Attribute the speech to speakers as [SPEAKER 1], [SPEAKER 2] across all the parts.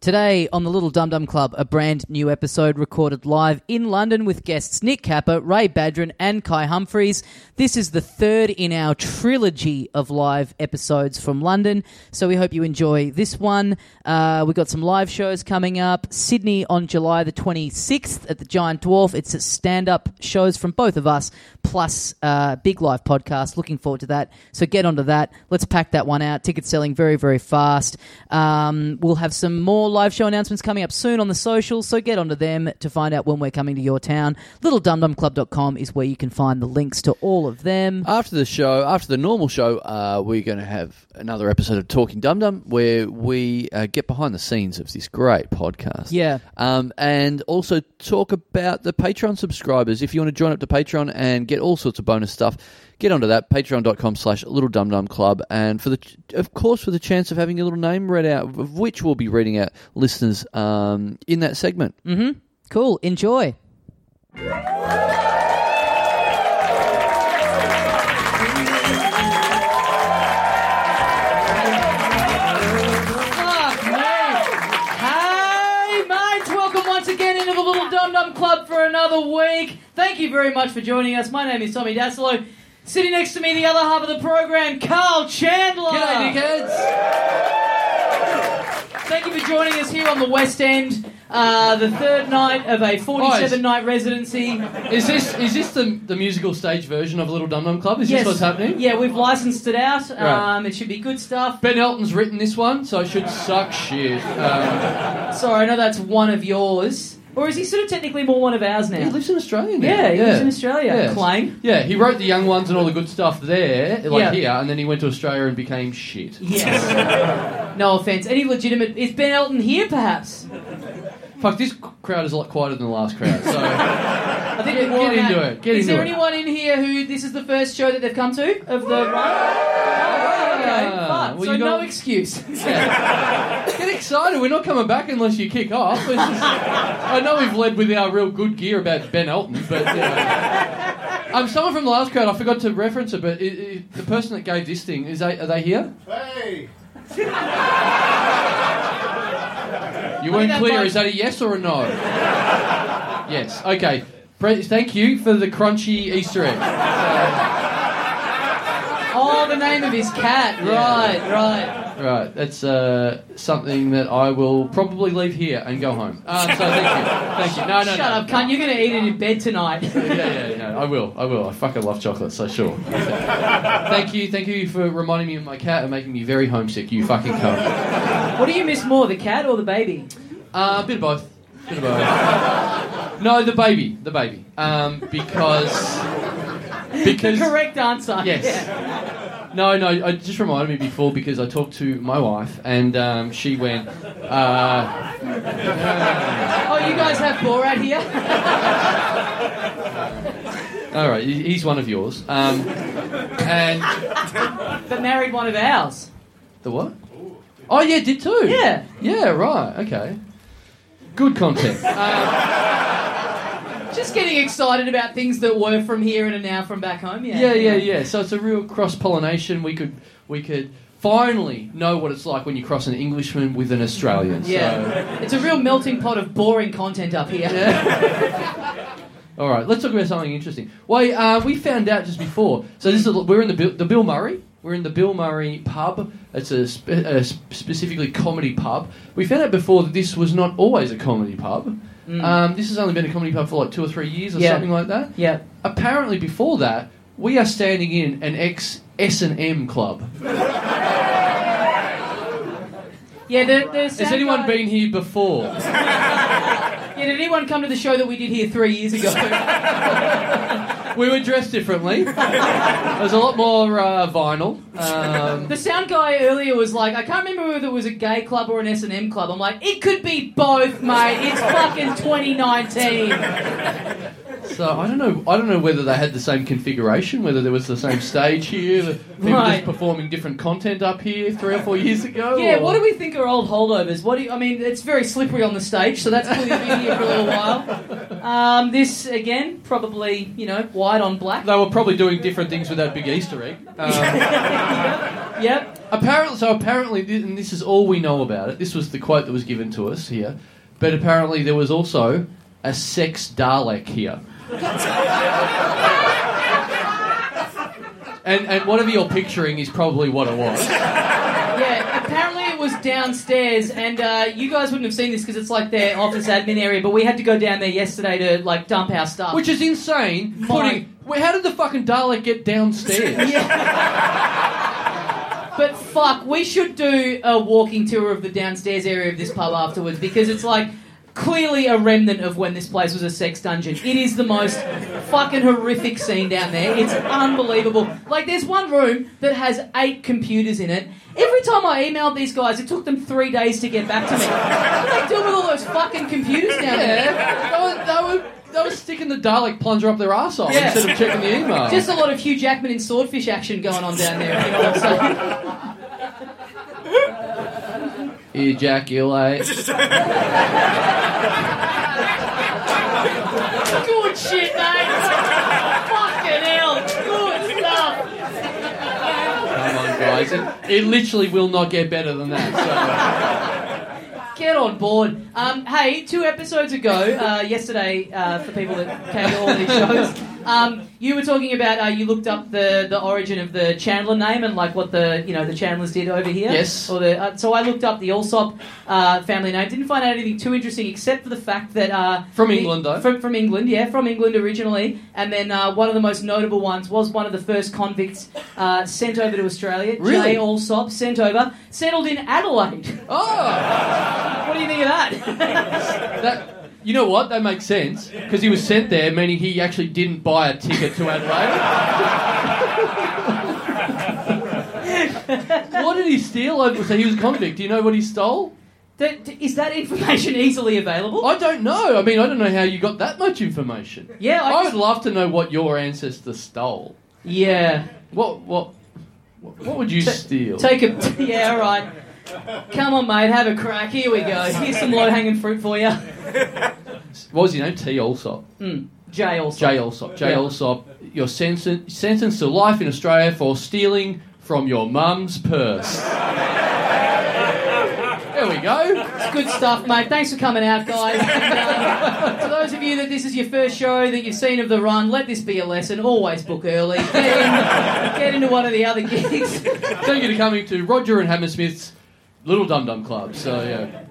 [SPEAKER 1] Today on the Little Dum Dum Club, a brand new episode recorded live in London with guests Nick Capper, Ray Badron, and Kai Humphries. This is the third in our trilogy of live episodes from London, so we hope you enjoy this one. Uh, we've got some live shows coming up. Sydney on July the 26th at the Giant Dwarf. It's a stand up shows from both of us, plus uh, big live podcast. Looking forward to that. So get onto that. Let's pack that one out. Tickets selling very, very fast. Um, we'll have some more live show announcements coming up soon on the socials, so get onto them to find out when we're coming to your town. LittleDumDumClub.com is where you can find the links to all of them.
[SPEAKER 2] After the show, after the normal show, uh, we're going to have another episode of Talking Dum Dum where we uh, get behind the scenes of this great podcast.
[SPEAKER 1] Yeah.
[SPEAKER 2] Um, and also talk about the Patreon subscribers. If you want to join up to Patreon and get all sorts of bonus stuff, get onto that, patreon.com slash little dum dum club. And for the, ch- of course, for the chance of having your little name read out, of which we'll be reading out listeners um, in that segment.
[SPEAKER 1] Mm. Cool. Enjoy. Fuck me. Hey, mates, welcome once again into the Little Dum Dum Club for another week. Thank you very much for joining us. My name is Tommy Dasilo. Sitting next to me, the other half of the program, Carl Chandler.
[SPEAKER 2] G'day, dickheads.
[SPEAKER 1] Thank you for joining us here on the West End, uh, the third night of a 47 night residency.
[SPEAKER 3] Is this is this the, the musical stage version of Little Dum Dum Club? Is
[SPEAKER 1] Yes.
[SPEAKER 3] this what's happening?
[SPEAKER 1] Yeah, we've licensed it out.
[SPEAKER 3] Right.
[SPEAKER 1] Um, it should be good stuff.
[SPEAKER 3] Ben Elton's written this one, so it should suck shit. Um,
[SPEAKER 1] Sorry, I know that's one of yours. Or is he sort of technically more one of ours now?
[SPEAKER 3] he lives in Australia now.
[SPEAKER 1] yeah, he lives in Australia.
[SPEAKER 3] Yes.
[SPEAKER 1] Claim.
[SPEAKER 3] Yeah, he wrote the young ones and all the good stuff there, like
[SPEAKER 1] Yeah.
[SPEAKER 3] here, and then he went to Australia and became shit.
[SPEAKER 1] Yes. no offence. Any legitimate. Is Ben Elton here, perhaps?
[SPEAKER 3] Fuck, this c- crowd is a lot quieter than the last crowd. So
[SPEAKER 1] I think
[SPEAKER 3] Get-
[SPEAKER 1] we've worn
[SPEAKER 3] get into
[SPEAKER 1] out.
[SPEAKER 3] it, get
[SPEAKER 1] is
[SPEAKER 3] into
[SPEAKER 1] there
[SPEAKER 3] it.
[SPEAKER 1] anyone in here who this is the first show that they've come to of the run? Oh, okay.
[SPEAKER 3] Ah,
[SPEAKER 1] Fun.
[SPEAKER 3] well,
[SPEAKER 1] so
[SPEAKER 3] you
[SPEAKER 1] no
[SPEAKER 3] got-
[SPEAKER 1] excuse.
[SPEAKER 3] get excited. We're not coming back unless you kick off. It's just- I know we've led with our real good gear about Ben Elton, but. You know. Um, someone from the last crowd, I forgot to reference it, but it, it, the person that gave this thing, is they, are they here?
[SPEAKER 4] Hey!
[SPEAKER 3] You weren't
[SPEAKER 1] that
[SPEAKER 3] clear.
[SPEAKER 1] might-
[SPEAKER 3] Is that a yes or a no? yes. Okay. Pre- thank you for the crunchy Easter egg.
[SPEAKER 1] oh, the name of his cat. Right, right.
[SPEAKER 3] Right. That's uh, something that I will probably leave here and go home. Uh, so thank you. Thank you. No, no,
[SPEAKER 1] Shut
[SPEAKER 3] no.
[SPEAKER 1] up, cunt. You're going to eat it in bed tonight.
[SPEAKER 3] Yeah, yeah, yeah. I will. I will. I fucking love chocolate, so sure. thank you. Thank you for reminding me of my cat and making me very homesick. You fucking cunt.
[SPEAKER 1] What do you miss more, the cat or the baby?
[SPEAKER 3] Uh, a bit of both. Bit of both. No, the baby. The baby. Um, because. Because.
[SPEAKER 1] Correct answer.
[SPEAKER 3] Yes.
[SPEAKER 1] Yeah.
[SPEAKER 3] No, no, it just reminded me before because I talked to my wife and um, she went, uh,
[SPEAKER 1] Oh, you guys have Borat here?
[SPEAKER 3] all right, he- he's one of yours. Um, and
[SPEAKER 1] but married one of ours.
[SPEAKER 3] the what? Oh, yeah, did too.
[SPEAKER 1] Yeah.
[SPEAKER 3] Yeah, right, okay. Good content. Uh,
[SPEAKER 1] Just getting excited about things that were from here and are now from back home. Yeah.
[SPEAKER 3] yeah, yeah, yeah. So it's a real cross pollination. We could, we could finally know what it's like when you cross an Englishman with an Australian. So-
[SPEAKER 1] Yeah. It's a real melting pot of boring content up here.
[SPEAKER 3] All right, let's talk about something interesting. Well, uh, we found out just before. So this is we're in the Bill, the Bill Murray. We're in the Bill Murray pub. It's a, spe- a sp- specifically comedy pub. We found out before that this was not always a comedy pub. Um, this has only been a comedy pub for like two or three years or
[SPEAKER 1] Mm. Yeah.
[SPEAKER 3] something like that.
[SPEAKER 1] Yeah.
[SPEAKER 3] Apparently, before that, we are standing in an ex S and M club.
[SPEAKER 1] Yeah, the, the
[SPEAKER 3] Has anyone been here before?
[SPEAKER 1] Yeah, did anyone come to the show that we did here three years ago?
[SPEAKER 3] We were dressed differently. There's a lot more uh, vinyl. Um,
[SPEAKER 1] the sound guy earlier was like, I can't remember whether it was a gay club or an S&M club. I'm like, it could be both, mate. It's fucking 2019.
[SPEAKER 3] So I don't know. I don't know whether they had the same configuration, whether there was the same stage here, that people
[SPEAKER 1] Right.
[SPEAKER 3] just performing different content up here three or four years ago.
[SPEAKER 1] Yeah,
[SPEAKER 3] or-
[SPEAKER 1] what do we think are old holdovers? What do you, I mean, it's very slippery on the stage, so that's clearly been here for a little while. Um, this again, probably you know, white on black.
[SPEAKER 3] They were probably doing different things with that big Easter egg. Um,
[SPEAKER 1] Yep.
[SPEAKER 3] Apparently, so apparently, th- and this is all we know about it. This was the quote that was given to us here, but apparently there was also a sex Dalek here. and and whatever you're picturing is probably what it was.
[SPEAKER 1] Yeah, apparently it was downstairs, and uh, you guys wouldn't have seen this because it's like their office admin area. But we had to go down there yesterday to like dump our stuff.
[SPEAKER 3] Which is insane. Putting, well, how did the fucking Dalek get downstairs?
[SPEAKER 1] but fuck, we should do a walking tour of the downstairs area of this pub afterwards because it's like clearly a remnant of when this place was a sex dungeon. It is the most fucking horrific scene down there. It's unbelievable. Like there's one room that has eight computers in it. Every time I emailed these guys, it took them three days to get back to me. What are they doing with all those fucking computers down there?
[SPEAKER 3] yeah, they were, they, were, they were sticking the Dalek plunger up their arsehole
[SPEAKER 1] Yeah.
[SPEAKER 3] instead of checking the email.
[SPEAKER 1] Just a lot of Hugh Jackman in swordfish action going on down there. if You know what I'm saying?
[SPEAKER 3] Ejaculate.
[SPEAKER 1] Good shit, mate. Fucking hell, good stuff.
[SPEAKER 3] Come on, guys. It, it literally will not get better than that.
[SPEAKER 1] Get on board. Um, hey, two episodes ago, uh, yesterday, uh, for people that came to all these shows, um, you were talking about uh, you looked up the, the origin of the Chandler name and like what the you know the Chandlers did over here.
[SPEAKER 3] Yes.
[SPEAKER 1] Or the, uh, so I looked up the Allsop uh, family name. Didn't find out anything too interesting except for the fact that uh,
[SPEAKER 3] From
[SPEAKER 1] the-
[SPEAKER 3] England, though.
[SPEAKER 1] From, from England, yeah, from England originally, and then uh, one of the most notable ones was one of the first convicts uh, sent over to Australia.
[SPEAKER 3] Really?
[SPEAKER 1] J. Allsop sent over, settled in Adelaide.
[SPEAKER 3] So. oh,
[SPEAKER 1] What do you think of that?
[SPEAKER 3] that. You know what? That makes sense because he was sent there, meaning he actually didn't buy a ticket to Adelaide. what did he steal? I- So he was a convict. Do you know what he stole?
[SPEAKER 1] That- is that information easily available?
[SPEAKER 3] I don't know. I mean, I don't know how you got that much information.
[SPEAKER 1] yeah, I
[SPEAKER 3] I would
[SPEAKER 1] just-
[SPEAKER 3] love to know what your ancestor stole.
[SPEAKER 1] yeah.
[SPEAKER 3] What? What? What would you
[SPEAKER 1] Ta-
[SPEAKER 3] steal?
[SPEAKER 1] Take a yeah, all right. Come on, mate, have a crack. Here we go. Here's some low hanging fruit for you. Hmm,
[SPEAKER 3] what was your name? T. Allsop.
[SPEAKER 1] Jay also.
[SPEAKER 3] J. Alsop. J.
[SPEAKER 1] Yeah.
[SPEAKER 3] Alsop, you're sentenced, sentenced to life in Australia for stealing from your mum's purse. there we go.
[SPEAKER 1] Good stuff, mate. Thanks for coming out, guys. And, uh, to those of you that this is your first show that you've seen of the run, let this be a lesson. Always book early. Get, in, get into one of the other gigs.
[SPEAKER 3] Thank you for coming to Roger and Hammersmith's Little Dum Dum Club. So, yeah.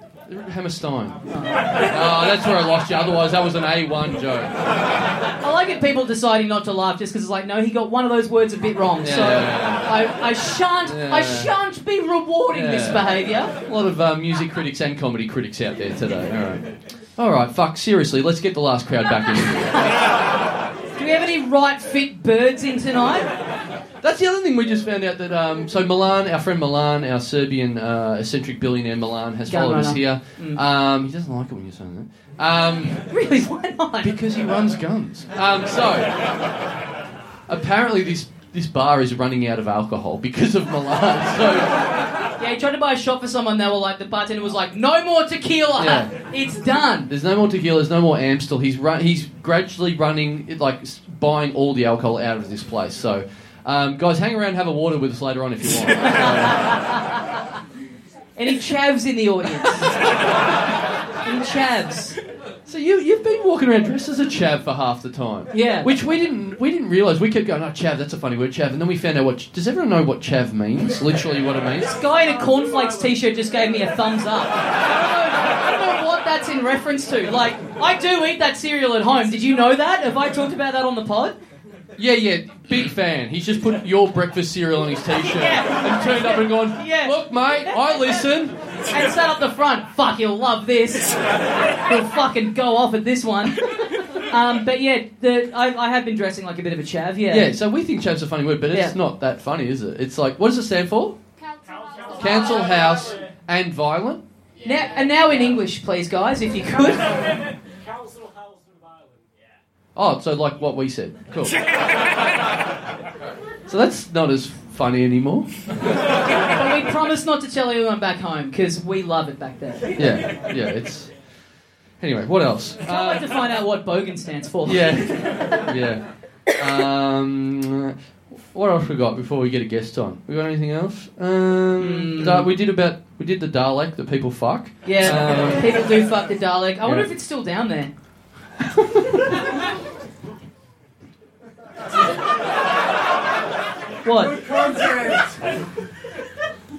[SPEAKER 3] Hammerstein. Oh, that's where I lost you. Otherwise, that was an A1 joke.
[SPEAKER 1] I like it people deciding not to laugh just because it's like, no, he got one of those words a bit wrong. So
[SPEAKER 3] Yeah.
[SPEAKER 1] I, I shan't, I
[SPEAKER 3] Yeah.
[SPEAKER 1] shan't be rewarding this
[SPEAKER 3] Yeah.
[SPEAKER 1] behaviour.
[SPEAKER 3] A lot of uh, music critics and comedy critics out there today. All right. All right, fuck, seriously, let's get the last crowd back in here.
[SPEAKER 1] Do we have any right fit birds in tonight?
[SPEAKER 3] That's the other thing we just found out that um, so Milan, our friend Milan, our Serbian uh, eccentric billionaire Milan, has
[SPEAKER 1] Gun
[SPEAKER 3] followed us
[SPEAKER 1] runner.
[SPEAKER 3] here. Um, he doesn't like it when you're saying that um,
[SPEAKER 1] Really, why not?
[SPEAKER 3] because he runs guns. Um, so apparently this this bar is running out of alcohol because of Milan. So
[SPEAKER 1] Yeah, he tried to buy a shot for someone. They were like, the bartender was like, no more tequila.
[SPEAKER 3] Yeah.
[SPEAKER 1] It's done.
[SPEAKER 3] there's no more tequila, there's no more Amstel. He's run, he's gradually running like s- buying all the alcohol out of this place. So. Um, guys, hang around, have a water with us later on if you want.
[SPEAKER 1] Any chavs in the audience? Any chavs?
[SPEAKER 3] So you you've been walking around dressed as a chav for half the time.
[SPEAKER 1] Yeah.
[SPEAKER 3] Which we didn't we didn't realize. We kept going, oh chav, that's a funny word, chav, and then we found out what. ch- Does everyone know what chav means? Literally, what it means.
[SPEAKER 1] Guy in a cornflakes t-shirt just gave me a thumbs up. I don't know, I don't know what that's in reference to. Like, I do eat that cereal at home. Did you know that? Have I talked about that on the pod?
[SPEAKER 3] Yeah, yeah, big fan. He's just put your breakfast cereal on his t-shirt
[SPEAKER 1] Yeah.
[SPEAKER 3] and turned up and gone.
[SPEAKER 1] Yeah.
[SPEAKER 3] Look, mate, I listen.
[SPEAKER 1] And sat up the front. Fuck, he'll love this. He'll fucking go off at this one. Um, but yeah, the, I, I have been dressing like a bit of a chav. Yeah.
[SPEAKER 3] Yeah. So we think chav's a funny word, but it's
[SPEAKER 1] Yeah.
[SPEAKER 3] not that funny, is it? It's like, what does it stand for?
[SPEAKER 5] Council.
[SPEAKER 3] Council house and violent.
[SPEAKER 1] Now, and now in English, please, guys, if you could.
[SPEAKER 5] Council House of Ireland. Yeah.
[SPEAKER 3] Oh, so like what we said. Cool. so that's not as funny anymore.
[SPEAKER 1] But we promise not to tell anyone back home because we love it back there.
[SPEAKER 3] Yeah, yeah, it's. Anyway, what else?
[SPEAKER 1] I'd like to find out what Bogan stands for.
[SPEAKER 3] Yeah, yeah. Um, what else we got before we get a guest on? We got anything else? Um,
[SPEAKER 1] Hmm.
[SPEAKER 3] Da- we did about we did the Dalek that people fuck.
[SPEAKER 1] Yeah,
[SPEAKER 3] Um,
[SPEAKER 1] people do fuck the Dalek. I wonder
[SPEAKER 3] Yeah.
[SPEAKER 1] if it's still down there. what?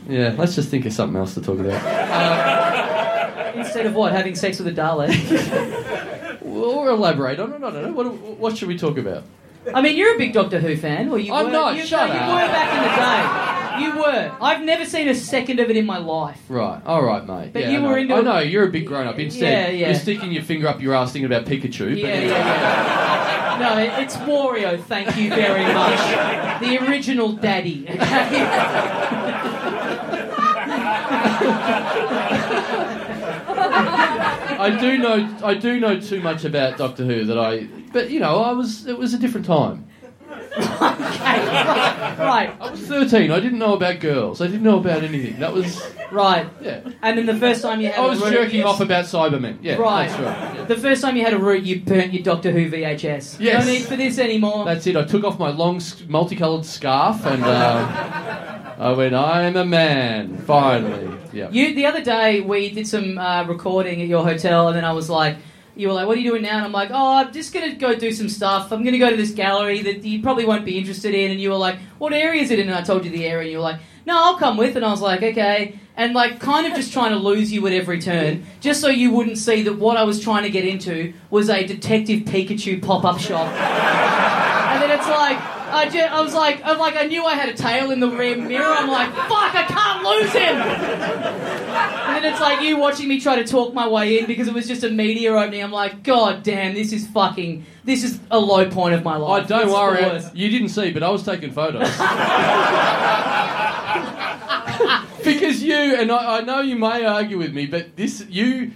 [SPEAKER 3] yeah, let's just think of something else to talk about.
[SPEAKER 1] Instead of what? Having sex with a Dalek?
[SPEAKER 3] We'll elaborate on it. I don't know. What, what should we talk about?
[SPEAKER 1] I mean, you're a big Doctor Who fan, or you
[SPEAKER 3] I'm
[SPEAKER 1] were.
[SPEAKER 3] not,
[SPEAKER 1] you,
[SPEAKER 3] shut
[SPEAKER 1] no,
[SPEAKER 3] up.
[SPEAKER 1] You were back in the day. You were. I've never seen a second of it in my life.
[SPEAKER 3] Right. All right, mate.
[SPEAKER 1] But
[SPEAKER 3] yeah,
[SPEAKER 1] you
[SPEAKER 3] I know.
[SPEAKER 1] were into
[SPEAKER 3] I
[SPEAKER 1] it-
[SPEAKER 3] know you're a big grown-up. Instead,
[SPEAKER 1] Yeah, yeah.
[SPEAKER 3] you're sticking your finger up your ass thinking about Pikachu.
[SPEAKER 1] Yeah, yeah, yeah. No, it- it's Wario, thank you very much. The original daddy. okay?
[SPEAKER 3] I do know. I do know too much about Doctor Who that I. But you know, I was. It was a different time.
[SPEAKER 1] right, right,
[SPEAKER 3] I was 13. I didn't know about girls. I didn't know about anything. That was.
[SPEAKER 1] right.
[SPEAKER 3] Yeah.
[SPEAKER 1] And then the first time you had
[SPEAKER 3] I was
[SPEAKER 1] a root,
[SPEAKER 3] jerking
[SPEAKER 1] you-
[SPEAKER 3] off about Cybermen. Yeah.
[SPEAKER 1] Right.
[SPEAKER 3] That's right.
[SPEAKER 1] The first time you had a root, you burnt your Doctor Who VHS.
[SPEAKER 3] Yes.
[SPEAKER 1] No need for this anymore.
[SPEAKER 3] That's it. I took off my long, s- multicolored scarf and uh, I went, I'm a man, finally. Yeah.
[SPEAKER 1] You the other day we did some uh, recording at your hotel, and then I was like, you were like, what are you doing now? And I'm like, oh, I'm just gonna go do some stuff. I'm gonna go to this gallery that you probably won't be interested in. And you were like, what area is it in? And I told you the area, and you were like, no, I'll come with. And I was like, okay. And like, kind of just trying to lose you at every turn, just so you wouldn't see that what I was trying to get into was a Detective Pikachu pop-up shop. And then it's like, I, ju- I was like, I'm like, I knew I had a tail in the rear mirror. I'm like, fuck, I can't lose him. And then it's like you watching me try to talk my way in because it was just a media opening. I'm like, god damn, this is fucking, this is a low point of my
[SPEAKER 3] I
[SPEAKER 1] life.
[SPEAKER 3] Oh, don't
[SPEAKER 1] It's the
[SPEAKER 3] worry.
[SPEAKER 1] worst.
[SPEAKER 3] You didn't see, but I was taking photos. because you and I, I know you may argue with me, but this you.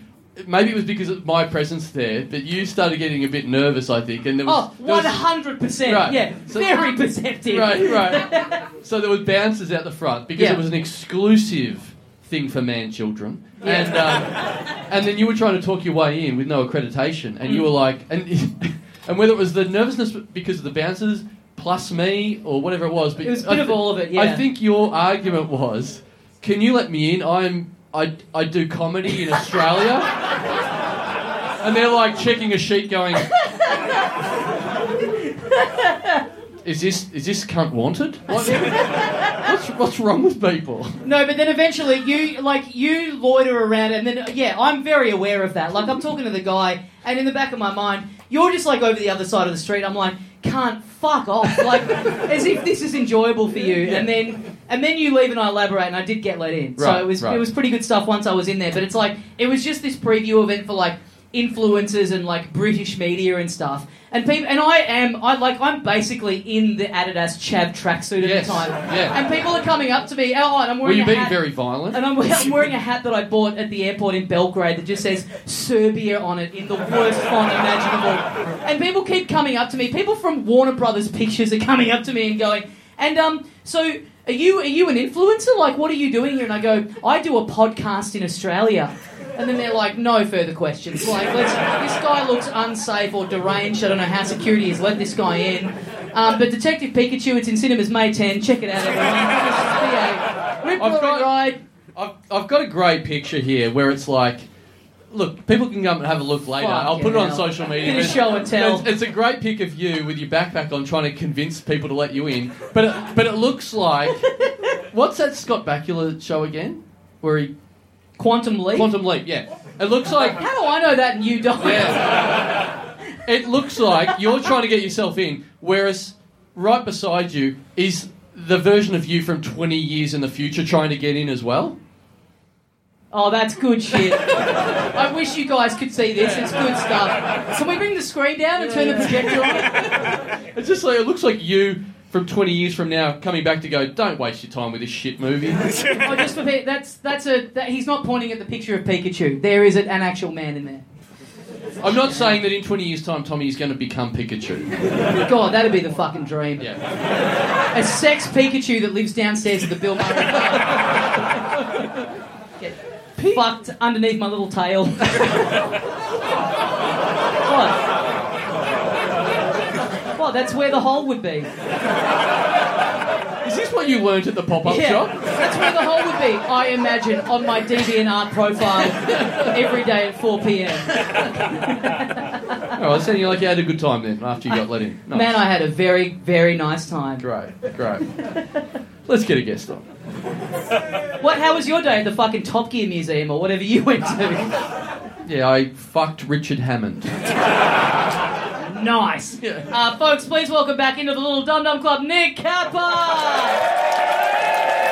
[SPEAKER 3] Maybe it was because of my presence there, but you started getting a bit nervous, I think, and there was,
[SPEAKER 1] Oh,
[SPEAKER 3] there was-
[SPEAKER 1] 100%.
[SPEAKER 3] Right.
[SPEAKER 1] Yeah,
[SPEAKER 3] So-
[SPEAKER 1] very perceptive.
[SPEAKER 3] Right, right. so there were bouncers out the front because
[SPEAKER 1] Yeah.
[SPEAKER 3] it was an exclusive thing for man children.
[SPEAKER 1] Yeah.
[SPEAKER 3] And um, and then you were trying to talk your way in with no accreditation, and you
[SPEAKER 1] Mm.
[SPEAKER 3] were like, and and whether it was the nervousness because of the bouncers plus me or whatever it was, but
[SPEAKER 1] It was a
[SPEAKER 3] I
[SPEAKER 1] bit of
[SPEAKER 3] thi-
[SPEAKER 1] all of it, yeah.
[SPEAKER 3] I think your argument was, can you let me in? I'm I I do comedy in Australia. And they're like checking a sheet, going, "Is this is this cunt wanted? What- what's what's wrong with people?"
[SPEAKER 1] No, but then eventually you like you loiter around, and then yeah, I'm very aware of that. Like I'm talking to the guy, and in the back of my mind, you're just like over the other side of the street. I'm like, can't fuck off, like as if this is enjoyable for you. And then and then you leave, and I elaborate, and I did get let in, so
[SPEAKER 3] Right,
[SPEAKER 1] it was
[SPEAKER 3] right.
[SPEAKER 1] it was pretty good stuff once I was in there. But it's like it was just this preview event for like influencers and like British media and stuff. And people and I am I like I'm basically in the Adidas Chav tracksuit at
[SPEAKER 3] Yes,
[SPEAKER 1] the time.
[SPEAKER 3] yeah.
[SPEAKER 1] And people are coming up to me, oh, and I'm
[SPEAKER 3] Were
[SPEAKER 1] wearing
[SPEAKER 3] you
[SPEAKER 1] a
[SPEAKER 3] being
[SPEAKER 1] hat.
[SPEAKER 3] very violent?
[SPEAKER 1] And I'm, I'm wearing a hat that I bought at the airport in Belgrade that just says Serbia on it in the worst font imaginable. And people keep coming up to me. People from Warner Brothers Pictures are coming up to me and going, and um, so are you are you an influencer? Like, what are you doing here? And I go, I do a podcast in Australia. And then they're like, no further questions. Like, let's, this guy looks unsafe or deranged. I don't know how security has let this guy in. Um, but Detective Pikachu, it's in cinemas May 10. Check it out, everyone. This is the, uh,
[SPEAKER 3] I've
[SPEAKER 1] Rip
[SPEAKER 3] got-
[SPEAKER 1] Roaring Ride.
[SPEAKER 3] I've, I've got a great picture here where it's like, look, people can come and have a look later.
[SPEAKER 1] Fucking
[SPEAKER 3] I'll put it on
[SPEAKER 1] hell.
[SPEAKER 3] social media.
[SPEAKER 1] Bit of
[SPEAKER 3] but
[SPEAKER 1] show and tell.
[SPEAKER 3] It's, it's a great pic of you with your backpack on, trying to convince people to let you in. But it, but it looks like what's that Scott Bakula show again? Where he
[SPEAKER 1] Quantum Leap.
[SPEAKER 3] Quantum Leap? Yeah, it looks like.
[SPEAKER 1] How do I know that and you don't?
[SPEAKER 3] Yeah. It looks like you're trying to get yourself in, whereas right beside you is the version of you from 20 years in the future trying to get in as well.
[SPEAKER 1] Oh, that's good shit. I wish you guys could see this. It's good stuff. Can we bring the screen down and turn the projector on?
[SPEAKER 3] It's just like it looks like you from 20 years from now coming back to go. Don't waste your time with this shit movie.
[SPEAKER 1] Oh, just for pe- that's that's a that, he's not pointing at the picture of Pikachu. There is an an actual man in there.
[SPEAKER 3] I'm not saying that in 20 years' time, Tommy is going to become Pikachu.
[SPEAKER 1] God, that'd be the fucking dream.
[SPEAKER 3] Yeah.
[SPEAKER 1] A sex Pikachu that lives downstairs at the Bill Murray. Club. Get fucked underneath my little tail. what? What? That's where the hole would be.
[SPEAKER 3] Is this what you learnt at the pop-up shop?
[SPEAKER 1] That's where the hole would be, I imagine, on my DeviantArt profile every day at 4 p.m.
[SPEAKER 3] Oh, it sounded like you had a good time then after you got let in. Nice.
[SPEAKER 1] Man, I had a very, very nice time.
[SPEAKER 3] Great, great. Let's get a guest on.
[SPEAKER 1] What? How was your day at the fucking Top Gear Museum or whatever you went to?
[SPEAKER 3] Yeah, I fucked Richard Hammond.
[SPEAKER 1] nice. Uh, folks, please welcome back into the Little Dum Dum Club, Nick Kappa.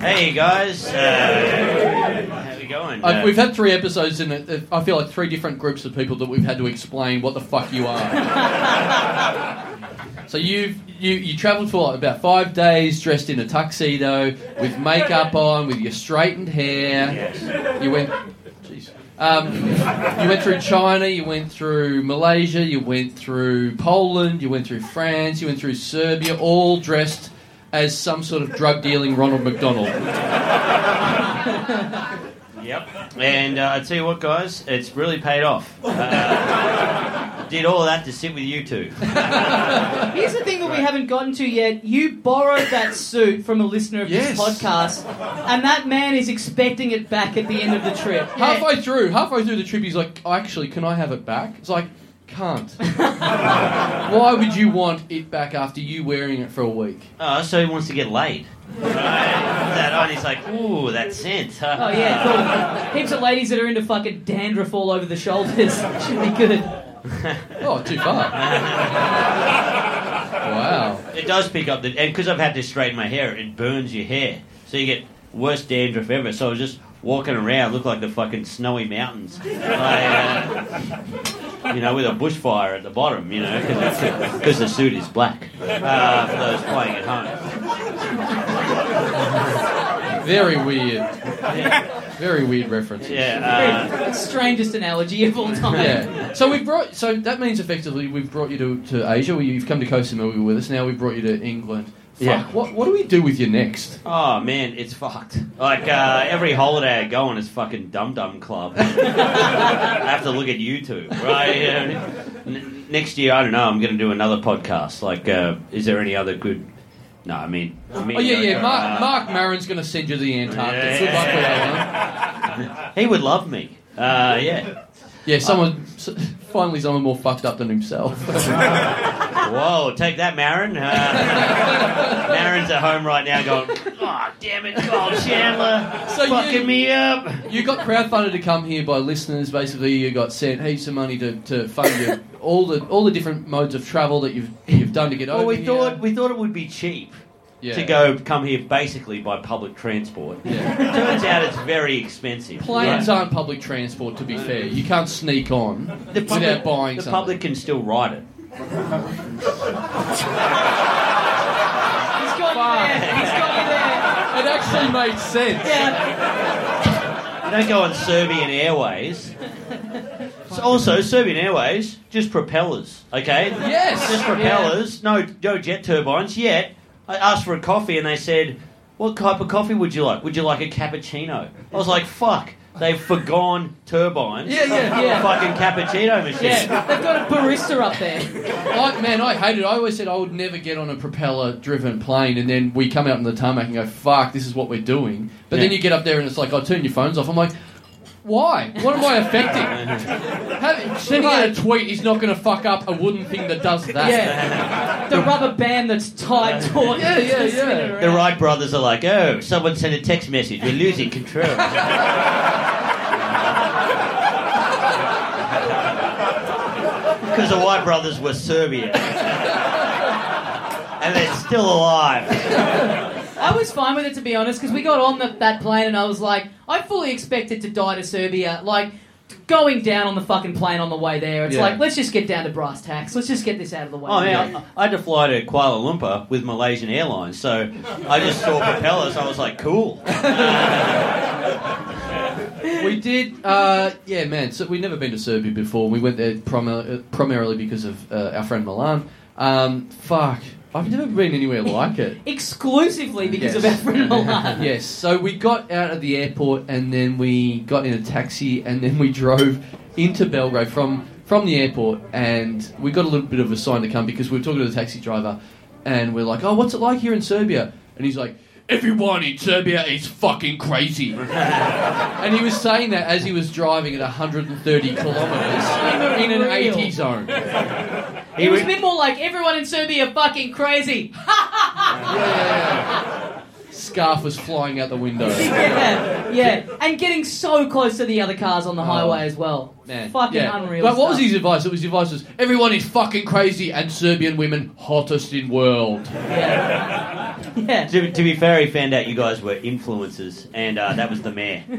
[SPEAKER 6] Hey guys, uh, how we going?
[SPEAKER 3] I,
[SPEAKER 6] Uh,
[SPEAKER 3] we've had three episodes in it. I feel like three different groups of people that we've had to explain what the fuck you are. so you've you you travelled for like about five days dressed in a tuxedo with makeup on, with your straightened hair.
[SPEAKER 6] yes.
[SPEAKER 3] You went, jeez. Um, you went through China, you went through Malaysia, you went through Poland, you went through France, you went through Serbia, all dressed as some sort of drug dealing Ronald McDonald.
[SPEAKER 6] Yep. And uh, I tell you what, guys, it's really paid off. Uh, did all that to sit with you two. Uh,
[SPEAKER 1] Here's the thing that we haven't gotten to yet. You borrowed that suit from a listener of
[SPEAKER 3] Yes.
[SPEAKER 1] this podcast, and that man is expecting it back at the end of the trip.
[SPEAKER 3] Halfway through, halfway through the trip, he's like, "Oh, "Actually, can I have it back?" It's like, "Can't." Why would you want it back after you wearing it for a week?
[SPEAKER 6] Oh, so he wants to get laid. Right? that on, he's like, ooh, that scent.
[SPEAKER 1] Oh yeah, cool. Heaps of ladies that are into fucking dandruff all over the shoulders. Should be good.
[SPEAKER 3] Oh, too far. wow.
[SPEAKER 6] It does pick up the and because I've had to straighten my hair, it burns your hair, so you get worst dandruff ever. So I was just walking around, look like the fucking snowy mountains, Like, uh, you know, with a bushfire at the bottom, you know, because the suit is black. Uh, for those playing at home,
[SPEAKER 3] Very weird. Very weird reference.
[SPEAKER 6] yeah. Uh,
[SPEAKER 1] Strangest analogy of all time.
[SPEAKER 3] Yeah. So we brought. So that means effectively we've brought you to, to Asia. We, you've come to Koh Samui with us. Now we've brought you to England. Fuck.
[SPEAKER 6] Yeah.
[SPEAKER 3] What What do we do with you next?
[SPEAKER 6] oh man, it's fucked. Like uh, every holiday I go on is fucking dum dum club. I have to look at you two, right? Yeah. N- next year, I don't know. I'm going to do another podcast. Like, uh, is there any other good? No, I mean, I mean
[SPEAKER 3] Oh yeah, yeah.
[SPEAKER 6] uh,
[SPEAKER 3] Mark Mark Maron's going to send you to the Antarctic.
[SPEAKER 6] Yeah.
[SPEAKER 3] Good luck with that one.
[SPEAKER 6] He would love me. Uh, yeah.
[SPEAKER 3] Yeah, someone s finally someone more fucked up than himself.
[SPEAKER 6] Whoa, take that, Marin. Uh, Marin's at home right now, going, "Oh damn it, Gold Chandler,
[SPEAKER 3] So you-
[SPEAKER 6] fucking me up."
[SPEAKER 3] you got crowdfunded to come here by listeners. Basically, you got sent heaps of money to, to fund your, all the all the different modes of travel that you've you've done to get
[SPEAKER 6] Well,
[SPEAKER 3] over
[SPEAKER 6] we
[SPEAKER 3] here.
[SPEAKER 6] thought we thought it would be cheap
[SPEAKER 3] yeah.
[SPEAKER 6] to go come here basically by public transport.
[SPEAKER 3] Yeah.
[SPEAKER 6] Turns out it's very expensive.
[SPEAKER 3] Planes
[SPEAKER 6] Right.
[SPEAKER 3] aren't public transport. To be fair, you can't sneak on
[SPEAKER 6] the
[SPEAKER 3] without
[SPEAKER 6] public,
[SPEAKER 3] buying
[SPEAKER 6] the
[SPEAKER 3] something.
[SPEAKER 6] public can still ride it.
[SPEAKER 1] He's got you there. He's got you there.
[SPEAKER 3] It actually made sense.
[SPEAKER 1] Yeah.
[SPEAKER 6] You don't go on Serbian Airways. So also, Serbian Airways just propellers. Okay, just
[SPEAKER 3] Yes.
[SPEAKER 6] propellers, no, no jet turbines yet. I asked for a coffee and they said, "What type of coffee would you like? Would you like a cappuccino?" I was like, "Fuck." They've forgone turbines.
[SPEAKER 3] Yeah, yeah,
[SPEAKER 1] yeah.
[SPEAKER 6] A fucking cappuccino machine.
[SPEAKER 1] Yeah. They've got a barista up there.
[SPEAKER 3] I, man, I hated. I always said I would never get on a propeller-driven plane, and then we come out on the tarmac and go, "Fuck, this is what we're doing." But then
[SPEAKER 6] Yeah.
[SPEAKER 3] you get up there and it's like, "I oh, turn your phones off." I'm like, "Why? What am I affecting?" Have, sending out a tweet is not going to fuck up a wooden thing that does that.
[SPEAKER 1] Yeah. The rubber band that's tied taut.
[SPEAKER 3] Yeah, yeah,
[SPEAKER 1] Just spin it
[SPEAKER 3] yeah.
[SPEAKER 6] The
[SPEAKER 1] around.
[SPEAKER 6] Wright brothers are like, "Oh, someone sent a text message. We're losing control." Because the Wright brothers were Serbian. And they're still alive.
[SPEAKER 1] I was fine with it to be honest, because we got on the, that plane and I was like, I fully expected to die to Serbia. Like, going down on the fucking plane on the way there. It's
[SPEAKER 3] Yeah.
[SPEAKER 1] like let's just get down to brass tacks. Let's just get this out of the way.
[SPEAKER 6] Oh yeah, I, I had to fly to Kuala Lumpur with Malaysian Airlines, so I just saw propellers. I was like, cool.
[SPEAKER 3] we did. Uh, yeah, man. So we'd never been to Serbia before. We went there prim- primarily because of uh, our friend Milan. Um, fuck, I've never been anywhere like it.
[SPEAKER 1] Exclusively because of our
[SPEAKER 3] Yes.
[SPEAKER 1] friend Milan.
[SPEAKER 3] Yes. So we got out of the airport and then we got in a taxi and then we drove into Belgrade from from the airport and we got a little bit of a sign to come because we were talking to the taxi driver and we're like, "Oh, what's it like here in Serbia?" And he's like, "Everyone in Serbia is fucking crazy." and he was saying that as he was driving at 130 kilometers in an
[SPEAKER 1] Unreal.
[SPEAKER 3] 80 zone.
[SPEAKER 1] It was a bit more like everyone in Serbia fucking crazy.
[SPEAKER 3] Scarf was flying out the window.
[SPEAKER 1] yeah, yeah, and getting so close to the other cars on the highway as well.
[SPEAKER 3] Man,
[SPEAKER 1] fucking
[SPEAKER 3] Oh. yeah.
[SPEAKER 1] unreal.
[SPEAKER 3] But what was
[SPEAKER 1] stuff.
[SPEAKER 3] his advice? It was his advice was everyone is fucking crazy and Serbian women hottest in world.
[SPEAKER 1] Yeah. yeah.
[SPEAKER 6] to, to be fair, he found out you guys were influencers, and uh, that was the mayor. Uh,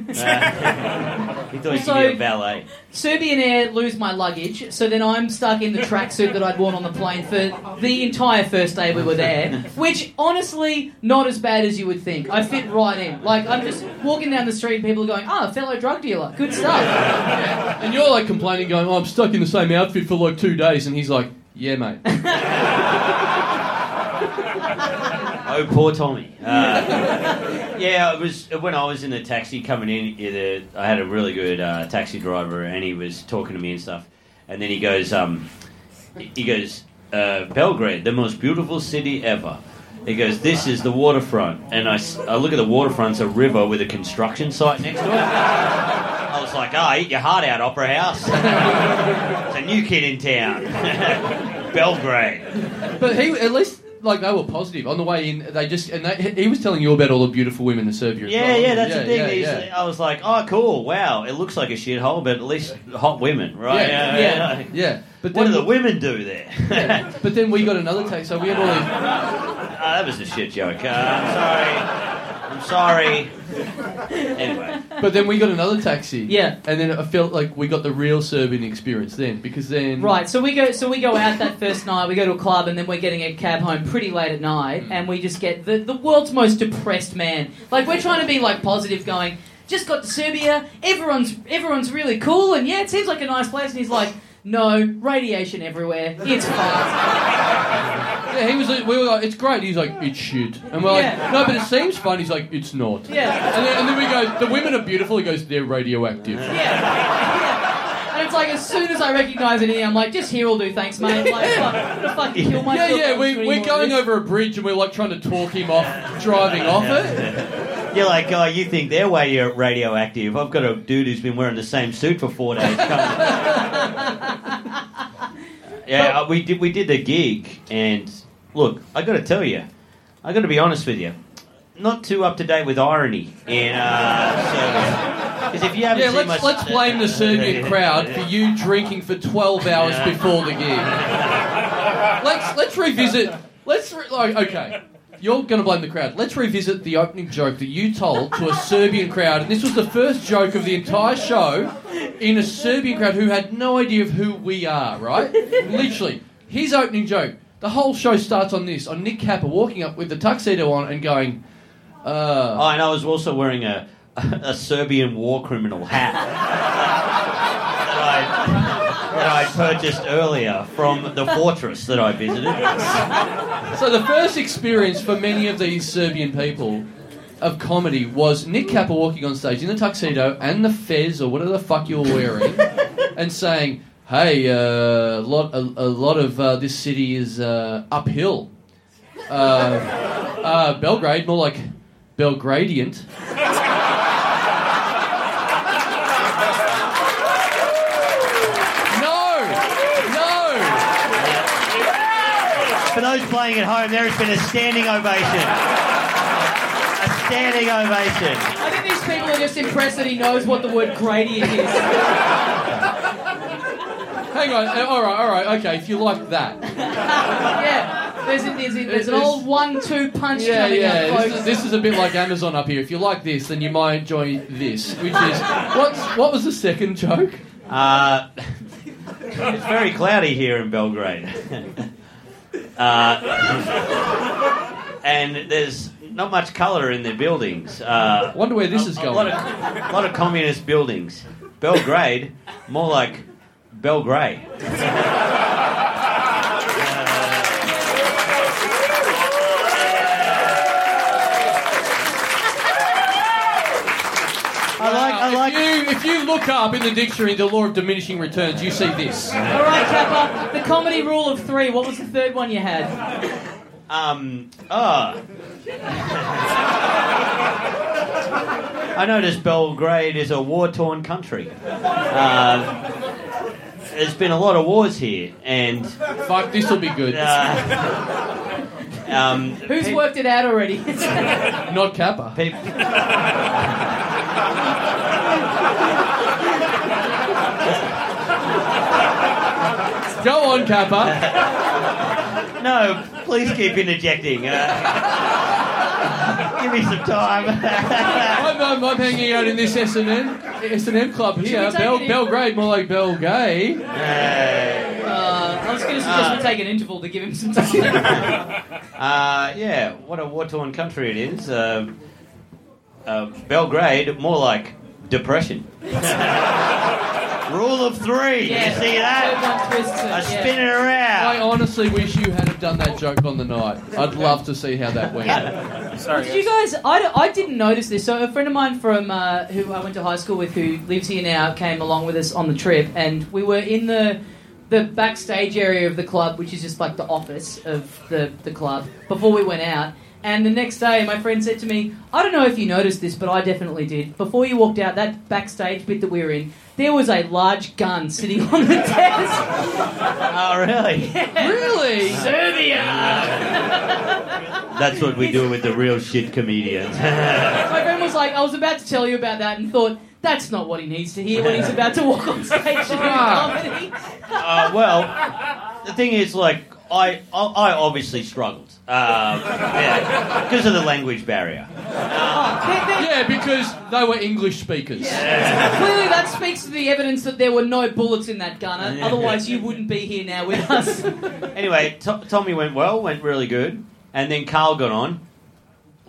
[SPEAKER 6] he thought he
[SPEAKER 1] So-
[SPEAKER 6] could be a valet.
[SPEAKER 1] Serbian Air lose my luggage, so then I'm stuck in the tracksuit that I'd worn on the plane for the entire first day we were there, which honestly, not as bad as you would think. I fit right in. Like, I'm just walking down the street and people are going, oh, fellow drug dealer, good stuff.
[SPEAKER 3] And you're like complaining, going, "Oh, I'm stuck in the same outfit for like two days," and he's like, "Yeah, mate."
[SPEAKER 6] Oh, poor Tommy. Uh, yeah, it was when I was in the taxi coming in. It, uh, I had a really good uh, taxi driver, and he was talking to me and stuff. And then he goes, um, he goes, uh, Belgrade, the most beautiful city ever. He goes, this is the waterfront, and I, s- I look at the waterfront's a river with a construction site next to it. I was like, ah, eat your heart out, Opera House. it's a new kid in town, Belgrade.
[SPEAKER 3] But he at least like they were positive on the way in. They just and they, he was telling you about all the beautiful women in Serbia. as
[SPEAKER 6] Yeah,
[SPEAKER 3] well.
[SPEAKER 6] yeah, that's the thing.
[SPEAKER 3] yeah,
[SPEAKER 6] He's-
[SPEAKER 3] yeah.
[SPEAKER 6] I was like, oh, cool, wow, it looks like a shithole, but at least hot women, right?
[SPEAKER 3] Yeah,
[SPEAKER 1] yeah.
[SPEAKER 3] Yeah, but
[SPEAKER 6] What
[SPEAKER 3] then
[SPEAKER 6] do the women do there?
[SPEAKER 3] yeah, but then we got another taxi. So we had all these.
[SPEAKER 6] Ah, that was a shit joke. Uh, I'm sorry. I'm sorry. Anyway,
[SPEAKER 3] But then we got another taxi.
[SPEAKER 1] Yeah.
[SPEAKER 3] and then I felt like we got the real Serbian experience then because then
[SPEAKER 1] Right, so we go so we go out that first night, we go to a club and then we're getting a cab home pretty late at night
[SPEAKER 3] Mm.
[SPEAKER 1] and we just get the, the world's most depressed man. Like we're trying to be like positive going, just got to Serbia, everyone's everyone's really cool and yeah, it seems like a nice place and he's like, No, radiation everywhere, it's fine.
[SPEAKER 3] Yeah, he was. Like, we were like, it's great. He's like, it's shit, and we're
[SPEAKER 1] Yeah.
[SPEAKER 3] like, no, but it seems fun. He's like, it's not.
[SPEAKER 1] Yeah.
[SPEAKER 3] And then, and then we go, the women are beautiful. He goes, they're radioactive.
[SPEAKER 1] Yeah. yeah. And it's like as soon as I recognise anything, I'm like, just here will do, thanks, mate. Like, fuck, I'm gonna fucking kill
[SPEAKER 3] Yeah,
[SPEAKER 1] myself.
[SPEAKER 3] yeah. We,
[SPEAKER 1] doing
[SPEAKER 3] we're
[SPEAKER 1] more
[SPEAKER 3] going
[SPEAKER 1] of
[SPEAKER 3] over a bridge and we're like trying to talk him off driving off it.
[SPEAKER 6] you're like, oh, you think they're way radioactive? I've got a dude who's been wearing the same suit for four days. yeah, uh, we did. We did the gig, and look, I got to tell you, I got to be honest with you, not too up to date with irony in uh, because if you haven't
[SPEAKER 3] Yeah,
[SPEAKER 6] seen
[SPEAKER 3] let's
[SPEAKER 6] my-
[SPEAKER 3] let's blame the Serbian crowd for you drinking for twelve hours before the gig. Let's let's revisit. Let's re- like okay. You're going to blame the crowd. Let's revisit the opening joke that you told to a Serbian crowd, and this was the first joke of the entire show in a Serbian crowd who had no idea of who we are. Right? Literally, his opening joke. The whole show starts on this: on Nick Capper walking up with the tuxedo on and going, uh,
[SPEAKER 6] Oh, and I was also wearing a a Serbian war criminal hat that I that I purchased earlier from the fortress that I visited.
[SPEAKER 3] So the first experience for many of these Serbian people of comedy was Nick Kappa walking on stage in the tuxedo and the fez or whatever the fuck you're wearing, and saying, "Hey, uh, a lot a, a lot of uh, this city is uh, uphill. Uh, uh, Belgrade, more like Belgradient." No, no.
[SPEAKER 6] For those playing at home, there has been a standing ovation. A standing ovation.
[SPEAKER 1] this. I think these people are just impressed that he knows what the word gradient is.
[SPEAKER 3] Hang on. uh, All right. All right. Okay. If you like that,
[SPEAKER 1] Yeah. There's, a, there's, a, there's an
[SPEAKER 3] It's-
[SPEAKER 1] old one-two punch
[SPEAKER 3] Yeah,
[SPEAKER 1] coming up,
[SPEAKER 3] yeah.
[SPEAKER 1] folks.
[SPEAKER 3] This is, this is a bit like Amazon up here. If you like this, then you might enjoy this, which is what's what was the second joke?
[SPEAKER 6] Uh, it's very cloudy here in Belgrade. uh, and there's not much colour in their buildings. Uh,
[SPEAKER 3] Wonder where this is
[SPEAKER 6] a lot
[SPEAKER 3] going.
[SPEAKER 6] of, a lot of communist buildings. Belgrade, more like Belgrade. I like, I like
[SPEAKER 3] If you, if you look up in the dictionary the law of diminishing returns, you see this.
[SPEAKER 1] All right, Kappa. The comedy rule of three. What was the third one you had?
[SPEAKER 6] Um. Ah. I noticed Belgrade is a war-torn country. Um, there's been a lot of wars here, and
[SPEAKER 3] Fuck, this will be good.
[SPEAKER 6] uh, um,
[SPEAKER 1] Who's worked it out already?
[SPEAKER 3] Uh, Not Kappa.
[SPEAKER 6] Peop-
[SPEAKER 3] Go on, Kappa.
[SPEAKER 6] no, please keep interjecting. Uh, give me some time.
[SPEAKER 3] I'm, I'm, I'm hanging out in this S&M, S&M club here.
[SPEAKER 1] we take
[SPEAKER 3] Bel,
[SPEAKER 1] it in-
[SPEAKER 3] Belgrade, more like Belgay.
[SPEAKER 6] Hey.
[SPEAKER 1] Uh, I was going to suggest
[SPEAKER 3] uh,
[SPEAKER 1] we take an interval to give him some time.
[SPEAKER 6] Uh, yeah, what a war-torn country it is. Uh, uh, Belgrade, more like depression. Rule of three.
[SPEAKER 1] Yeah.
[SPEAKER 6] You see that?
[SPEAKER 1] Third one twists it,
[SPEAKER 6] I
[SPEAKER 1] yeah.
[SPEAKER 6] spin it
[SPEAKER 3] I
[SPEAKER 6] around.
[SPEAKER 3] honestly wish you had have done that joke on the night. I'd love to see how that went.
[SPEAKER 7] Sorry,
[SPEAKER 1] Did you guys? I, d- I didn't notice this. So a friend of mine from uh, who I went to high school with, who lives here now, came along with us on the trip, and we were in the the backstage area of the club, which is just like the office of the the club. Before we went out, and the next day, my friend said to me, "I don't know if you noticed this, but I definitely did. Before you walked out, that backstage bit that we were in." There was a large gun sitting on the desk.
[SPEAKER 6] Oh, really?
[SPEAKER 3] Really?
[SPEAKER 6] That's what we do with the real shit comedians.
[SPEAKER 1] My friend was like, I was about to tell you about that and thought, that's not what he needs to hear when he's about to walk on stage and do
[SPEAKER 3] Ah.
[SPEAKER 1] comedy.
[SPEAKER 6] uh, well, the thing is, like, I, I, I obviously struggled. Uh, yeah, because of the language barrier.
[SPEAKER 1] Oh, There- there-
[SPEAKER 3] Yeah, because they were English speakers.
[SPEAKER 1] Clearly, that speaks to the evidence that there were no bullets in that gun. Otherwise, you wouldn't be here now with us.
[SPEAKER 6] Anyway, to Tommy went well, went really good, and then Carl got on,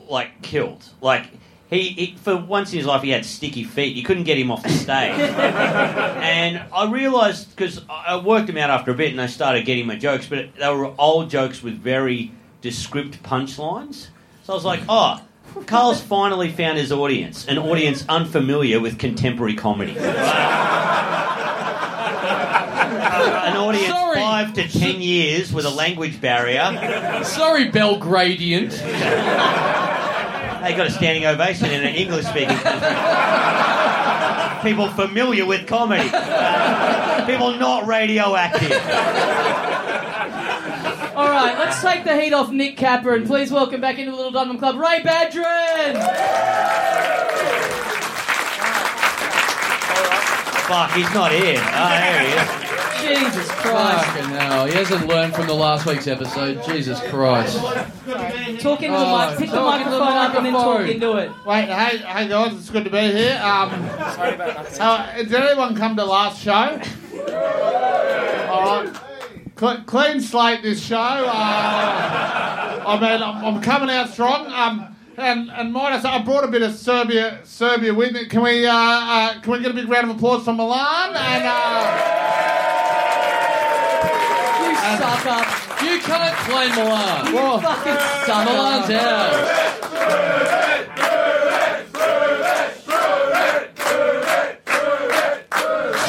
[SPEAKER 6] like killed. Like he, he for once in his life, he had sticky feet. You couldn't get him off the stage, and I realised because I I worked him out after a bit, and I started getting my jokes, but they were old jokes with very descript punchlines. So I was like, oh. Carl's finally found his audience, an audience unfamiliar with contemporary comedy. an audience
[SPEAKER 3] Sorry.
[SPEAKER 6] five to ten years with a language barrier
[SPEAKER 3] Sorry, Belgradian.
[SPEAKER 6] They got a standing ovation in an English speaking country. People familiar with comedy. People not radioactive.
[SPEAKER 1] All right, let's take the heat off Nick Capper and please welcome back into the Little Dunham Club, Ray Badron.
[SPEAKER 6] Fuck, he's not here. Oh, there he is.
[SPEAKER 1] Jesus Christ.
[SPEAKER 3] Fucking hell. He hasn't learned from the last week's episode. Jesus Christ.
[SPEAKER 1] Talk into the
[SPEAKER 3] Oh,
[SPEAKER 1] mic, pick the
[SPEAKER 3] talk
[SPEAKER 1] microphone
[SPEAKER 3] into the
[SPEAKER 1] up and then talk
[SPEAKER 3] microphone.
[SPEAKER 1] into it.
[SPEAKER 4] Wait, hey, hey guys, it's good to be here. Um,
[SPEAKER 7] Sorry about that.
[SPEAKER 4] uh, did anyone come to last show? All right. Cle- clean slate this show. Uh, I mean, I'm, I'm coming out strong. Um, and and might I say, I brought a bit of Serbia Serbia with me. Can we uh, uh, can we get a big round of applause for Milan? And uh,
[SPEAKER 1] You suck up.
[SPEAKER 3] You can't play Milan.
[SPEAKER 1] You fucking suck
[SPEAKER 3] Milan's
[SPEAKER 1] up.
[SPEAKER 3] out.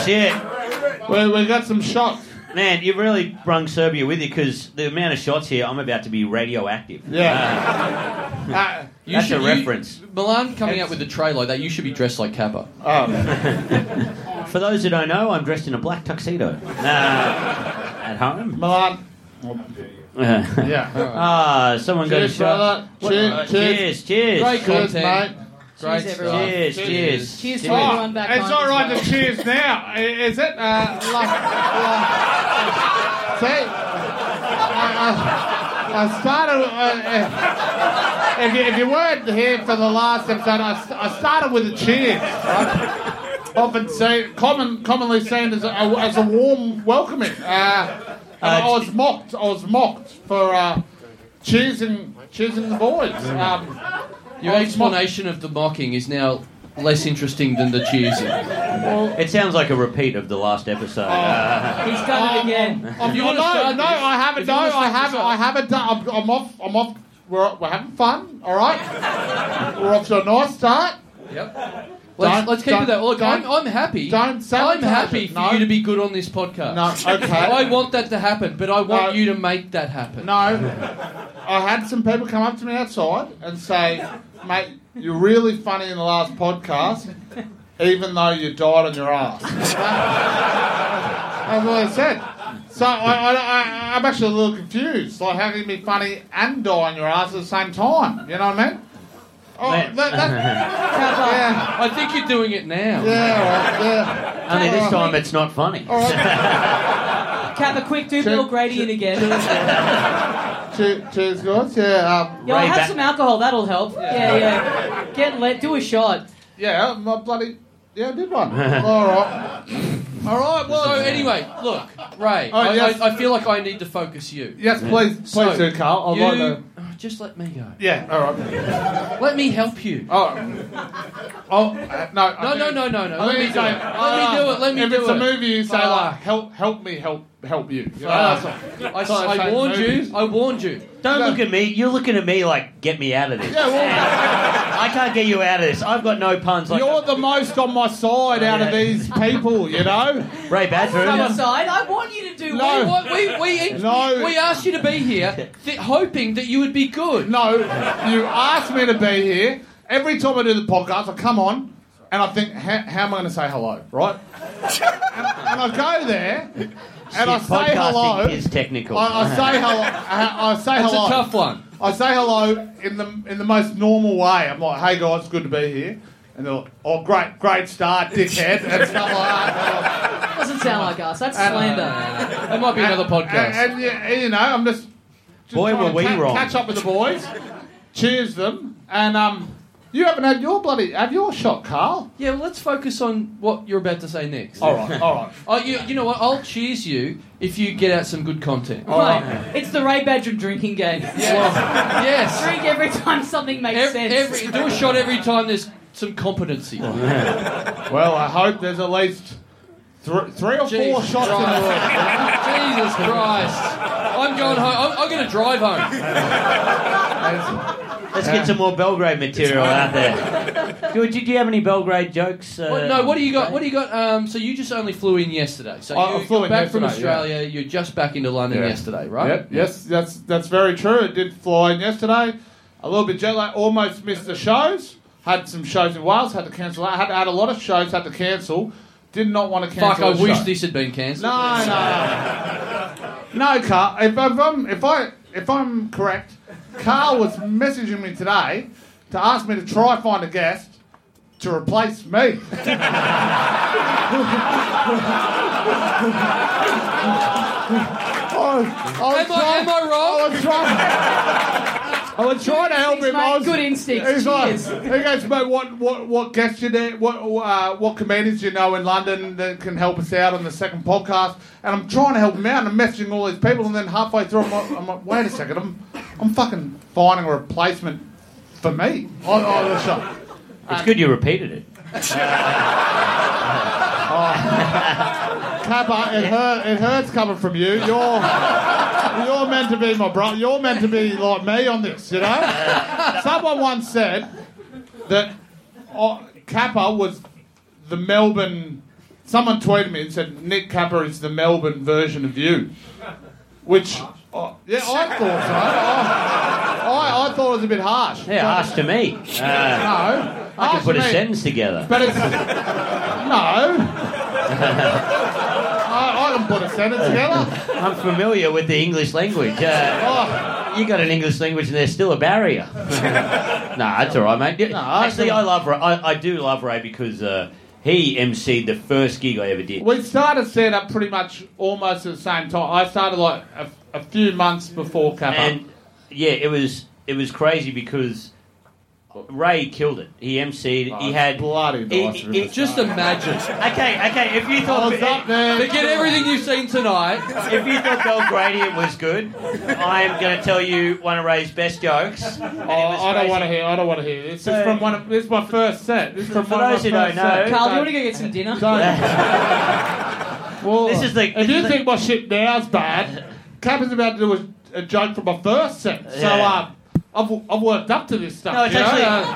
[SPEAKER 6] Shit.
[SPEAKER 4] we we got some shots.
[SPEAKER 6] Man, you really brung Serbia with you because the amount of shots here, I'm about to be radioactive. Ah,
[SPEAKER 4] Yeah. Uh,
[SPEAKER 3] You
[SPEAKER 6] That's
[SPEAKER 3] should-
[SPEAKER 6] a
[SPEAKER 3] you-
[SPEAKER 6] reference.
[SPEAKER 3] Milan coming out with a tray like that, you should be dressed like Kappa.
[SPEAKER 6] Oh. For those who don't know, I'm dressed in a black tuxedo. Uh, at home.
[SPEAKER 4] Milan.
[SPEAKER 6] Uh,
[SPEAKER 4] Yeah.
[SPEAKER 6] Ah, someone got a
[SPEAKER 4] Cheers,
[SPEAKER 6] shot.
[SPEAKER 4] brother. Cheers,
[SPEAKER 6] Uh,
[SPEAKER 4] cheers.
[SPEAKER 6] cheers, cheers.
[SPEAKER 3] Great
[SPEAKER 4] Cheers, mate.
[SPEAKER 3] content. Great
[SPEAKER 1] Cheers,
[SPEAKER 3] stuff.
[SPEAKER 1] everyone.
[SPEAKER 6] Cheers, cheers.
[SPEAKER 1] Cheers to
[SPEAKER 4] Oh,
[SPEAKER 1] everyone back
[SPEAKER 4] it's
[SPEAKER 1] on.
[SPEAKER 4] all
[SPEAKER 1] as
[SPEAKER 4] right
[SPEAKER 1] well.
[SPEAKER 4] to cheers now, i- is it? Uh, like, like, see, I, I started. Uh, uh, if, you, if you weren't here for the last episode, I, st- I started with the cheers. right? Often say, common, commonly seen as a, as a warm welcoming. Uh, and I was mocked. I was mocked for uh, choosing choosing the boys. Um,
[SPEAKER 3] Your explanation of the mocking is now less interesting than the cheesing.
[SPEAKER 6] It sounds like a repeat of the last episode.
[SPEAKER 4] Oh,
[SPEAKER 6] Uh,
[SPEAKER 1] He's done
[SPEAKER 3] Oh.
[SPEAKER 1] it again.
[SPEAKER 4] I'm,
[SPEAKER 3] Um, you
[SPEAKER 4] no,
[SPEAKER 3] wanna start
[SPEAKER 4] no,
[SPEAKER 3] this-
[SPEAKER 4] I haven't.
[SPEAKER 3] if
[SPEAKER 4] No,
[SPEAKER 3] you wanna
[SPEAKER 4] I
[SPEAKER 3] start this
[SPEAKER 4] haven't. I haven't done. I'm, I'm off. I'm off. We're, we're having fun. All right. we're off to a nice start.
[SPEAKER 3] Yep. Let's,
[SPEAKER 4] Don't-
[SPEAKER 3] let's keep
[SPEAKER 4] don't-
[SPEAKER 3] it that. Look, I'm,
[SPEAKER 4] don't-
[SPEAKER 3] I'm happy.
[SPEAKER 4] don't
[SPEAKER 3] I'm
[SPEAKER 4] sabotage
[SPEAKER 3] happy
[SPEAKER 4] it,
[SPEAKER 3] for
[SPEAKER 4] no.
[SPEAKER 3] you to be good on this podcast.
[SPEAKER 4] No.
[SPEAKER 3] I
[SPEAKER 4] Okay.
[SPEAKER 3] want that to happen, but I want
[SPEAKER 4] No.
[SPEAKER 3] you to make that happen.
[SPEAKER 4] no. I had some people come up to me outside and say, "Mate, you're really funny in the last podcast, even though you died on your ass." That's what I said. So I, I, I, I'm actually a little confused. Like, how can you be funny and die on your ass at the same time? You know what I mean? Oh,
[SPEAKER 6] Man.
[SPEAKER 4] that,
[SPEAKER 1] uh,
[SPEAKER 4] that, yeah.
[SPEAKER 3] I think you're doing it now.
[SPEAKER 4] Yeah, well, yeah.
[SPEAKER 6] only this time it's not funny.
[SPEAKER 4] All right.
[SPEAKER 1] Cap, a quick do
[SPEAKER 4] Check-
[SPEAKER 1] Bill Grady in again.
[SPEAKER 4] Cheers, cheers, guys. Yeah, um,
[SPEAKER 1] Yo,
[SPEAKER 6] Ray
[SPEAKER 1] have
[SPEAKER 6] back.
[SPEAKER 1] some alcohol. That'll help. Yeah, yeah. Get lit. Do a shot.
[SPEAKER 4] yeah, my bloody. Yeah, I did one. All right. All right, well.
[SPEAKER 3] So anyway, look, Ray,
[SPEAKER 4] Oh,
[SPEAKER 3] I,
[SPEAKER 4] yes.
[SPEAKER 3] I, I feel like I need to focus you.
[SPEAKER 4] Yes, please, please
[SPEAKER 3] So,
[SPEAKER 4] do, Carl. I'll
[SPEAKER 3] you
[SPEAKER 4] like that.
[SPEAKER 3] oh, just let me go.
[SPEAKER 4] Yeah, all right.
[SPEAKER 3] Let me help you.
[SPEAKER 4] All right. Oh, uh, no. I
[SPEAKER 3] No,
[SPEAKER 4] think-
[SPEAKER 3] no, no, no, no. Let
[SPEAKER 4] I think
[SPEAKER 3] me do
[SPEAKER 4] you say,
[SPEAKER 3] it. Let me do it. Let me
[SPEAKER 4] if
[SPEAKER 3] do it.
[SPEAKER 4] it's a movie, you say, like,
[SPEAKER 3] Fuck.
[SPEAKER 4] help, help me, help, help you. you know,
[SPEAKER 3] Fuck.
[SPEAKER 4] that's all.
[SPEAKER 3] I,
[SPEAKER 4] Sorry,
[SPEAKER 3] I
[SPEAKER 4] sorry,
[SPEAKER 3] warned
[SPEAKER 4] movies.
[SPEAKER 3] you. I warned you.
[SPEAKER 6] Don't
[SPEAKER 4] No.
[SPEAKER 6] look at me. You're looking at me like, get me out of this.
[SPEAKER 4] Yeah, well,
[SPEAKER 6] I can't get you out of this. I've got no puns. Like
[SPEAKER 4] you're the most on my side out of
[SPEAKER 6] Yeah.
[SPEAKER 4] these people, you know?
[SPEAKER 6] Ray Badger.
[SPEAKER 1] Side, I want you to do.
[SPEAKER 4] No.
[SPEAKER 1] what
[SPEAKER 3] We,
[SPEAKER 1] you want.
[SPEAKER 3] want- we, we,
[SPEAKER 4] No.
[SPEAKER 3] we asked you to be here th- hoping that you would be good.
[SPEAKER 4] No, you asked me to be here. Every time I do the podcast, I come on and I think, how, how am I going to say hello, right? and, and I go there and I say hello.
[SPEAKER 6] Podcasting is technical.
[SPEAKER 4] I, I say hello. I, I say
[SPEAKER 3] That's
[SPEAKER 4] hello.
[SPEAKER 3] a tough one.
[SPEAKER 4] I say hello in the in the most normal way. I'm like, "Hey guys, good to be here," and they're like, "Oh, great, great start, dickhead," and stuff like that.
[SPEAKER 1] Doesn't sound like us. That's
[SPEAKER 3] Uh,
[SPEAKER 1] slander.
[SPEAKER 3] That might be another podcast.
[SPEAKER 4] And, and, you- you know, I'm just, just
[SPEAKER 6] Boy,
[SPEAKER 4] trying
[SPEAKER 6] were
[SPEAKER 4] to
[SPEAKER 6] we
[SPEAKER 4] ca-
[SPEAKER 6] wrong.
[SPEAKER 4] Catch up with the boys, cheers them, and um, you haven't had your bloody have your shot, Carl.
[SPEAKER 3] yeah, well, let's focus on what you're about to say next.
[SPEAKER 4] All right, all right.
[SPEAKER 3] Oh, you, you know what? I'll cheers you if you get out some good content.
[SPEAKER 4] Oh.
[SPEAKER 3] uh,
[SPEAKER 1] Right. It's the Ray Badger drinking game.
[SPEAKER 3] Yes.
[SPEAKER 1] Drink every time something makes
[SPEAKER 3] Ev-
[SPEAKER 1] sense.
[SPEAKER 3] every, do a shot every time there's some competency.
[SPEAKER 4] Well, I hope there's at least thr three or four
[SPEAKER 3] Jesus
[SPEAKER 4] shots in the room.
[SPEAKER 3] Jesus Christ. I'm going home. I'm, I'm going to drive home.
[SPEAKER 6] Let's get some more Belgrade material out there. Good. Did you have any Belgrade jokes? Uh,
[SPEAKER 3] What- no, what do you got? What do you got? Um, so you just only flew in yesterday. So
[SPEAKER 4] I- I
[SPEAKER 3] you,
[SPEAKER 4] flew
[SPEAKER 3] you're
[SPEAKER 4] in
[SPEAKER 3] back from
[SPEAKER 4] yesterday, yeah.
[SPEAKER 3] Australia. You're just back into London
[SPEAKER 4] Yeah.
[SPEAKER 3] yesterday, right?
[SPEAKER 4] Yep. Yes, that's that's very true. It did fly in yesterday. A little bit jet lag. Almost missed the shows. Had some shows in Wales. Had to cancel. that. had had a lot of shows. Had to cancel. Did not want to cancel.
[SPEAKER 3] Fuck! I
[SPEAKER 4] a show.
[SPEAKER 3] wish this had been cancelled.
[SPEAKER 4] No, no, no. no, Carl. If, if I'm if I if I'm correct, Carl was messaging me today to ask me to try find a guest to replace me. I, I was
[SPEAKER 3] Am I, am I wrong?
[SPEAKER 4] I was trying. I was trying to help him. I was,
[SPEAKER 1] Good instincts.
[SPEAKER 4] He's like,
[SPEAKER 1] Cheers.
[SPEAKER 4] he goes, mate, what, what, what guests you there, what, uh, what comedians you know in London that can help us out on the second podcast? And I'm trying to help him out, and I'm messaging all these people, and then halfway through, I'm like, I'm like wait a second, I'm, I'm fucking finding a replacement for me on, on the show.
[SPEAKER 6] It's good you repeated it.
[SPEAKER 4] Kappa, it, hurt, it hurts coming from you. You're, you're meant to be my brother. You're meant to be like me on this, you know? Someone once said that uh, Kappa was the Melbourne. Someone tweeted me and said Nick Kappa is the Melbourne version of you. Which, uh, yeah, I thought so. I, I, I thought it was a bit harsh.
[SPEAKER 6] Yeah, harsh to me. Uh,
[SPEAKER 4] No.
[SPEAKER 6] I can
[SPEAKER 4] harsh
[SPEAKER 6] put a
[SPEAKER 4] meant-
[SPEAKER 6] sentence together.
[SPEAKER 4] but it's no. I, I can put a sentence together.
[SPEAKER 6] I'm familiar with the English language. Uh,
[SPEAKER 4] Oh,
[SPEAKER 6] you got an English language, and there's still a barrier. nah, that's all right, mate. Yeah,
[SPEAKER 4] No, I
[SPEAKER 6] Actually,
[SPEAKER 4] feel-
[SPEAKER 6] I love Ray. I, I do love Ray because uh, he emceed the first gig I ever did.
[SPEAKER 4] we started set up pretty much almost at the same time. I started like a, a few months before Kappa.
[SPEAKER 6] And yeah, it was it was crazy because Ray killed it. He emceed.
[SPEAKER 4] Oh,
[SPEAKER 6] he
[SPEAKER 4] it's
[SPEAKER 6] had
[SPEAKER 4] bloody nice
[SPEAKER 6] he-
[SPEAKER 4] river
[SPEAKER 6] he-
[SPEAKER 4] side.
[SPEAKER 3] Just imagine.
[SPEAKER 6] Okay, okay. If you
[SPEAKER 4] I
[SPEAKER 6] thought
[SPEAKER 4] was up there.
[SPEAKER 3] Forget everything you've seen tonight.
[SPEAKER 6] if you thought Bill Gradient was good, I am going to tell you one of Ray's best jokes. and it
[SPEAKER 4] Oh,
[SPEAKER 6] was
[SPEAKER 4] I don't
[SPEAKER 6] crazy.
[SPEAKER 4] want to hear. I don't want to hear. This is
[SPEAKER 6] So-
[SPEAKER 4] from one. Of, this is my first set. This is from
[SPEAKER 6] For
[SPEAKER 4] one
[SPEAKER 6] those
[SPEAKER 4] of
[SPEAKER 6] who
[SPEAKER 4] my
[SPEAKER 6] don't
[SPEAKER 4] first
[SPEAKER 6] know-
[SPEAKER 1] Carl, do
[SPEAKER 4] sets.
[SPEAKER 1] you
[SPEAKER 4] Don't-
[SPEAKER 1] want to go get some dinner?
[SPEAKER 4] Don't. well,
[SPEAKER 6] This is the-
[SPEAKER 4] If
[SPEAKER 6] this
[SPEAKER 4] you
[SPEAKER 6] is the-
[SPEAKER 4] think my shit now's bad, Captain's about to do a, a joke from my first set. So
[SPEAKER 6] Yeah.
[SPEAKER 4] um, I've I've worked up to this stuff.
[SPEAKER 6] No, it's
[SPEAKER 4] you know? Uh,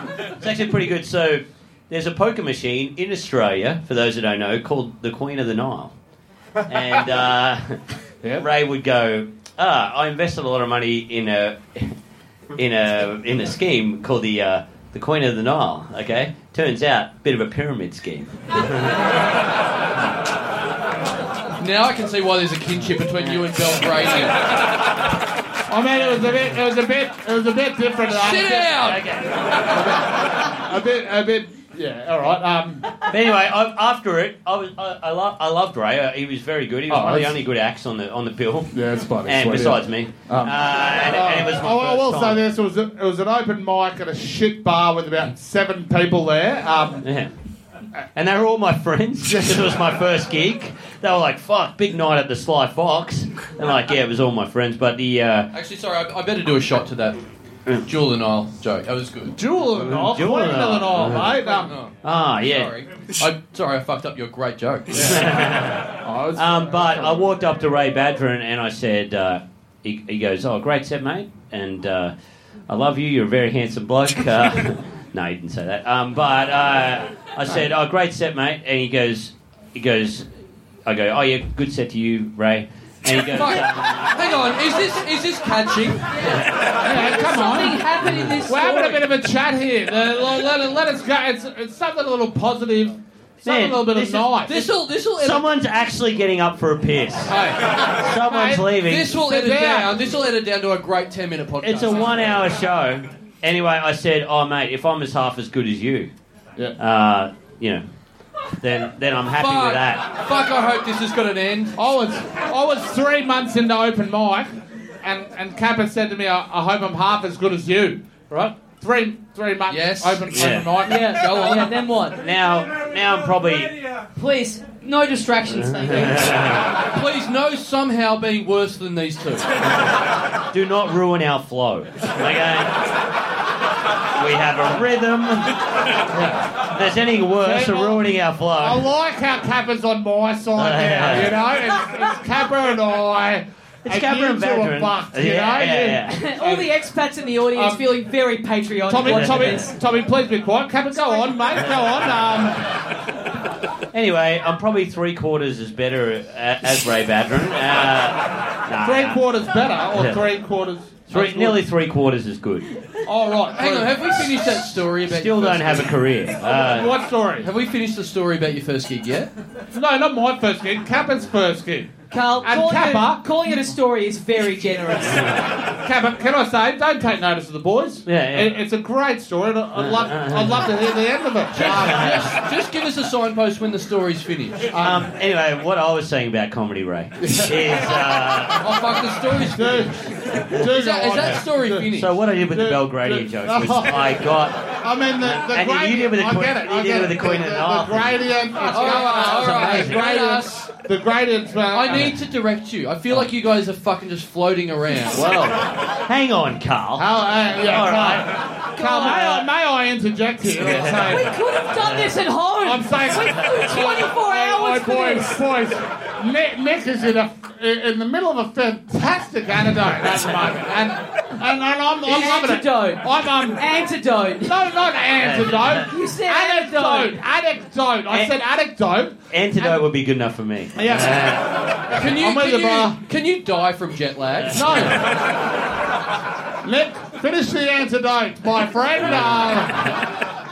[SPEAKER 6] actually it's actually pretty good. So there's a poker machine in Australia, for those who don't know, called the Queen of the Nile, and uh,
[SPEAKER 4] Yeah.
[SPEAKER 6] Ray would go, "Ah, I invested a lot of money in a in a in a scheme called the uh, the Queen of the Nile." Okay, turns out, bit of a pyramid scheme.
[SPEAKER 3] Now I can see why there's a kinship between you and Belgrade.
[SPEAKER 4] I mean, it was a bit. It was a bit. It was a bit different. than
[SPEAKER 3] Sit down.
[SPEAKER 4] A bit. A bit. Yeah. All right. Um.
[SPEAKER 6] But anyway, I, after it, I was I, I, lo- I loved Ray. Uh, He was very good. He was
[SPEAKER 4] Oh,
[SPEAKER 6] one of the
[SPEAKER 4] that's-
[SPEAKER 6] only good acts on the on the bill.
[SPEAKER 4] Yeah, it's funny.
[SPEAKER 6] And
[SPEAKER 4] Sweet, yeah.
[SPEAKER 6] besides me, uh,
[SPEAKER 4] Um,
[SPEAKER 6] and, and it was my
[SPEAKER 4] Uh, I, I
[SPEAKER 6] first
[SPEAKER 4] will say
[SPEAKER 6] time.
[SPEAKER 4] this: it was, a, it was an open mic at a shit bar with about seven people there. Um,
[SPEAKER 6] Yeah. And they were all my friends. this was my first gig. They were like, fuck, big night at the Sly Fox. And like, yeah, it was all my friends. But the, uh,
[SPEAKER 3] Actually, sorry, I, I better do a shot to that Jewel and Isle joke. That was good.
[SPEAKER 4] Jewel and all,
[SPEAKER 6] Jewel
[SPEAKER 4] Queen
[SPEAKER 6] and all.
[SPEAKER 4] and all, mate. Um,
[SPEAKER 3] Oh,
[SPEAKER 6] ah, yeah.
[SPEAKER 3] sorry. I, sorry, I fucked up your great joke.
[SPEAKER 4] I was-
[SPEAKER 6] Um, but I walked up to Ray Badron and I said, uh, he, he goes, oh, great set, mate. And uh, I love you. You're a very handsome bloke. Uh, no, he didn't say that. Um, but uh, I said, oh, great set, mate. And he goes, he goes, I go, oh, yeah, good set to you, Ray. And he goes,
[SPEAKER 3] Fuck.
[SPEAKER 6] uh,
[SPEAKER 3] Hang on, is this is this catching?
[SPEAKER 4] yeah, come
[SPEAKER 1] Something
[SPEAKER 4] on.
[SPEAKER 1] happened in this
[SPEAKER 4] We're having a
[SPEAKER 1] story.
[SPEAKER 4] bit of a chat here. Uh, let, let, let us go. It's, it's something a little positive, something
[SPEAKER 6] Man,
[SPEAKER 4] a little bit
[SPEAKER 6] this
[SPEAKER 4] of
[SPEAKER 6] is-
[SPEAKER 4] nice.
[SPEAKER 3] This'll this'll edit,
[SPEAKER 6] someone's actually getting up for a piss.
[SPEAKER 3] hey,
[SPEAKER 6] Someone's
[SPEAKER 4] Mate,
[SPEAKER 6] leaving.
[SPEAKER 3] this will
[SPEAKER 4] Sit
[SPEAKER 3] edit
[SPEAKER 4] down.
[SPEAKER 3] down. This will edit down to a great ten minute podcast.
[SPEAKER 6] It's a one hour show. Anyway, I said, Oh, mate, if I'm as half as good as you,
[SPEAKER 4] Yeah.
[SPEAKER 6] uh, you know, then, then I'm happy
[SPEAKER 3] Fuck.
[SPEAKER 6] with that.
[SPEAKER 3] Fuck, I hope this has got an end.
[SPEAKER 4] I was I was three months into open mic, and and Kappa said to me, I, "I hope I'm half as good as you." Right? Three three months
[SPEAKER 3] Yes.
[SPEAKER 4] open
[SPEAKER 6] Yeah.
[SPEAKER 4] open mic.
[SPEAKER 1] Yeah,
[SPEAKER 3] Go on.
[SPEAKER 1] yeah, then what?
[SPEAKER 6] Now, now I'm probably.
[SPEAKER 1] Please, no distractions, thank you.
[SPEAKER 3] Please, no somehow being worse than these two.
[SPEAKER 6] Do not ruin our flow. Okay? We have a rhythm. If there's anything worse than ruining our
[SPEAKER 4] I
[SPEAKER 6] flow.
[SPEAKER 4] like how Kappa's on my side now. You know, it's, it's Kappa and I.
[SPEAKER 6] It's Gabba and
[SPEAKER 4] you two are
[SPEAKER 6] Badron.
[SPEAKER 4] fucked, you
[SPEAKER 6] Yeah,
[SPEAKER 4] know?
[SPEAKER 6] yeah,
[SPEAKER 4] You-
[SPEAKER 6] yeah.
[SPEAKER 1] All the expats in the audience
[SPEAKER 4] Um,
[SPEAKER 1] feeling very patriotic.
[SPEAKER 4] Tommy,
[SPEAKER 1] watching
[SPEAKER 4] Tommy,
[SPEAKER 1] this.
[SPEAKER 4] Tommy, please be quiet. Kappa, go on, mate. Go on. Um,
[SPEAKER 6] Anyway, I'm probably three quarters as better a- as Ray Badron. Uh, nah,
[SPEAKER 4] three
[SPEAKER 6] nah.
[SPEAKER 4] quarters better, or
[SPEAKER 6] Yeah.
[SPEAKER 4] three quarters.
[SPEAKER 6] Three, nearly three quarters is good.
[SPEAKER 4] All right.
[SPEAKER 3] Hang on, have we finished that story about?
[SPEAKER 6] Still
[SPEAKER 3] your
[SPEAKER 6] don't
[SPEAKER 3] first
[SPEAKER 6] have a
[SPEAKER 3] gig?
[SPEAKER 6] career. Uh,
[SPEAKER 4] What story?
[SPEAKER 3] Have we finished the story about your first gig yet?
[SPEAKER 4] No, not my first gig. Kappa's first gig.
[SPEAKER 1] Carl,
[SPEAKER 4] And
[SPEAKER 1] calling,
[SPEAKER 4] Kappa.
[SPEAKER 1] It, calling it a story is very generous.
[SPEAKER 4] Cabot, can I say, don't take notice of the boys.
[SPEAKER 6] Yeah, Uh, yeah.
[SPEAKER 4] It, it's a great story, and I- I'd love, I'd love to hear the end of it. Um,
[SPEAKER 3] Just, just give us a signpost when the story's finished.
[SPEAKER 6] um, anyway, what I was saying about comedy, Ray, is uh,
[SPEAKER 3] Oh fuck, the story's
[SPEAKER 4] dude,
[SPEAKER 3] finished.
[SPEAKER 4] dude,
[SPEAKER 3] Is that, is that story finished?
[SPEAKER 6] so what I did with the
[SPEAKER 4] Dude,
[SPEAKER 6] Belgradian
[SPEAKER 4] dude.
[SPEAKER 6] joke was I got
[SPEAKER 4] I mean, the, the
[SPEAKER 6] And you
[SPEAKER 4] gradient.
[SPEAKER 6] did with the
[SPEAKER 4] I
[SPEAKER 6] Queen-
[SPEAKER 4] get it.
[SPEAKER 6] you
[SPEAKER 4] I
[SPEAKER 6] did
[SPEAKER 4] get
[SPEAKER 6] with
[SPEAKER 4] it.
[SPEAKER 6] the Queen
[SPEAKER 4] the,
[SPEAKER 6] and Arthur.
[SPEAKER 4] The gradient. It's
[SPEAKER 3] all
[SPEAKER 4] going
[SPEAKER 3] right, all
[SPEAKER 4] up.
[SPEAKER 3] right.
[SPEAKER 4] The
[SPEAKER 3] Let
[SPEAKER 4] gradient.
[SPEAKER 3] us-
[SPEAKER 4] The gradient's well,
[SPEAKER 3] I need to direct you. I
[SPEAKER 4] Oh.
[SPEAKER 3] feel like you guys are fucking just floating around.
[SPEAKER 6] well. Hang on, Carl.
[SPEAKER 4] Oh, uh, yeah,
[SPEAKER 6] All
[SPEAKER 4] Carl.
[SPEAKER 6] right.
[SPEAKER 4] Carl, may, I, may I interject here? and
[SPEAKER 1] we
[SPEAKER 4] say-
[SPEAKER 1] could have done this at home.
[SPEAKER 4] I'm saying-
[SPEAKER 1] we flew 24 hours
[SPEAKER 4] Oh,
[SPEAKER 1] for
[SPEAKER 4] boys,
[SPEAKER 1] this.
[SPEAKER 4] boys. Nick, Nick is in, a, in the middle of a fantastic antidote at the moment, and and, and I'm, I'm loving
[SPEAKER 1] Antidote.
[SPEAKER 4] it. I'm um,
[SPEAKER 1] Antidote.
[SPEAKER 4] no, not antidote.
[SPEAKER 1] You said
[SPEAKER 4] anecdote. Anecdote. I
[SPEAKER 6] An-
[SPEAKER 4] said anecdote.
[SPEAKER 6] Antidote would be good enough for me.
[SPEAKER 4] Yeah.
[SPEAKER 3] Can you,
[SPEAKER 4] I'm with
[SPEAKER 3] can
[SPEAKER 4] the bar.
[SPEAKER 3] you, can you die from jet lag?
[SPEAKER 4] No. Nick, finish the antidote, my friend. Uh,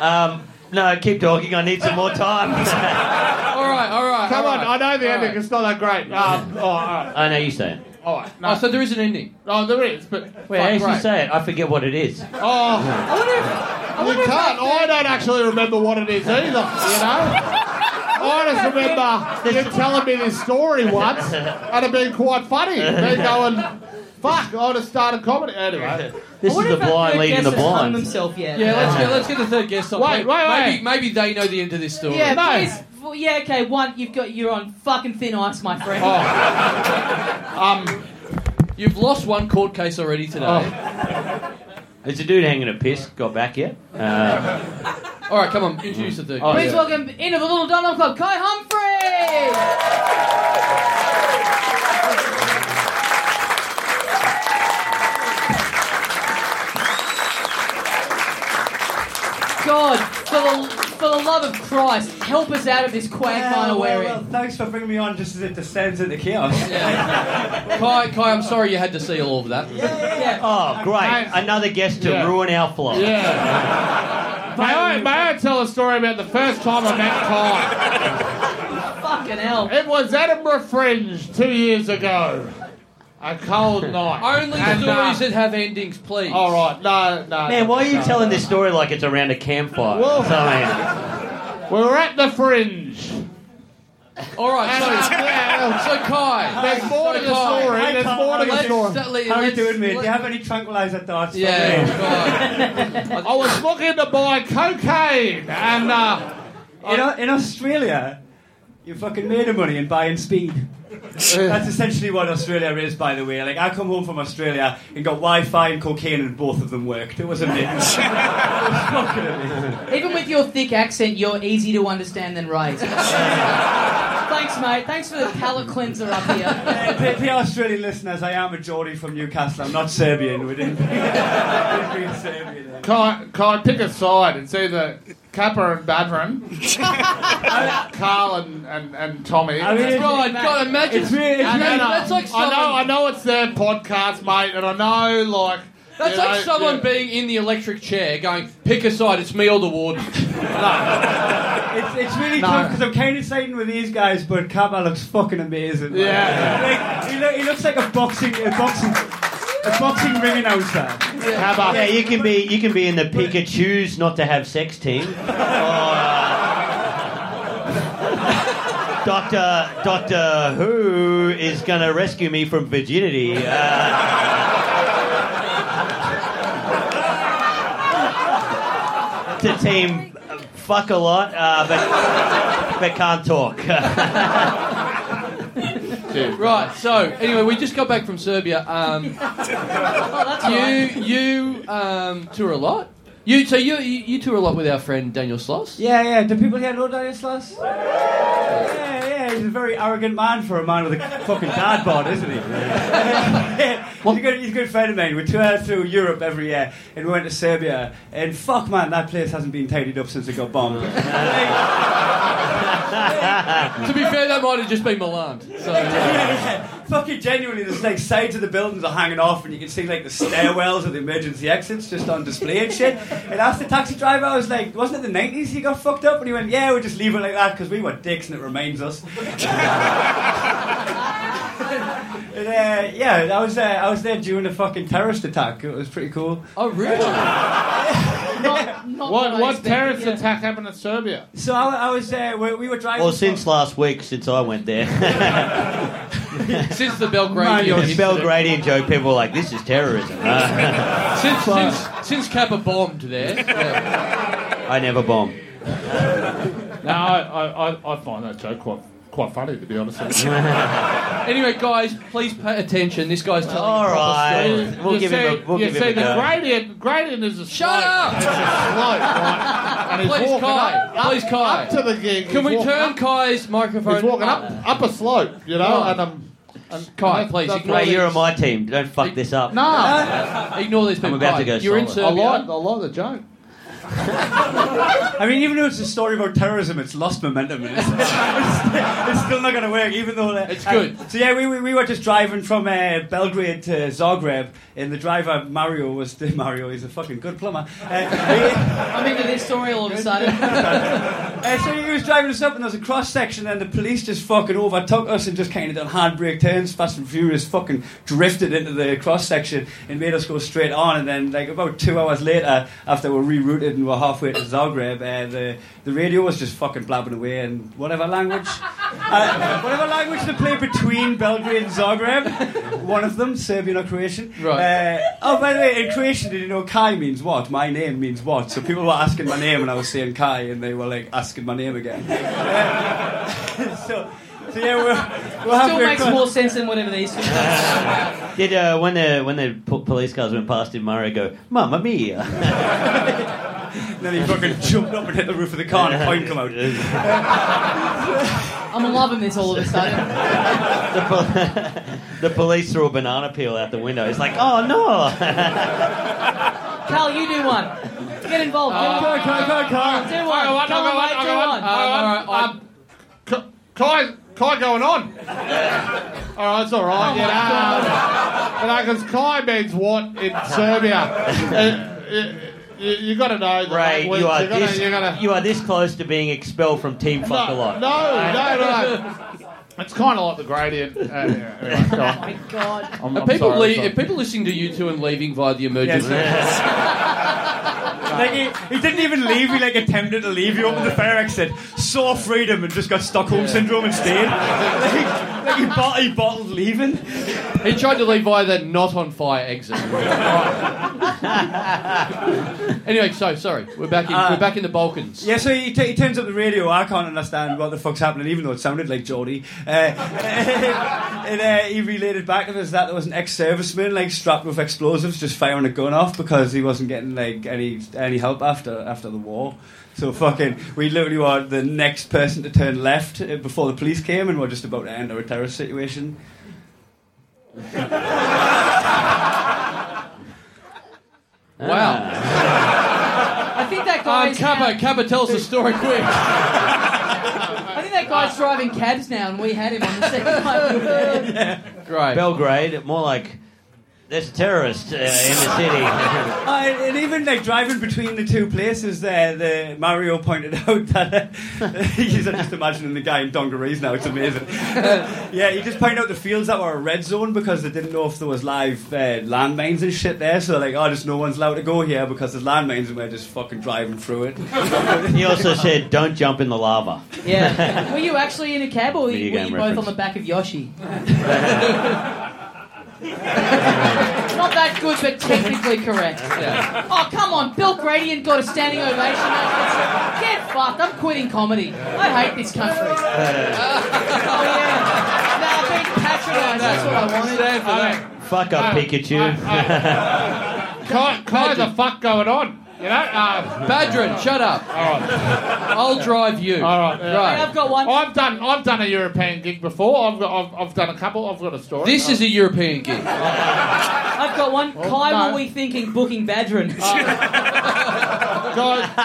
[SPEAKER 6] Um, no, keep talking. I need some more time.
[SPEAKER 3] All right, all right.
[SPEAKER 4] come
[SPEAKER 3] all
[SPEAKER 4] on,
[SPEAKER 3] right.
[SPEAKER 4] I know the
[SPEAKER 3] All
[SPEAKER 4] ending.
[SPEAKER 3] right.
[SPEAKER 4] It's not that great. Um, oh, all right.
[SPEAKER 6] I know you say it.
[SPEAKER 4] All right.
[SPEAKER 3] Oh,
[SPEAKER 4] No.
[SPEAKER 3] so there is an ending.
[SPEAKER 4] Oh, there is, but
[SPEAKER 3] Fuck,
[SPEAKER 6] Wait, how do you
[SPEAKER 3] right.
[SPEAKER 6] say it? I forget what it is.
[SPEAKER 4] oh.
[SPEAKER 1] I wonder if. I
[SPEAKER 4] You
[SPEAKER 1] wonder if
[SPEAKER 4] can't. Oh,
[SPEAKER 1] that-
[SPEAKER 4] I don't actually remember what it is either. You know. I just remember you telling me this story once, and it being quite funny. Me going, "Fuck, I would have started comedy anyway."
[SPEAKER 6] This is
[SPEAKER 1] What
[SPEAKER 6] the
[SPEAKER 1] if our
[SPEAKER 6] blind
[SPEAKER 1] third
[SPEAKER 6] leading
[SPEAKER 1] guest
[SPEAKER 6] the
[SPEAKER 1] has hung
[SPEAKER 6] blind.
[SPEAKER 1] Themselves yet?
[SPEAKER 3] Yeah, let's get, let's get the third guest on.
[SPEAKER 4] Wait,
[SPEAKER 3] maybe,
[SPEAKER 4] wait, wait.
[SPEAKER 3] Maybe, maybe they know the end of this story.
[SPEAKER 1] Yeah,
[SPEAKER 4] No.
[SPEAKER 1] please. Well, yeah, okay. One, you've got you're on fucking thin ice, my
[SPEAKER 4] Oh,
[SPEAKER 1] friend.
[SPEAKER 4] Um,
[SPEAKER 3] You've lost one court case already today.
[SPEAKER 4] Oh.
[SPEAKER 6] There's a dude hanging a piss. Got back yet? Uh,
[SPEAKER 3] All right, come on, introduce the third
[SPEAKER 6] Oh,
[SPEAKER 3] guest.
[SPEAKER 1] Please welcome into the Little Dom Dom Club, Kai Humphrey. God, for the, for the love of Christ, help us out of this quagmire
[SPEAKER 8] well,
[SPEAKER 1] we're
[SPEAKER 8] well,
[SPEAKER 1] in.
[SPEAKER 8] well, thanks for bringing me on just as it descends into chaos.
[SPEAKER 3] Kai, Kai, I'm sorry you had to see all of that.
[SPEAKER 6] oh, great!
[SPEAKER 4] Nice.
[SPEAKER 6] Another guest to
[SPEAKER 4] Yeah.
[SPEAKER 6] ruin our flow.
[SPEAKER 4] yeah. May I, may I tell a story about the first time I met Kai?
[SPEAKER 1] Fucking hell.
[SPEAKER 4] It was Edinburgh Fringe two years ago. A cold night.
[SPEAKER 3] Only
[SPEAKER 4] And, uh,
[SPEAKER 3] stories that have endings, please.
[SPEAKER 4] All right, no, no.
[SPEAKER 6] Man, why are you
[SPEAKER 4] no.
[SPEAKER 6] telling this story like it's around a campfire?
[SPEAKER 4] Well-
[SPEAKER 6] I mean,
[SPEAKER 4] We were at the Fringe.
[SPEAKER 3] All
[SPEAKER 4] And,
[SPEAKER 3] right,
[SPEAKER 4] uh,
[SPEAKER 3] so,
[SPEAKER 4] yeah,
[SPEAKER 3] so Kai.
[SPEAKER 4] there's more to the
[SPEAKER 3] Kai.
[SPEAKER 4] story.
[SPEAKER 8] Hi,
[SPEAKER 4] There's
[SPEAKER 8] Tom.
[SPEAKER 4] more to the
[SPEAKER 8] Let's-
[SPEAKER 4] story.
[SPEAKER 3] Let's- let's-
[SPEAKER 8] How are you doing, mate? Do
[SPEAKER 3] let-
[SPEAKER 8] you have any tranquilizer darts?
[SPEAKER 3] Yeah, Kai.
[SPEAKER 4] I was looking to buy cocaine, and uh,
[SPEAKER 8] In, Au- in Australia, you fucking made of money in buying speed. That's essentially what Australia is, by the way. Like, I come home from Australia and got Wi-Fi and cocaine, and both of them worked. It was amazing. It was fucking amazing.
[SPEAKER 1] Even with your thick accent, you're easy to understand than raised. Thanks, mate. Thanks for the palate cleanser up here.
[SPEAKER 8] Uh, to- to the Australian listeners, I am a Geordie from Newcastle. I'm not Serbian. We didn't, we didn't bring a Serbian. in.
[SPEAKER 4] Kai, Kai, pick a side. It's either Kappa and Badran, Carl and, and, and Tommy.
[SPEAKER 8] I mean,
[SPEAKER 4] That's
[SPEAKER 8] it's-
[SPEAKER 4] right.
[SPEAKER 3] God, God, imagine.
[SPEAKER 8] It's really, it's
[SPEAKER 4] And
[SPEAKER 8] really
[SPEAKER 4] then, uh,
[SPEAKER 3] that's like
[SPEAKER 4] I know,
[SPEAKER 3] someone-
[SPEAKER 4] I know it's their podcast, mate, and I know like
[SPEAKER 3] That's
[SPEAKER 4] you
[SPEAKER 3] like
[SPEAKER 4] know,
[SPEAKER 3] someone
[SPEAKER 4] yeah.
[SPEAKER 3] being in the electric chair going, pick a side, it's me or the warden.
[SPEAKER 8] It's, it's really
[SPEAKER 4] No.
[SPEAKER 8] tough because I'm kind of siding with these guys, but Kappa looks fucking amazing. man.
[SPEAKER 4] Yeah.
[SPEAKER 8] Like, he, loo- he looks like a boxing, a boxing, a boxing ring announcer.
[SPEAKER 4] How about
[SPEAKER 6] yeah, you can be you can be in the Pikachu's not to have sex team. Or, uh, Doctor Doctor Who is gonna rescue me from virginity. Uh, to team uh, fuck a lot, uh, but but can't talk.
[SPEAKER 3] Right, so anyway, we just got back from Serbia. Um,
[SPEAKER 1] Oh, that's right.
[SPEAKER 3] you you um, tour a lot. You so you, you you tour a lot with our friend Daniel Sloss.
[SPEAKER 8] Yeah, yeah. Do people here know Daniel Sloss? Yeah, yeah. He's a very arrogant man for a man with a fucking dad bod, isn't he? he's, a good, he's a good friend of mine. We tour through Europe every year, and we went to Serbia. And fuck, man, that place hasn't been tidied up since it got bombed.
[SPEAKER 3] To be fair, that might have just been Milan. So
[SPEAKER 8] Fucking genuinely, there's like sides of the buildings are hanging off, and you can see like the stairwells of the emergency exits just on display and shit. And asked the taxi driver, I was like, wasn't it the 90s he got fucked up? And he went, yeah, we just leave it like that because we were dicks and it reminds us. And, uh, yeah, I was uh, I was there during a fucking terrorist attack. It was pretty cool.
[SPEAKER 3] oh really?
[SPEAKER 1] Not, not
[SPEAKER 4] what?
[SPEAKER 1] I
[SPEAKER 4] What
[SPEAKER 1] expected,
[SPEAKER 4] terrorist
[SPEAKER 1] yeah.
[SPEAKER 4] attack happened in Serbia?
[SPEAKER 8] So I, I was uh, we, we were driving.
[SPEAKER 6] Well, since last week, since I went there,
[SPEAKER 3] Since the Belgrade
[SPEAKER 8] Man, you're
[SPEAKER 3] incident.
[SPEAKER 6] Belgradian joke people were like, "This is terrorism." Uh,
[SPEAKER 3] since since since Kappa bombed there. yeah.
[SPEAKER 6] I never bomb.
[SPEAKER 4] No, I, I, I, I find that joke quite quite funny to be honest. With you.
[SPEAKER 3] Anyway, guys, please pay attention. This guy's telling.
[SPEAKER 6] All
[SPEAKER 3] a proper story.
[SPEAKER 6] right, we'll
[SPEAKER 4] you
[SPEAKER 6] give
[SPEAKER 4] see,
[SPEAKER 6] him a we'll
[SPEAKER 4] you
[SPEAKER 6] give
[SPEAKER 4] see,
[SPEAKER 6] him a
[SPEAKER 4] the
[SPEAKER 6] go.
[SPEAKER 4] gradient gradient is a
[SPEAKER 3] Shut
[SPEAKER 4] slope.
[SPEAKER 3] up!
[SPEAKER 4] It's a slope, right? And he's
[SPEAKER 3] Please,
[SPEAKER 4] walking
[SPEAKER 3] Kai.
[SPEAKER 4] up, up-
[SPEAKER 3] Please, Kai.
[SPEAKER 4] up to the gig.
[SPEAKER 3] Can
[SPEAKER 4] He's
[SPEAKER 3] we
[SPEAKER 4] walking
[SPEAKER 3] turn
[SPEAKER 4] Up,
[SPEAKER 3] Kai's microphone?
[SPEAKER 4] he's walking up up a slope, you know,
[SPEAKER 3] Come on.
[SPEAKER 4] and um, and
[SPEAKER 3] Kai,
[SPEAKER 4] and
[SPEAKER 3] please,
[SPEAKER 4] that's
[SPEAKER 3] you can-
[SPEAKER 4] what
[SPEAKER 6] Mate,
[SPEAKER 4] it is.
[SPEAKER 6] you're on my team. Don't fuck this up.
[SPEAKER 4] No, I
[SPEAKER 3] Ignore these people.
[SPEAKER 6] I'm about
[SPEAKER 3] Kai,
[SPEAKER 6] to go
[SPEAKER 3] You're in
[SPEAKER 6] solo.
[SPEAKER 3] Serbia.
[SPEAKER 4] like I like the joke.
[SPEAKER 8] I mean, even though it's a story about terrorism, it's lost momentum. It's, it's, it's still not going to work, even though uh,
[SPEAKER 3] It's good.
[SPEAKER 8] uh, so yeah, we, we, we were just driving from uh, Belgrade to Zagreb, and the driver Mario was Mario. He's a fucking good plumber. Uh, he-
[SPEAKER 1] I'm into this story all of a sudden.
[SPEAKER 8] Uh, so he was driving us up, and there was a cross section, and the police just fucking overtook us and just kind of done handbrake turns, fast and furious, fucking drifted into the cross section and made us go straight on. And then, like about two hours later, after we're rerouted and we're halfway to Zagreb, uh, the the radio was just fucking blabbing away in whatever language, uh, whatever language they play between Belgrade and Zagreb, one of them Serbian or Croatian.
[SPEAKER 3] Right.
[SPEAKER 8] Uh, oh, by the way, in Croatian, did you know Kai means what? My name means what? So people were asking my name, and I was saying Kai, and they were like asking my name again. Uh, so, so yeah, we're, we're
[SPEAKER 1] Still
[SPEAKER 8] halfway
[SPEAKER 1] makes
[SPEAKER 8] across-
[SPEAKER 1] more sense than whatever these.
[SPEAKER 6] Did uh, when the when the po- police cars went past, did Mario go, "Mamma mia"?
[SPEAKER 8] Then he fucking jumped up and hit the roof of the car, and a point come out.
[SPEAKER 1] I'm loving this all of a sudden.
[SPEAKER 6] The, pol- the police threw a banana peel out the window. It's like, oh no!
[SPEAKER 1] Cal, you do one. Get involved. Get
[SPEAKER 4] Go,
[SPEAKER 1] involved.
[SPEAKER 4] go, go, go.
[SPEAKER 1] Do one.
[SPEAKER 4] Uh, I
[SPEAKER 1] Go
[SPEAKER 4] go
[SPEAKER 1] on,
[SPEAKER 4] one,
[SPEAKER 1] mate,
[SPEAKER 4] I
[SPEAKER 1] do
[SPEAKER 4] go
[SPEAKER 1] one.
[SPEAKER 4] one. I go one. Um, Cl- Clyde, Clyde going on. all right, it's all right. you know, because Clyde means what in Serbia? Uh, you, you, you got to know the
[SPEAKER 6] Ray,
[SPEAKER 4] language.
[SPEAKER 6] you are
[SPEAKER 4] you gotta,
[SPEAKER 6] this
[SPEAKER 4] you gotta,
[SPEAKER 6] you are this close to being expelled from Team Fuck a
[SPEAKER 4] no, no,
[SPEAKER 6] Lot.
[SPEAKER 4] no, no. It's kind of like the gradient. Uh, yeah, anyway, go on.
[SPEAKER 1] Oh my god.
[SPEAKER 4] I'm,
[SPEAKER 3] Are
[SPEAKER 4] I'm
[SPEAKER 3] people,
[SPEAKER 4] sorry,
[SPEAKER 3] lea-
[SPEAKER 4] I'm
[SPEAKER 3] are people listening to you two and leaving via the emergency?
[SPEAKER 8] Like he, he didn't even leave. He like attempted to leave. He opened the fire exit, saw freedom, and just got Stockholm syndrome and stayed. like, like he, bot- he bottled leaving.
[SPEAKER 3] He tried to leave via that not on fire exit. anyway, so sorry, we're back in we're back in the Balkans.
[SPEAKER 8] Yeah, so he, t- he turns up the radio. I can't understand what the fuck's happening, even though it sounded like Geordie. Uh, and uh, he related back to us that there was an ex-serviceman like strapped with explosives, just firing a gun off because he wasn't getting like any any help after after the war. So fucking, we literally were the next person to turn left uh, before the police came, and we're just about to enter a terrorist situation.
[SPEAKER 4] Ah.
[SPEAKER 3] Wow.
[SPEAKER 1] I think
[SPEAKER 4] uh,
[SPEAKER 1] that
[SPEAKER 3] Um,
[SPEAKER 1] guy's.
[SPEAKER 3] Kappa,
[SPEAKER 1] now-
[SPEAKER 3] Kappa, tell us the story quick.
[SPEAKER 1] I think that
[SPEAKER 4] Uh,
[SPEAKER 1] guy's driving cabs now, and we had him on the second night. we were there.
[SPEAKER 3] Great.
[SPEAKER 6] Belgrade, more like there's a terrorist uh, in the city.
[SPEAKER 8] Uh, and even like driving between the two places, there, the Mario pointed out that uh, he's just imagining the guy in dungarees now. It's amazing. Uh, yeah, he just pointed out the fields that were a red zone because they didn't know if there was live uh, landmines and shit there. So like, oh, just no one's allowed to go here because there's landmines, and we're just fucking driving through it.
[SPEAKER 6] he also said, "Don't jump in the lava."
[SPEAKER 1] Yeah. Were you actually in a cab, or were you,
[SPEAKER 6] Video
[SPEAKER 1] were
[SPEAKER 6] game
[SPEAKER 1] you both on
[SPEAKER 6] reference.
[SPEAKER 1] the back of Yoshi? Not that good, but technically correct.
[SPEAKER 3] Yeah.
[SPEAKER 1] Oh, come on. Bill Gradient got a standing ovation. Get fucked. I'm quitting comedy. I hate this country. oh, yeah. No, I'm being patronised. That's what I wanted.
[SPEAKER 3] Stand for that.
[SPEAKER 6] Fuck
[SPEAKER 4] Ah,
[SPEAKER 6] up, Pikachu.
[SPEAKER 4] Clyde, Clyde, the fuck going on? You know. Uh,
[SPEAKER 3] Badrin, shut up. All right. I'll drive you.
[SPEAKER 4] All right, yeah.
[SPEAKER 3] Right.
[SPEAKER 1] I've got one.
[SPEAKER 4] I've done I've done a European gig before. I've got, I've, I've done a couple. I've got a story.
[SPEAKER 3] This is a European gig.
[SPEAKER 1] I've got one. Kai,
[SPEAKER 4] no.
[SPEAKER 1] were we thinking booking Badrin?
[SPEAKER 4] God, uh,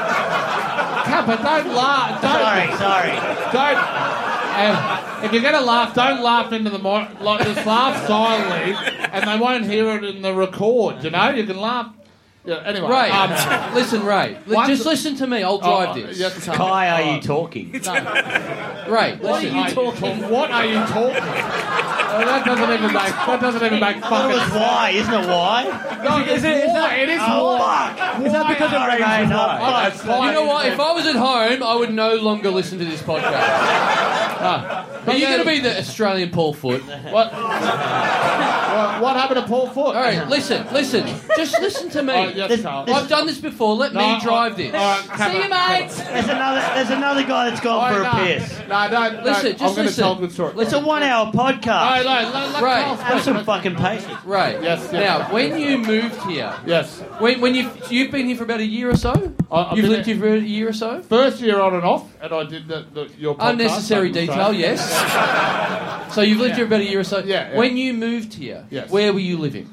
[SPEAKER 4] Kappa, don't laugh. Don't,
[SPEAKER 6] sorry, sorry.
[SPEAKER 4] don't. Uh, if you're gonna laugh, don't laugh into the mic. Like, just laugh silently, and they won't hear it in the record. You know, you can laugh. Yeah, anyway,
[SPEAKER 3] Ray,
[SPEAKER 4] um,
[SPEAKER 3] listen, Ray. Li-
[SPEAKER 4] Once-
[SPEAKER 3] just listen to me. I'll drive
[SPEAKER 4] oh,
[SPEAKER 3] this.
[SPEAKER 4] yeah, come.
[SPEAKER 6] Kai, are you talking?
[SPEAKER 3] Ray,
[SPEAKER 1] What are
[SPEAKER 3] listen.
[SPEAKER 1] you talking?
[SPEAKER 4] What are you talking? Uh, that doesn't even make that doesn't even make
[SPEAKER 6] That
[SPEAKER 4] fucking
[SPEAKER 6] was why, isn't it why?
[SPEAKER 4] No, is it, is that, it is
[SPEAKER 6] Oh,
[SPEAKER 4] why.
[SPEAKER 6] fuck!
[SPEAKER 4] Is that because
[SPEAKER 6] Sorry, mate, no.
[SPEAKER 4] All right, fine.
[SPEAKER 3] You know what? If I was at home, I would no longer listen to this podcast. No. Are you going to be the Australian Paul Foot?
[SPEAKER 4] What, what, what happened to Paul Foot?
[SPEAKER 3] All right, listen, listen. Just listen to me.
[SPEAKER 4] Oh, yes, Carl.
[SPEAKER 3] I've done this before. Let
[SPEAKER 4] No,
[SPEAKER 3] me drive this.
[SPEAKER 4] All right, come
[SPEAKER 1] See you,
[SPEAKER 4] on.
[SPEAKER 1] mate.
[SPEAKER 6] There's another. There's another guy that's gone for
[SPEAKER 4] Oh,
[SPEAKER 6] a
[SPEAKER 4] no.
[SPEAKER 6] piss.
[SPEAKER 4] No, no, no.
[SPEAKER 3] Listen, just
[SPEAKER 4] I'm going to
[SPEAKER 3] listen.
[SPEAKER 4] tell a good story.
[SPEAKER 6] It's a one-hour podcast.
[SPEAKER 4] No, no, let, let
[SPEAKER 3] Right.
[SPEAKER 4] Carl speak.
[SPEAKER 6] Have some fucking patience.
[SPEAKER 3] Right.
[SPEAKER 4] Yes, yes.
[SPEAKER 3] Now, when you moved here,
[SPEAKER 4] Yes.
[SPEAKER 3] when, when you've, you've been here for about a year or so?
[SPEAKER 4] I've
[SPEAKER 3] you've
[SPEAKER 4] been
[SPEAKER 3] lived
[SPEAKER 4] here-
[SPEAKER 3] here for a year or so?
[SPEAKER 4] First year on and off, and I did the, the, your podcast.
[SPEAKER 3] Unnecessary
[SPEAKER 4] that was
[SPEAKER 3] detail,
[SPEAKER 4] great.
[SPEAKER 3] yes. so you've lived here about a year or so.
[SPEAKER 4] Yeah, yeah.
[SPEAKER 3] When you moved here,
[SPEAKER 4] Yes.
[SPEAKER 3] where were you living?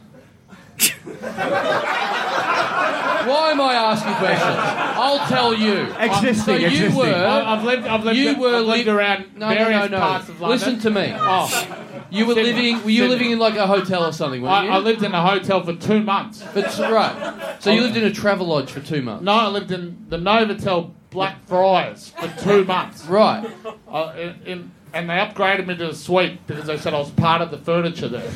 [SPEAKER 3] Why am I asking questions? I'll tell you.
[SPEAKER 8] Existing,
[SPEAKER 3] so you
[SPEAKER 8] existing.
[SPEAKER 3] were,
[SPEAKER 4] I- I've lived, I've lived,
[SPEAKER 3] you were
[SPEAKER 4] I've lived
[SPEAKER 3] li-
[SPEAKER 4] around
[SPEAKER 3] no, no,
[SPEAKER 4] various
[SPEAKER 3] no, no.
[SPEAKER 4] parts of London.
[SPEAKER 3] Listen to me.
[SPEAKER 4] Oh,
[SPEAKER 3] You were
[SPEAKER 4] Sydney.
[SPEAKER 3] living. Were you
[SPEAKER 4] Sydney.
[SPEAKER 3] living in like a hotel or something? Were
[SPEAKER 4] I,
[SPEAKER 3] you?
[SPEAKER 4] I lived in a hotel for two months.
[SPEAKER 3] But, right. So you lived in a travel lodge for two months.
[SPEAKER 4] No, I lived in the Novotel Blackfriars for two months.
[SPEAKER 9] Right.
[SPEAKER 4] Uh, in, in, and they upgraded me to a suite because they said I was part of the furniture there.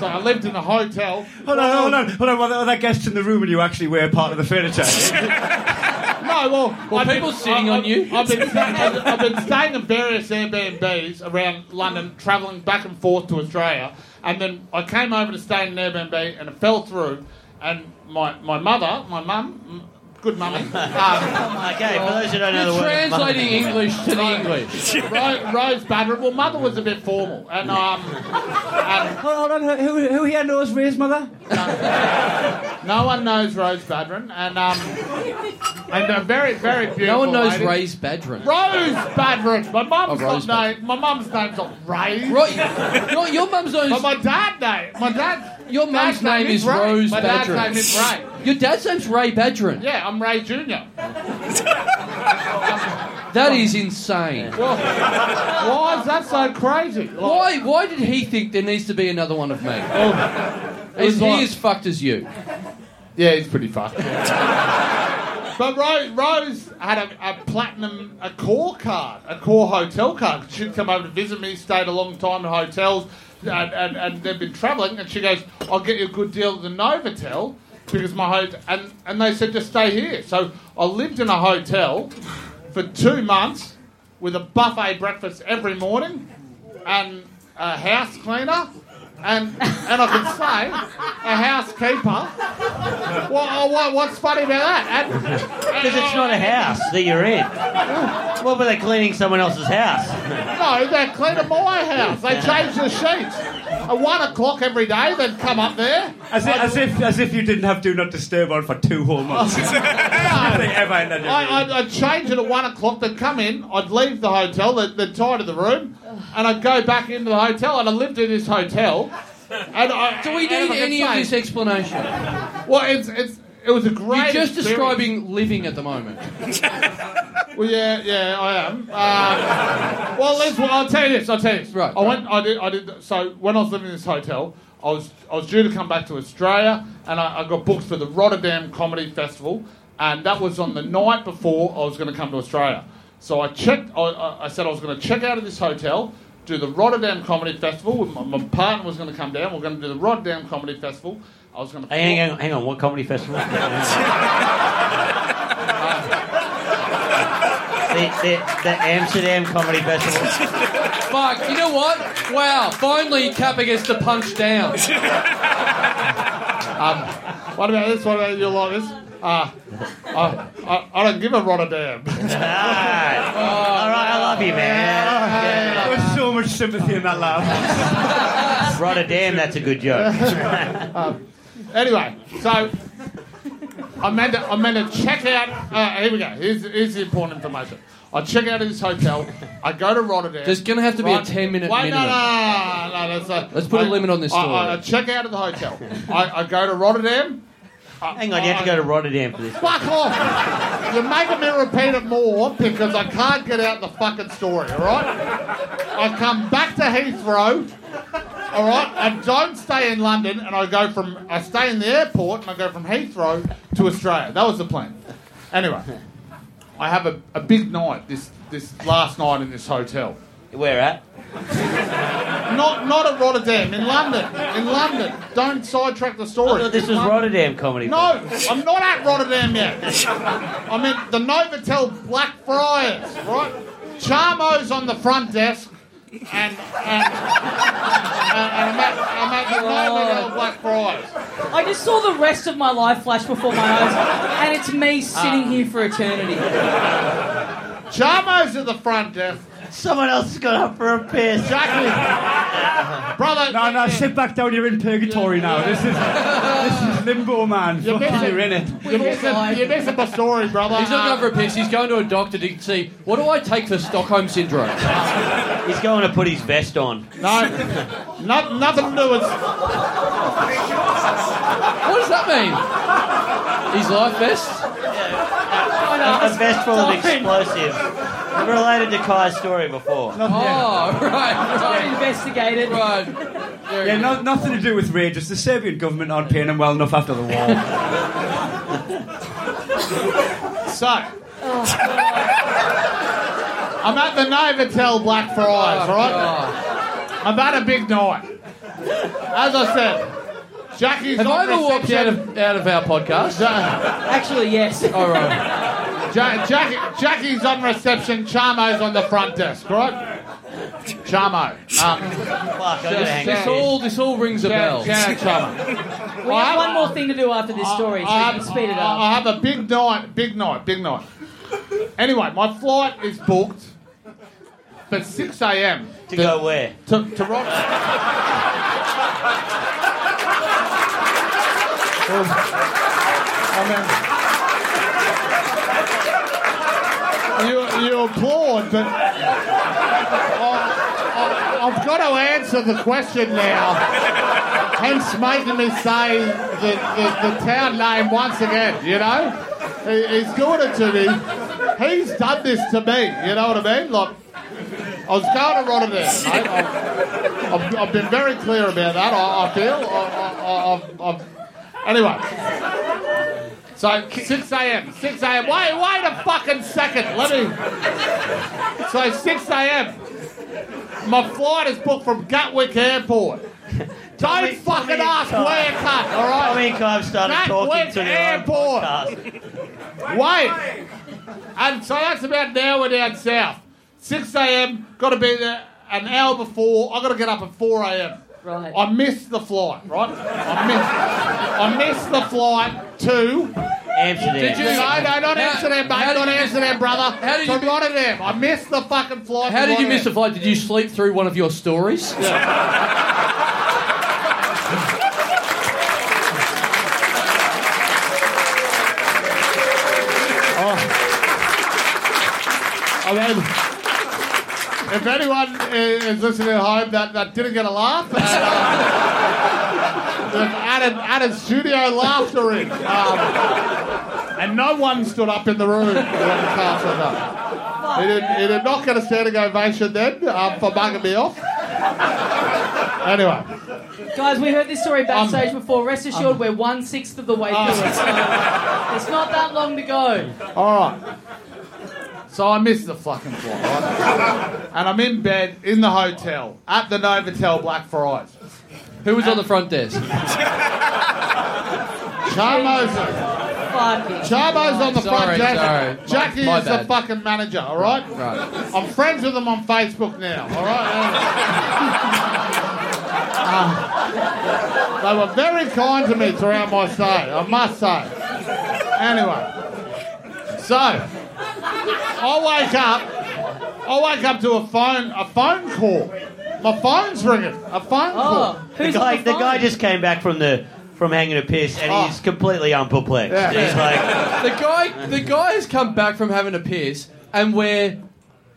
[SPEAKER 4] so I lived in a hotel.
[SPEAKER 8] Hold on, hold on, hold on. Are there other guests in the room and you actually were part of the furniture?
[SPEAKER 4] No, well,
[SPEAKER 9] Were
[SPEAKER 4] I've
[SPEAKER 9] people
[SPEAKER 4] been,
[SPEAKER 9] sitting
[SPEAKER 4] I-
[SPEAKER 9] on you?
[SPEAKER 4] I've been, I've, I've been staying in various Airbnbs around London, travelling back and forth to Australia, and then I came over to stay in an Airbnb and it fell through, and my, my mother, my mum, m- good mummy, um,
[SPEAKER 6] Okay, for those who don't know the
[SPEAKER 9] You're
[SPEAKER 6] word.
[SPEAKER 9] translating English to the English.
[SPEAKER 4] Ro- Rose Badger, well, mother was a bit formal, and um, and
[SPEAKER 8] hold on, hold on. Who, who here knows Ray's mother?
[SPEAKER 4] no one knows Rose Badron, and um, and a very very beautiful.
[SPEAKER 9] No one knows
[SPEAKER 4] lady.
[SPEAKER 9] Ray's Badron.
[SPEAKER 4] Rose Badron. My mum's
[SPEAKER 9] Oh, Rose
[SPEAKER 4] not name. My mum's name's not Rose.
[SPEAKER 9] Right, your, your mum's
[SPEAKER 4] But
[SPEAKER 9] known.
[SPEAKER 4] my dad name. My dad.
[SPEAKER 9] Your mum's
[SPEAKER 4] dad's
[SPEAKER 9] name is
[SPEAKER 4] Ray.
[SPEAKER 9] Rose
[SPEAKER 4] My dad's
[SPEAKER 9] Badron.
[SPEAKER 4] name is Ray.
[SPEAKER 9] Your dad's name's Ray Badron.
[SPEAKER 4] Yeah, I'm Ray Junior.
[SPEAKER 9] That is insane.
[SPEAKER 4] Why is that so crazy? Like,
[SPEAKER 9] Why? Why did he think there needs to be another one of me? Is
[SPEAKER 4] He's
[SPEAKER 9] he
[SPEAKER 4] like-
[SPEAKER 9] as fucked as you?
[SPEAKER 4] Yeah, he's pretty fucked. but Rose, Rose had a, a platinum, a core card, a core hotel card. She'd come over to visit me, stayed a long time in hotels, and, and, and they've been travelling. And she goes, "I'll get you a good deal at the Novotel because my hotel." And and they said just stay here. So I lived in a hotel for two months with a buffet breakfast every morning and a house cleaner. And, and I could say, a housekeeper well, oh, what, what's funny about that? uh,
[SPEAKER 6] Because it's not a house that you're in.
[SPEAKER 9] Oh.
[SPEAKER 6] What were they cleaning someone else's house?
[SPEAKER 4] No, they clean at my house. They change the sheets. At one o'clock every day, they'd come up there.
[SPEAKER 8] As if, as if, as if you didn't have Do Not Disturb on for two whole months. Nothing ever in that
[SPEAKER 4] I, I'd,
[SPEAKER 8] room.
[SPEAKER 4] I'd change it at one o'clock. They'd come in. I'd leave the hotel. They'd, they'd tie to the room, and I'd go back into the hotel. And I lived in this hotel. And I,
[SPEAKER 9] Do we need
[SPEAKER 4] and I can
[SPEAKER 9] any of
[SPEAKER 4] say-
[SPEAKER 9] this explanation?
[SPEAKER 4] Well, it's, it's, it was a great.
[SPEAKER 9] You're just
[SPEAKER 4] experience.
[SPEAKER 9] describing living at the moment.
[SPEAKER 4] Well, yeah, yeah, I am. Um, well, let's, well, I'll tell you this. I'll tell you this.
[SPEAKER 9] Right,
[SPEAKER 4] I
[SPEAKER 9] right.
[SPEAKER 4] went. I did. I did. So when I was living in this hotel, I was I was due to come back to Australia, and I, I got booked for the Rotterdam Comedy Festival, and that was on the night before I was going to come to Australia. So I checked. I- I, I said I was going to check out of this hotel, do the Rotterdam Comedy Festival. with My, my partner was going to come down. We are going to do the Rotterdam Comedy Festival. I was going to.
[SPEAKER 6] Hey, hang on, hang on. What comedy festival? The, the, the Amsterdam Comedy Festival.
[SPEAKER 9] Fuck, you know what? Wow, finally Kappa gets to punch down.
[SPEAKER 4] What about this? What about you like this? Uh, I, I, I don't give a Rotterdam.
[SPEAKER 6] All right, I love you, man.
[SPEAKER 8] There was so much sympathy in that laugh.
[SPEAKER 6] Rotterdam, that's a good joke.
[SPEAKER 4] Anyway, so I meant to, I meant to check out. Uh, here we go. Here's, here's the important information. I check out of this hotel. I go to Rotterdam.
[SPEAKER 9] There's gonna have to be a
[SPEAKER 4] Right.
[SPEAKER 9] 10 minute
[SPEAKER 4] Wait,
[SPEAKER 9] minimum.
[SPEAKER 4] No, no, no, no, no, no, that's a-
[SPEAKER 9] Let's put a
[SPEAKER 4] I-
[SPEAKER 9] limit on this
[SPEAKER 4] I,
[SPEAKER 9] story.
[SPEAKER 4] I, I check out of the hotel. I, I go to Rotterdam. I-
[SPEAKER 6] Oh, Hang on, you have to
[SPEAKER 4] I-
[SPEAKER 6] go to Rotterdam for this.
[SPEAKER 4] Fuck off! You're making me repeat it more because I can't get out the fucking story, alright? I come back to Heathrow, alright? I don't stay in London and I go from, I stay in the airport and I go from Heathrow to Australia. That was the plan. Anyway, I have a, a big night this, this last night in this hotel.
[SPEAKER 6] Where at?
[SPEAKER 4] Not, not at Rotterdam, in London. In London. Don't sidetrack the
[SPEAKER 6] I
[SPEAKER 4] story.
[SPEAKER 6] thought Oh, this
[SPEAKER 4] In
[SPEAKER 6] was
[SPEAKER 4] London.
[SPEAKER 6] Rotterdam Comedy Festival.
[SPEAKER 4] No, I'm not at Rotterdam yet. I'm at the Novotel Blackfriars, right? Charmo's on the front desk, and, and, and, and I'm, at, I'm at the Novotel Blackfriars.
[SPEAKER 10] I just saw the rest of my life flash before my eyes, and it's me sitting here for eternity.
[SPEAKER 4] Charmo's at the front desk.
[SPEAKER 6] Someone else has got up for a piss.
[SPEAKER 4] Jackie, brother.
[SPEAKER 8] No, no, sit back down. You're in purgatory now. This is this is limbo, man.
[SPEAKER 4] You're
[SPEAKER 8] Fucking
[SPEAKER 4] missing-
[SPEAKER 8] you're in it.
[SPEAKER 4] You're missing, you're missing my story, brother.
[SPEAKER 9] He's not going for a piss, he's going to a doctor to see what do I take for Stockholm syndrome?
[SPEAKER 6] He's going to put his vest on.
[SPEAKER 4] no, not, nothing to do with.
[SPEAKER 9] What does that mean? His life vest?
[SPEAKER 6] A vest full of explosives. Related to Kai's story before.
[SPEAKER 9] Oh,
[SPEAKER 10] Don't
[SPEAKER 9] right,
[SPEAKER 10] investigate it.
[SPEAKER 9] right, right. There
[SPEAKER 8] Yeah,
[SPEAKER 9] you go.
[SPEAKER 8] no, nothing to do with Ray. Just the Serbian government aren't paying him well enough after the war.
[SPEAKER 4] So, I'm at the Novotel Black Friars, right? I'm at a big night. As I said, Jackie's
[SPEAKER 3] Have
[SPEAKER 4] on
[SPEAKER 3] I ever walked out
[SPEAKER 4] reception-
[SPEAKER 3] of, out of our podcast?
[SPEAKER 4] Ja-
[SPEAKER 1] Actually, yes.
[SPEAKER 3] All right.
[SPEAKER 4] Ja- Jack- Jackie's on reception. Charmo's on the front desk, right? Charmo. Um,
[SPEAKER 6] Fuck, I gotta hang
[SPEAKER 3] This
[SPEAKER 6] out.
[SPEAKER 3] all, this all rings a
[SPEAKER 4] yeah,
[SPEAKER 3] bell.
[SPEAKER 4] yeah, Charmo.
[SPEAKER 1] We have one more thing to do after this story, so
[SPEAKER 4] I
[SPEAKER 1] you
[SPEAKER 4] have-
[SPEAKER 1] can speed it
[SPEAKER 4] I
[SPEAKER 1] up.
[SPEAKER 4] have a big night, big night, big night. Anyway, my flight is booked for 6 a.m.
[SPEAKER 6] To go where?
[SPEAKER 4] to, to Rock. You, you applaud, but I, I, I've got to answer the question now. Hence making me say the, the, the town name once again, you know? He, he's doing it to me. He's done this to me, you know what I mean? Like, I was going to Rotterdam. Mate. I've, I've, I've been very clear about that, I, I feel. I, I, I, I've, I've, anyway. So, 6 a.m. 6 a.m. Wait, wait a fucking second. Let me. So, 6 a.m. My flight is booked from Gatwick Airport. Don't
[SPEAKER 6] Tommy-
[SPEAKER 4] fucking
[SPEAKER 6] Tommy
[SPEAKER 4] ask
[SPEAKER 6] Cobb.
[SPEAKER 4] where cut, all right?
[SPEAKER 6] How many times started
[SPEAKER 4] That
[SPEAKER 6] talking
[SPEAKER 4] went
[SPEAKER 6] to the
[SPEAKER 4] airborne.
[SPEAKER 6] podcast?
[SPEAKER 4] Wait. And so that's about an hour down south. 6 a.m., got to be there an hour before. i got to get up at 4 a.m.
[SPEAKER 1] Right.
[SPEAKER 4] I missed the flight, right? I missed, I missed the flight to.
[SPEAKER 6] Amsterdam.
[SPEAKER 4] Did you? No, no, not
[SPEAKER 3] How-
[SPEAKER 4] Amsterdam, mate.
[SPEAKER 3] how did you
[SPEAKER 4] Not
[SPEAKER 3] miss-
[SPEAKER 4] Amsterdam, brother.
[SPEAKER 3] how did you
[SPEAKER 4] to
[SPEAKER 3] mi-
[SPEAKER 4] Rotterdam. I missed the fucking flight.
[SPEAKER 3] How
[SPEAKER 4] to
[SPEAKER 3] did you miss
[SPEAKER 4] Rotterdam.
[SPEAKER 3] a flight? Did you sleep through one of your stories?
[SPEAKER 4] I mean, if anyone i- is listening at home that, that didn't get a laugh, and, uh, they've added, added studio laughter in. Um, and no one stood up in the room when the car turned up. He did, he did not get a standing ovation then um, for bugging me off. Anyway,
[SPEAKER 1] Guys, we heard this story backstage
[SPEAKER 4] Um,
[SPEAKER 1] before. Rest assured, we're one sixth of the way
[SPEAKER 4] Oh.
[SPEAKER 1] through it. So it's not that long to go.
[SPEAKER 4] all right. So I missed the fucking flight, right? And I'm in bed in the hotel at the Novotel Black Friars.
[SPEAKER 3] Who was on the front desk?
[SPEAKER 4] Charmo's
[SPEAKER 1] Fuck it.
[SPEAKER 4] Charbo's on the
[SPEAKER 3] Sorry,
[SPEAKER 4] front desk.
[SPEAKER 3] sorry. My-
[SPEAKER 4] Jackie
[SPEAKER 3] my
[SPEAKER 4] is
[SPEAKER 3] bad.
[SPEAKER 4] the fucking manager, all right?
[SPEAKER 3] Right.
[SPEAKER 4] I'm friends with him on Facebook now, all right? Um, they were very kind to me throughout my stay, I must say. Anyway, so I wake up. I wake up to a phone, a phone call. My phone's ringing. A phone call.
[SPEAKER 1] Oh,
[SPEAKER 6] The
[SPEAKER 1] who's
[SPEAKER 6] guy,
[SPEAKER 1] on the,
[SPEAKER 6] the guy
[SPEAKER 1] phone?
[SPEAKER 6] just came back from the from hanging a piss, and
[SPEAKER 4] Oh.
[SPEAKER 6] he's completely unperplexed.
[SPEAKER 4] Yeah.
[SPEAKER 6] He's like,
[SPEAKER 3] The guy, the guy has come back from having a piss, and we're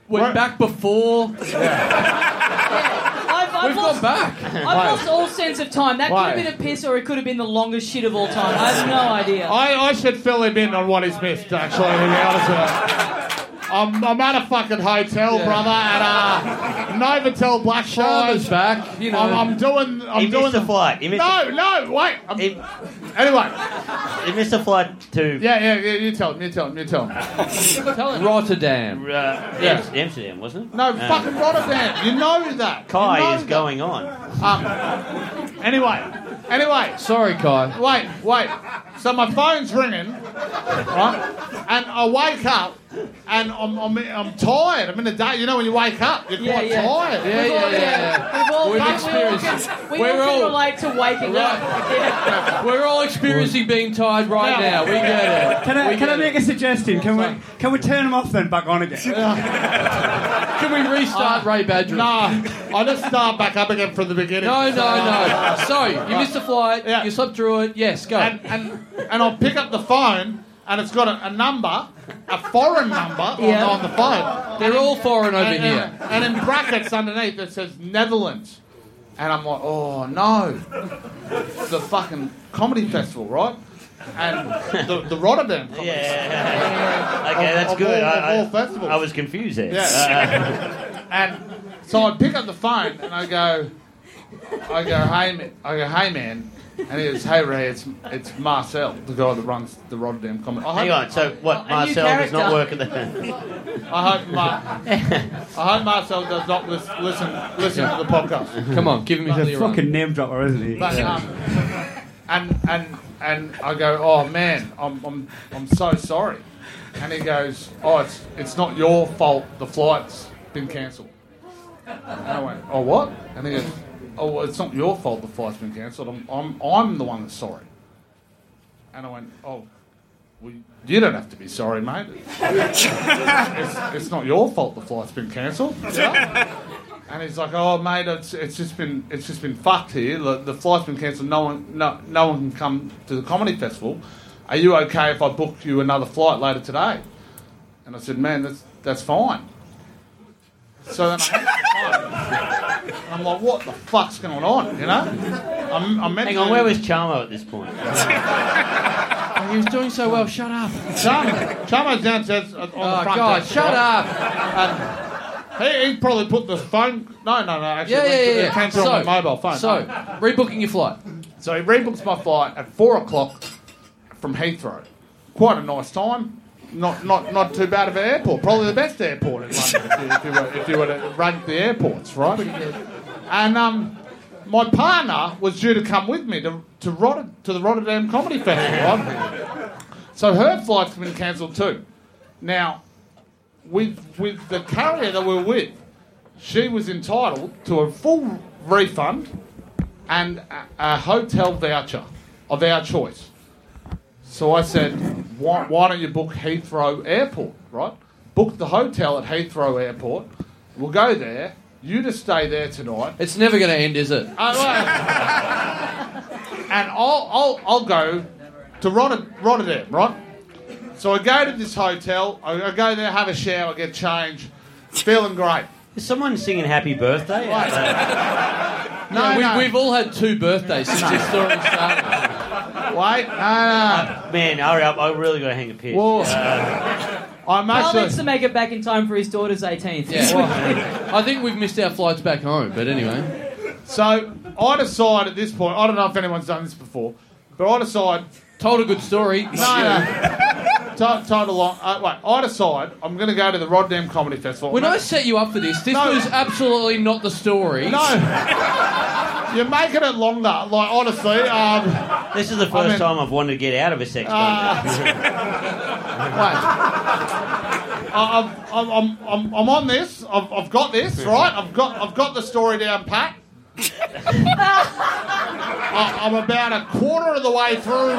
[SPEAKER 3] we're
[SPEAKER 4] We're-
[SPEAKER 3] back before
[SPEAKER 1] I've, I've
[SPEAKER 3] we've
[SPEAKER 1] lost,
[SPEAKER 3] gone back.
[SPEAKER 1] I've lost all sense of time. That
[SPEAKER 4] Why?
[SPEAKER 1] could have been a piss, or it could have been the longest shit of all time. I have no idea.
[SPEAKER 4] I, I should fill him in on what he's missed, actually, to be honest with you. I'm, I'm at a fucking hotel,
[SPEAKER 3] Yeah.
[SPEAKER 4] brother, at uh, Novotel Black
[SPEAKER 3] Charlotte's
[SPEAKER 4] Shires. I'm,
[SPEAKER 3] back. You know,
[SPEAKER 4] I'm doing. I'm
[SPEAKER 6] he
[SPEAKER 4] doing
[SPEAKER 6] missed the flight. He missed,
[SPEAKER 4] No, no, wait. I'm-
[SPEAKER 6] he,
[SPEAKER 4] anyway,
[SPEAKER 6] he missed the flight to
[SPEAKER 4] yeah, yeah, yeah. You tell him. You tell him. You tell him.
[SPEAKER 3] Rotterdam.
[SPEAKER 6] uh, Am- Amsterdam, wasn't it?
[SPEAKER 4] No,
[SPEAKER 6] Uh,
[SPEAKER 4] fucking Rotterdam. You know that. You
[SPEAKER 6] Kai
[SPEAKER 4] know
[SPEAKER 6] is
[SPEAKER 4] that.
[SPEAKER 6] going on.
[SPEAKER 4] Anyway, anyway.
[SPEAKER 3] Sorry, Kai.
[SPEAKER 4] wait, wait. So my phone's ringing, right? And I wake up, and I'm, I'm, I'm tired. I'm in the day. You know when you wake up, you're
[SPEAKER 1] Yeah,
[SPEAKER 4] quite
[SPEAKER 1] yeah.
[SPEAKER 4] tired.
[SPEAKER 3] Yeah,
[SPEAKER 1] We've all-
[SPEAKER 3] yeah, yeah, yeah.
[SPEAKER 1] We've all,
[SPEAKER 3] We've
[SPEAKER 1] we all
[SPEAKER 3] experienced-
[SPEAKER 1] can- we all
[SPEAKER 3] we're
[SPEAKER 1] can
[SPEAKER 3] all-
[SPEAKER 1] relate to waking up. Yeah.
[SPEAKER 3] We're all experiencing being tired right
[SPEAKER 4] Yeah.
[SPEAKER 3] now. We get it.
[SPEAKER 8] Can I,
[SPEAKER 3] We
[SPEAKER 8] can I
[SPEAKER 3] get
[SPEAKER 8] make a suggestion? Can
[SPEAKER 3] Sorry.
[SPEAKER 8] we can we turn them off then back on again?
[SPEAKER 3] it. Can we restart Ray Badger?
[SPEAKER 4] Uh, Nah, I just start back up again from the beginning.
[SPEAKER 3] No, no,
[SPEAKER 4] So, uh,
[SPEAKER 3] no. So you missed the flight.
[SPEAKER 4] Yeah.
[SPEAKER 3] You slept through it. Yes, go.
[SPEAKER 4] And, and, and I'll pick up the phone, and it's got a, a number, a foreign number on-
[SPEAKER 1] Yeah.
[SPEAKER 4] on, the phone.
[SPEAKER 3] They're all foreign over
[SPEAKER 4] and,
[SPEAKER 3] here.
[SPEAKER 4] And, and in brackets underneath it says Netherlands. And I'm like, oh no. The fucking comedy festival, right? And the, the Rotterdam comedy
[SPEAKER 6] Yeah.
[SPEAKER 4] festival.
[SPEAKER 6] Okay,
[SPEAKER 4] Of-
[SPEAKER 6] that's
[SPEAKER 4] of
[SPEAKER 6] good.
[SPEAKER 4] All, of
[SPEAKER 6] I,
[SPEAKER 4] all
[SPEAKER 6] I-
[SPEAKER 4] festivals.
[SPEAKER 6] I was confused there. Uh,
[SPEAKER 4] Yeah. and so I pick up the phone and I go, I go, hey, ma- I go, hey man, And he was, hey Ray, it's it's Marcel, the guy that runs the Rotterdam Comic. I
[SPEAKER 6] uh, Hang
[SPEAKER 4] hope-
[SPEAKER 6] on. So what?
[SPEAKER 1] A new
[SPEAKER 6] Marcel does not
[SPEAKER 1] character.
[SPEAKER 6] work at the.
[SPEAKER 4] I hope, Mar- I hope Marcel does not lis- listen listen to the podcast.
[SPEAKER 3] Come on, give him his
[SPEAKER 8] He's a
[SPEAKER 3] earlier on.
[SPEAKER 8] fucking name dropper, isn't he?
[SPEAKER 4] But, um, and and and I go, oh man, I'm I'm I'm so sorry. And he goes, oh, it's it's not your fault. The flight's been cancelled. And I went, oh what? And he goes, oh, well, it's not your fault. The flight's been cancelled. I'm I'm I'm the one that's sorry. And I went, oh. Well, you don't have to be sorry, mate. it's, it's not your fault the flight's been cancelled. Yeah? And he's like, "Oh, mate, it's, it's just been it's just been fucked here. The, the flight's been cancelled. No one no, no one can come to the comedy festival. Are you okay if I book you another flight later today?" And I said, "Man, that's that's fine." So then I hang up the phone. And I'm like, "What the fuck's going on?" You know? I'm, I'm meant
[SPEAKER 6] Hang
[SPEAKER 4] to-
[SPEAKER 6] on. Where was Charmo at this point?
[SPEAKER 3] He was doing so well. Shut up.
[SPEAKER 4] Chamo? Chamo's downstairs uh, on the
[SPEAKER 3] Oh,
[SPEAKER 4] front
[SPEAKER 3] God,
[SPEAKER 4] desk.
[SPEAKER 3] shut up.
[SPEAKER 4] He, he probably put the phone. No, no, no. Actually,
[SPEAKER 3] Yeah, yeah,
[SPEAKER 4] it,
[SPEAKER 3] yeah.
[SPEAKER 4] it
[SPEAKER 3] yeah.
[SPEAKER 4] came through on my mobile phone.
[SPEAKER 3] So, rebooking your flight.
[SPEAKER 4] so he rebooks my flight at four o'clock from Heathrow. Quite a nice time. Not, not, not too bad of an airport. Probably the best airport in London if you, if you, were, if you were to rank the airports, right? And um, my partner was due to come with me to to, Rotter, to the Rotterdam Comedy Festival. right? So her flight's been cancelled too. Now, with with the carrier that we we're with, she was entitled to a full refund and a, a hotel voucher of our choice. So I said, why, why don't you book Heathrow Airport, right? Book the hotel at Heathrow Airport. We'll go there. You just stay there tonight.
[SPEAKER 3] It's never going to end, is it?
[SPEAKER 4] Oh, right. and I'll, I'll, I'll go to Rotter- Rotterdam, right? So I go to this hotel. I, I go there, have a shower, get changed, feeling great.
[SPEAKER 6] Is someone singing Happy Birthday?
[SPEAKER 4] No,
[SPEAKER 3] we,
[SPEAKER 4] no,
[SPEAKER 3] We've all had two birthdays since this story started.
[SPEAKER 4] wait, no, no.
[SPEAKER 6] Uh, Man, hurry up! I really got to hang a piss.
[SPEAKER 4] Whoa. I'm
[SPEAKER 1] Carl
[SPEAKER 4] actually.
[SPEAKER 1] needs to make it back in time for his daughter's 18th.
[SPEAKER 3] Yeah. I think we've missed our flights back home, but anyway.
[SPEAKER 4] So I decide at this point, I don't know if anyone's done this before, but I decide,
[SPEAKER 3] Told a good story.
[SPEAKER 4] no, no, to- total long, uh, wait, I decide I'm going to go to the Rotterdam Comedy Festival.
[SPEAKER 3] When I set you up for this, this
[SPEAKER 4] No.
[SPEAKER 3] was absolutely not the story.
[SPEAKER 4] no, you're making it longer, like, honestly. Um,
[SPEAKER 6] This is the first
[SPEAKER 4] mean-
[SPEAKER 6] time I've wanted to get out of a
[SPEAKER 4] Uh,
[SPEAKER 6] sex dungeon.
[SPEAKER 4] Wait. I- I've- I'm, I'm, I'm, I'm on this. I've, I've got this, right? I've got, I've got the story down pat. I, I'm about a quarter of the way through right now,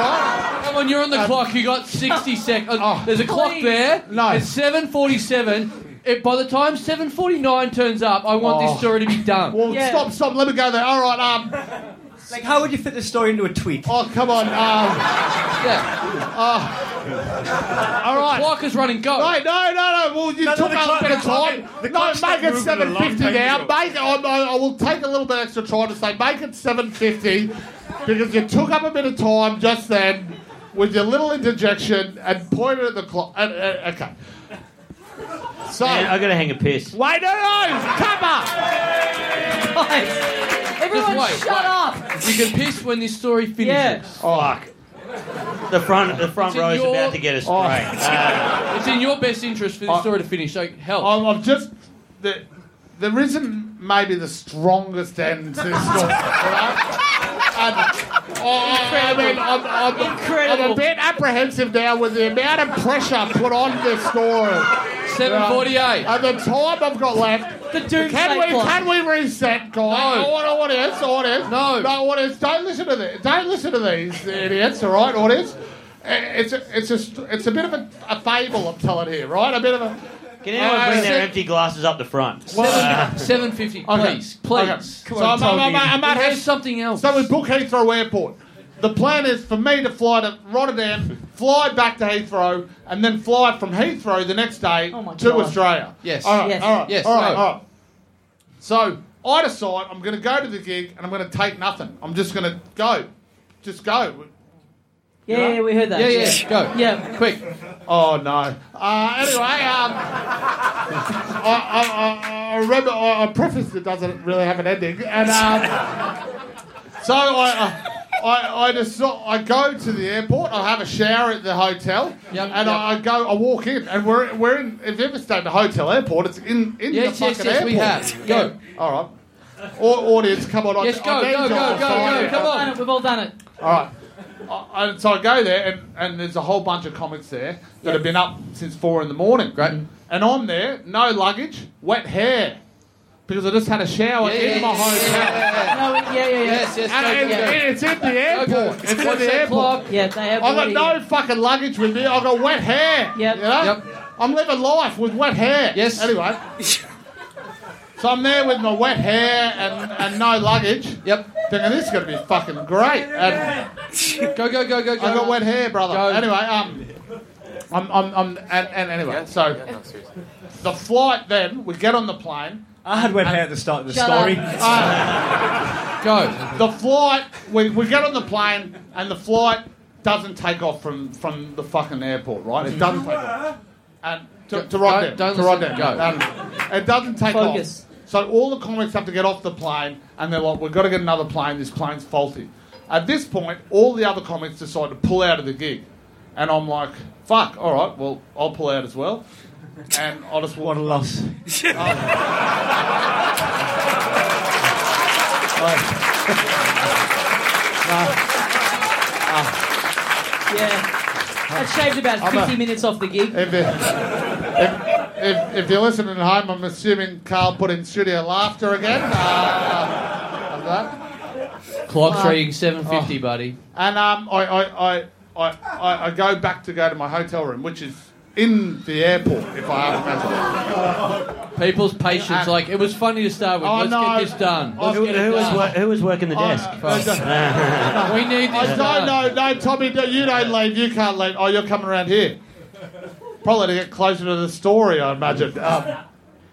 [SPEAKER 4] right?
[SPEAKER 3] Come on, you're on the clock. You got 60 seconds.
[SPEAKER 4] Uh, oh.
[SPEAKER 3] There's a clock
[SPEAKER 1] Please.
[SPEAKER 3] there.
[SPEAKER 4] No.
[SPEAKER 3] It's 7:47. It, by the time 7:49 turns up, I want
[SPEAKER 4] Oh.
[SPEAKER 3] this story to be done.
[SPEAKER 4] Well,
[SPEAKER 1] Yeah.
[SPEAKER 4] stop, stop. Let me go there. All right. Um.
[SPEAKER 8] Like, how would you fit this story into a tweet?
[SPEAKER 4] Oh, come on. Um,
[SPEAKER 3] yeah.
[SPEAKER 4] uh, all right.
[SPEAKER 3] Clock is running. Go.
[SPEAKER 4] Wait, no, no, no. Well, you
[SPEAKER 8] No, no,
[SPEAKER 4] took
[SPEAKER 8] the
[SPEAKER 4] a little
[SPEAKER 8] clock-
[SPEAKER 4] bit of
[SPEAKER 8] the clock-
[SPEAKER 4] time.
[SPEAKER 8] the
[SPEAKER 4] No,
[SPEAKER 8] clock's
[SPEAKER 4] make
[SPEAKER 8] not
[SPEAKER 4] it
[SPEAKER 8] moving
[SPEAKER 4] seven fifty
[SPEAKER 8] along,
[SPEAKER 4] now.
[SPEAKER 8] thank
[SPEAKER 4] Make it. I, I, I will take a little bit extra time to say make it seven fifty, because you took up a bit of time just then with your little interjection and pointed at the clock. Uh, uh, okay. So
[SPEAKER 8] uh,
[SPEAKER 6] Man, I got to hang a piss.
[SPEAKER 4] wait, no, no, come up.
[SPEAKER 1] Guys, everyone
[SPEAKER 3] Just wait,
[SPEAKER 1] shut
[SPEAKER 3] wait.
[SPEAKER 1] up.
[SPEAKER 3] You can piss when this story finishes.
[SPEAKER 1] Yeah.
[SPEAKER 6] Fuck. The front, the front
[SPEAKER 3] It's in
[SPEAKER 6] row is
[SPEAKER 3] your-
[SPEAKER 6] about to get a spray.
[SPEAKER 4] Oh.
[SPEAKER 6] Uh,
[SPEAKER 3] It's in your best interest for the story to finish. So help.
[SPEAKER 4] I'm, I'm just the, there isn't maybe the strongest end to this story. right? And, oh, I mean, I'm, I'm, I'm a
[SPEAKER 1] Incredible.
[SPEAKER 4] bit apprehensive now with the amount of pressure put on this story.
[SPEAKER 3] 7:48.
[SPEAKER 4] And the time I've got left.
[SPEAKER 1] The doomsday
[SPEAKER 4] Can we
[SPEAKER 1] clock.
[SPEAKER 4] can we reset, guys?
[SPEAKER 3] No.
[SPEAKER 4] I want audience, audience.
[SPEAKER 3] No.
[SPEAKER 4] no audience. Don't listen to this. Don't listen to these idiots. All right, audience. Eh, It's a, it's a, it's a bit of a, a fable I'm telling here, right? A bit of a.
[SPEAKER 6] can anyone
[SPEAKER 4] Uh,
[SPEAKER 6] bring
[SPEAKER 4] sit-
[SPEAKER 6] their empty glasses up the front? Uh,
[SPEAKER 3] Seven fifty,
[SPEAKER 4] Okay.
[SPEAKER 3] please, please.
[SPEAKER 4] So I'm, I'm, I'm, I'm at
[SPEAKER 3] There's
[SPEAKER 4] Heath-
[SPEAKER 3] something else.
[SPEAKER 4] so we book Heathrow Airport. The plan is for me to fly to Rotterdam, fly back to Heathrow, and then fly from Heathrow the next day
[SPEAKER 1] Oh my
[SPEAKER 4] to
[SPEAKER 1] God.
[SPEAKER 4] Australia.
[SPEAKER 3] Yes.
[SPEAKER 4] All right.
[SPEAKER 1] Yes.
[SPEAKER 4] All right.
[SPEAKER 3] Yes,
[SPEAKER 4] All right.
[SPEAKER 3] no.
[SPEAKER 4] All right. So I decide I'm going to go to the gig and I'm going to take nothing. I'm just going to go, just go.
[SPEAKER 1] Yeah, yeah, we heard that.
[SPEAKER 3] yeah, yeah, go.
[SPEAKER 1] Yeah.
[SPEAKER 3] Quick.
[SPEAKER 4] Oh no. Uh, anyway, um, I, I, I, I remember I, I prefaced it doesn't really have an ending, and um, So I, I, I, I just saw, I go to the airport. I have a shower at the hotel,
[SPEAKER 3] Yep,
[SPEAKER 4] and I, I go. I walk in, and we're we're in. If you ever stayed at a hotel airport, it's in in
[SPEAKER 3] Yes,
[SPEAKER 4] the
[SPEAKER 3] yes,
[SPEAKER 4] fucking
[SPEAKER 3] yes,
[SPEAKER 4] airport.
[SPEAKER 3] we have. Go.
[SPEAKER 4] All right. Au- audience, come on. I-
[SPEAKER 3] Yes,
[SPEAKER 4] I,
[SPEAKER 3] go,
[SPEAKER 4] need
[SPEAKER 3] go,
[SPEAKER 4] you
[SPEAKER 3] go,
[SPEAKER 4] on
[SPEAKER 3] go,
[SPEAKER 4] side.
[SPEAKER 3] go. Come on.
[SPEAKER 1] Done it, We've all done it.
[SPEAKER 4] All right. I, I, so I go there, and, and there's a whole bunch of comics there that have been up since four in the morning.
[SPEAKER 3] Great.
[SPEAKER 4] And I'm there, no luggage, wet hair, because I just had a shower
[SPEAKER 3] Yeah,
[SPEAKER 4] in
[SPEAKER 3] yeah,
[SPEAKER 4] my
[SPEAKER 3] yeah,
[SPEAKER 4] hotel.
[SPEAKER 1] No, yeah, yeah, yeah.
[SPEAKER 3] Yes, yes,
[SPEAKER 4] And
[SPEAKER 3] go,
[SPEAKER 4] it's,
[SPEAKER 3] go.
[SPEAKER 4] it's in the airport. It's in
[SPEAKER 3] What's
[SPEAKER 4] the
[SPEAKER 3] that
[SPEAKER 4] airport.
[SPEAKER 3] clock?
[SPEAKER 1] Yeah, they have.
[SPEAKER 4] I've
[SPEAKER 1] already-
[SPEAKER 4] got no fucking luggage with me. I've got wet hair.
[SPEAKER 1] Yep.
[SPEAKER 4] You know?
[SPEAKER 3] Yep.
[SPEAKER 4] I'm living life with wet hair.
[SPEAKER 3] Yes.
[SPEAKER 4] Anyway. so I'm there with my wet hair and, and no luggage.
[SPEAKER 3] Yep.
[SPEAKER 4] Thinking this is going to be fucking great. And
[SPEAKER 3] Go, go, go, go, go.
[SPEAKER 4] I got wet hair, brother.
[SPEAKER 3] Go.
[SPEAKER 4] Anyway, um, I'm, I'm, I'm, and, and anyway, so the flight then, we get on the plane.
[SPEAKER 8] I had wet hair at the start of the
[SPEAKER 1] Shut
[SPEAKER 8] story.
[SPEAKER 3] Go.
[SPEAKER 4] The flight, we, we get on the plane, and the flight doesn't take off from, from the fucking airport, right? It doesn't take off. And to, to Rod
[SPEAKER 3] Don't-
[SPEAKER 4] down,
[SPEAKER 3] don't
[SPEAKER 4] to Rod
[SPEAKER 3] listen.
[SPEAKER 4] down.
[SPEAKER 3] Go.
[SPEAKER 4] Um, it doesn't take
[SPEAKER 1] Focus.
[SPEAKER 4] off. So all the comics have to get off the plane, and they're like, we've got to get another plane, this plane's faulty. At this point, all the other comics decide to pull out of the gig. And I'm like, fuck, all right, well, I'll pull out as well. And I just
[SPEAKER 8] What a loss.
[SPEAKER 1] Yeah. That shaved about
[SPEAKER 4] I'm
[SPEAKER 1] 50
[SPEAKER 4] a-
[SPEAKER 1] minutes off the gig.
[SPEAKER 4] If, if, if, if you're listening at home, I'm assuming Carl put in studio laughter again. Uh, of that.
[SPEAKER 3] Clock's reading
[SPEAKER 4] Oh.
[SPEAKER 3] 750, buddy.
[SPEAKER 4] And um, I, I, I, I, I, I go back to go to my hotel room, which is in the airport, if I haven't mentioned.
[SPEAKER 3] People's patience. Like, it was funny to start with.
[SPEAKER 4] Ah. Oh,
[SPEAKER 3] Let's
[SPEAKER 4] no.
[SPEAKER 3] get this done.
[SPEAKER 4] Oh,
[SPEAKER 6] Who,
[SPEAKER 4] Let's get it Uh,
[SPEAKER 6] who, was
[SPEAKER 4] done.
[SPEAKER 6] wor- who was working the desk?
[SPEAKER 3] we need
[SPEAKER 4] I
[SPEAKER 3] this
[SPEAKER 4] don't
[SPEAKER 3] done.
[SPEAKER 4] know. No, Tommy, no, you don't leave. You can't leave. Oh, you're coming around here. Probably to get closer to the story, I imagine. Um,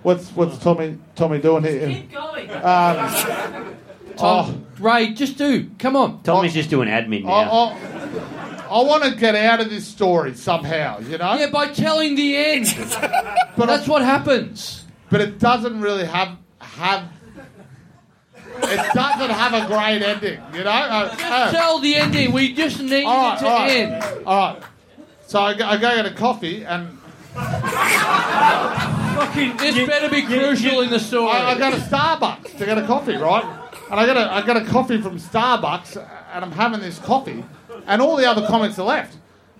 [SPEAKER 4] what's what's Tommy Tommy doing here?
[SPEAKER 1] Keep going.
[SPEAKER 4] Oh.
[SPEAKER 3] Ray, just do. Come on.
[SPEAKER 6] Tommy's just doing admin
[SPEAKER 4] I,
[SPEAKER 6] now.
[SPEAKER 4] I, I want to get out of this story somehow, you know?
[SPEAKER 3] Yeah, by telling the end.
[SPEAKER 4] but,
[SPEAKER 3] That's
[SPEAKER 4] I,
[SPEAKER 3] what happens.
[SPEAKER 4] but it doesn't really have. have it doesn't have a great ending, you know? Uh, uh,
[SPEAKER 3] Tell the ending. We just need
[SPEAKER 4] all right,
[SPEAKER 3] it to
[SPEAKER 4] all right,
[SPEAKER 3] end.
[SPEAKER 4] all right. So I go, I go get a coffee and
[SPEAKER 8] Fucking
[SPEAKER 3] This
[SPEAKER 8] you-
[SPEAKER 3] better be
[SPEAKER 8] you-
[SPEAKER 3] crucial
[SPEAKER 8] you-
[SPEAKER 3] in the story.
[SPEAKER 4] I, I go to Starbucks to get a coffee, right? And I get a, I get a coffee from Starbucks, and I'm having this coffee, and all the other comics are left.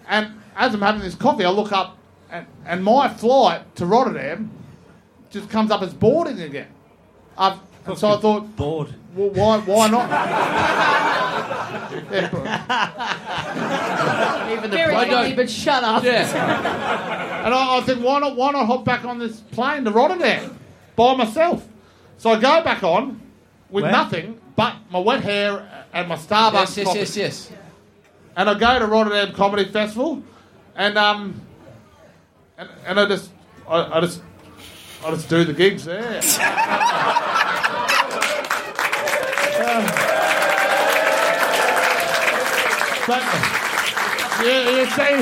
[SPEAKER 4] And as I'm having this coffee, I look up, and, and my flight to Rotterdam just comes up as boarding again. I've, and so I thought,
[SPEAKER 8] bored.
[SPEAKER 4] well, why, why not? Yeah, but-
[SPEAKER 11] Even the
[SPEAKER 1] Very
[SPEAKER 3] I don't-
[SPEAKER 1] funny, but shut up.
[SPEAKER 3] yeah.
[SPEAKER 4] And I, I think, why not, why not hop back on this plane to Rotterdam by myself? So I go back on with
[SPEAKER 8] Where?
[SPEAKER 4] nothing but my wet hair and my Starbucks
[SPEAKER 3] Yes, yes,
[SPEAKER 4] coffee.
[SPEAKER 3] yes, yes.
[SPEAKER 4] And I go to Rotterdam Comedy Festival and, um, and, and I just, I, I just, I just do the gigs there. But, yeah, you see,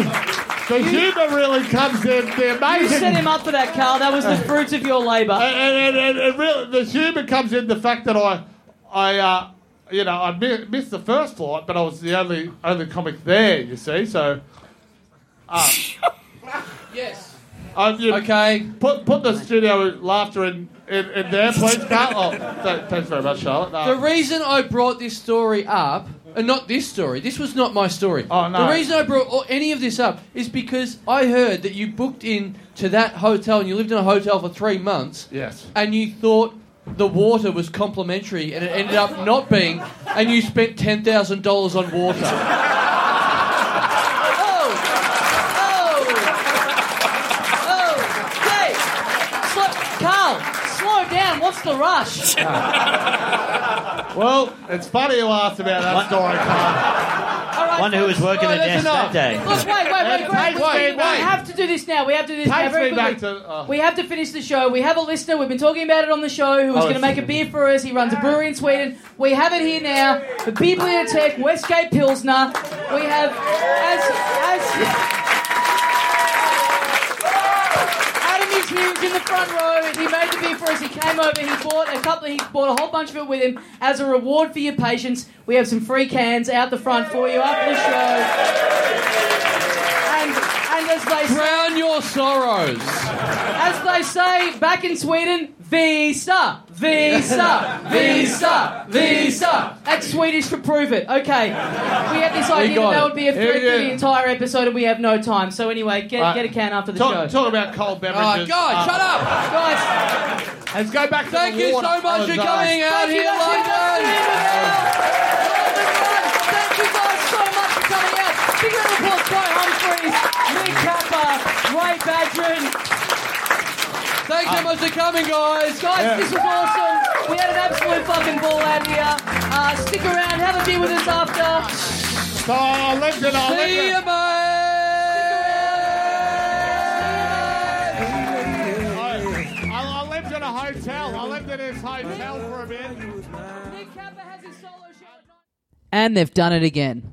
[SPEAKER 4] the humour really comes in. The
[SPEAKER 1] You
[SPEAKER 4] amazing
[SPEAKER 1] set him up for that, Carl. That was the fruit of your labour.
[SPEAKER 4] and, and, and, and really, the humour comes in the fact that I, I, uh, you know, I mi- missed the first flight, but I was the only only comic there. You see, so
[SPEAKER 3] Yes.
[SPEAKER 4] I, Um, you
[SPEAKER 3] Okay.
[SPEAKER 4] put put the studio laughter in, in, in there, please, Carl. Oh, th- thanks very much, Charlotte. Uh,
[SPEAKER 3] The
[SPEAKER 4] No.
[SPEAKER 3] reason I brought this story up, and not this story, this was not my story.
[SPEAKER 4] Oh, no.
[SPEAKER 3] The reason I brought all- any of this up is because I heard that you booked in to that hotel and you lived in a hotel for three months.
[SPEAKER 4] yes.
[SPEAKER 3] and you thought the water was complimentary and it ended up not being, and you spent $10,000 on water.
[SPEAKER 1] Oh! Oh! Hey! Slow, Carl, slow down. What's the rush?
[SPEAKER 4] Well, it's funny you asked about that story, Carl.
[SPEAKER 1] All right,
[SPEAKER 6] Wonder who
[SPEAKER 1] folks.
[SPEAKER 6] was working
[SPEAKER 3] No,
[SPEAKER 6] the
[SPEAKER 3] that's
[SPEAKER 6] desk
[SPEAKER 3] enough.
[SPEAKER 6] that day.
[SPEAKER 1] Look, wait, wait, wait,
[SPEAKER 4] It
[SPEAKER 1] wait,
[SPEAKER 4] takes
[SPEAKER 1] wait,
[SPEAKER 4] me
[SPEAKER 1] We
[SPEAKER 4] back.
[SPEAKER 1] have to do this now. We have to do this now.
[SPEAKER 4] Takes
[SPEAKER 1] Very
[SPEAKER 4] me back
[SPEAKER 1] quickly.
[SPEAKER 4] to- oh.
[SPEAKER 1] We have to finish the show. We have a listener. We've been talking about it on the show. Who was
[SPEAKER 4] Oh,
[SPEAKER 1] going to
[SPEAKER 4] it's-
[SPEAKER 1] make a beer for us? He runs a brewery in Sweden. We have it here now. The Bibliotech Westgate Pilsner. We have as as. Adam is here. He's in the
[SPEAKER 10] front row. He made the beer for us. He came over. He bought a couple. He bought a whole bunch of it with him as a reward for your patience. We have some free cans out the front for you after the show. And and as they say,
[SPEAKER 9] Drown your sorrows.
[SPEAKER 10] as they say back in Sweden, Visa, Visa, Visa, Visa. That's Swedish for prove it. Okay, we had this idea
[SPEAKER 9] got
[SPEAKER 10] that that
[SPEAKER 9] it.
[SPEAKER 10] would be a
[SPEAKER 4] Here we
[SPEAKER 10] thread through
[SPEAKER 4] go.
[SPEAKER 10] the entire episode, and we have no time. So anyway, get
[SPEAKER 4] Right.
[SPEAKER 10] get a can after the show.
[SPEAKER 4] Talk, talk about cold beverages. Uh,
[SPEAKER 9] Oh, God, shut up.
[SPEAKER 10] Guys,
[SPEAKER 4] Let's go back to
[SPEAKER 9] Thank
[SPEAKER 4] the
[SPEAKER 9] you
[SPEAKER 4] water. Oh,
[SPEAKER 9] so much for
[SPEAKER 4] Ozone.
[SPEAKER 9] coming out
[SPEAKER 10] Thank you,
[SPEAKER 9] here,
[SPEAKER 10] that's it, that's
[SPEAKER 9] London.
[SPEAKER 10] it, everyone. Thank you guys so much for coming out. Big round of applause, Guy Humphries, Nick Kappa, Ray Badron.
[SPEAKER 9] Thanks
[SPEAKER 4] Uh,
[SPEAKER 9] so much for coming, guys.
[SPEAKER 10] Guys, this was awesome. We had an absolute fucking ball out here. Uh, stick around, have a beer with us after.
[SPEAKER 4] Oh, I lived it, I lived
[SPEAKER 9] See
[SPEAKER 4] it.
[SPEAKER 9] you, mate.
[SPEAKER 4] I, I, I lived in a hotel. I lived in this hotel for a bit.
[SPEAKER 10] Nick Kappa has his solo show. at nine-
[SPEAKER 1] And they've done it again.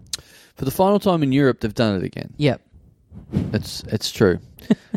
[SPEAKER 3] For the final time in Europe, they've done it again.
[SPEAKER 1] Yep.
[SPEAKER 3] It's it's true.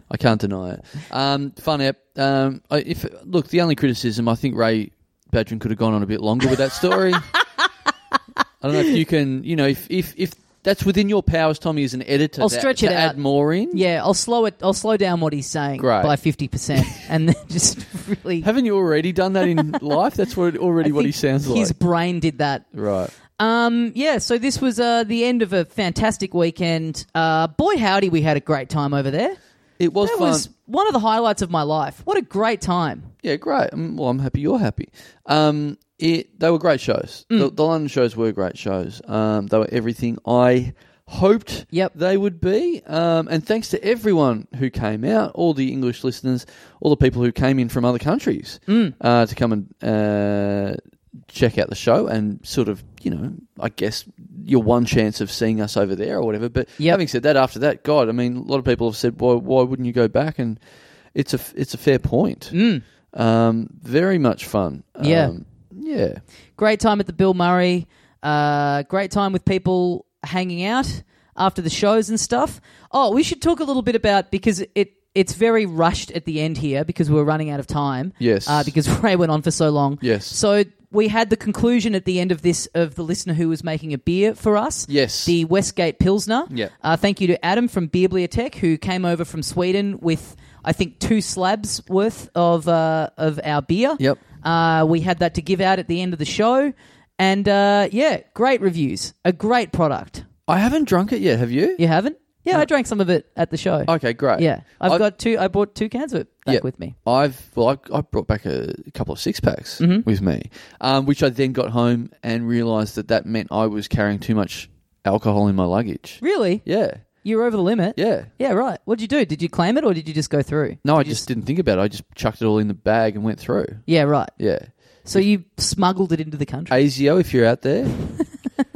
[SPEAKER 3] I can't deny it. Um, fun ep. Um, I, if look, the only criticism I think Ray Badron could have gone on a bit longer with that story. I don't know if you can. You know, if if, if that's within your powers, Tommy, as an editor,
[SPEAKER 1] I'll
[SPEAKER 3] to-
[SPEAKER 1] stretch
[SPEAKER 3] to
[SPEAKER 1] it out.
[SPEAKER 3] Add more in.
[SPEAKER 1] Yeah, I'll slow it. I'll slow down what he's saying
[SPEAKER 3] Great.
[SPEAKER 1] by fifty percent, and then just really.
[SPEAKER 3] Haven't you already done that in life? That's what already
[SPEAKER 1] I
[SPEAKER 3] what he
[SPEAKER 1] think
[SPEAKER 3] sounds like.
[SPEAKER 1] His brain did that.
[SPEAKER 3] Right.
[SPEAKER 1] Um, yeah, so this was uh, the end of a fantastic weekend. Uh, boy, howdy, we had a great time over there.
[SPEAKER 3] It was
[SPEAKER 1] That
[SPEAKER 3] fun.
[SPEAKER 1] was one of the highlights of my life. What a great time!
[SPEAKER 3] Yeah, great. Um, Well, I'm happy you're happy. Um, it they were great shows.
[SPEAKER 1] Mm.
[SPEAKER 3] The, the London shows were great shows. Um, they were everything I hoped
[SPEAKER 1] Yep.
[SPEAKER 3] they would be. Um, and thanks to everyone who came out, all the English listeners, all the people who came in from other countries
[SPEAKER 1] Mm.
[SPEAKER 3] uh, to come and uh, check out the show and sort of, you know, I guess your one chance of seeing us over there or whatever. But
[SPEAKER 1] Yep.
[SPEAKER 3] having said that, after that, God, I mean, a lot of people have said, "Why, why wouldn't you go back?" And it's a f- it's a fair point. Um, very much fun. Um,
[SPEAKER 1] Mm. Yeah.
[SPEAKER 3] yeah.
[SPEAKER 1] Great time at the Bill Murray. Uh, great time with people hanging out after the shows and stuff. Oh, we should talk a little bit about because it it's very rushed at the end here because we're running out of time.
[SPEAKER 3] Yes.
[SPEAKER 1] uh, because Ray went on for so long.
[SPEAKER 3] Yes.
[SPEAKER 1] so. We had the conclusion at the end of this of the listener who was making a beer for us.
[SPEAKER 3] Yes.
[SPEAKER 1] The Westgate Pilsner.
[SPEAKER 3] Yeah.
[SPEAKER 1] Uh, thank you to Adam from Bibliotech who came over from Sweden with I think two slabs worth of uh, of our beer.
[SPEAKER 3] Yep.
[SPEAKER 1] Uh, we had that to give out at the end of the show, and uh, yeah, great reviews. A great product.
[SPEAKER 3] I haven't drunk it yet. Have you?
[SPEAKER 1] You haven't? Yeah, I drank some of it at the show.
[SPEAKER 3] Okay, great.
[SPEAKER 1] Yeah, I've,
[SPEAKER 3] I've-
[SPEAKER 1] got two. I bought two cans of it back
[SPEAKER 3] Yeah.
[SPEAKER 1] with me.
[SPEAKER 3] I've well, I, I brought back a, couple of six packs
[SPEAKER 1] Mm-hmm.
[SPEAKER 3] with me, um, which I then got home and realised that that meant I was carrying too much alcohol in my luggage.
[SPEAKER 1] Really?
[SPEAKER 3] Yeah,
[SPEAKER 1] You were over the limit.
[SPEAKER 3] yeah.
[SPEAKER 1] Yeah. Right. What'd you do? Did you claim it or did you just go through?
[SPEAKER 3] No, I just didn't think about it. I just chucked it all in the bag and went through.
[SPEAKER 1] Yeah. Right.
[SPEAKER 3] Yeah,
[SPEAKER 1] So you smuggled it into the country.
[SPEAKER 3] ASIO, if you're out there,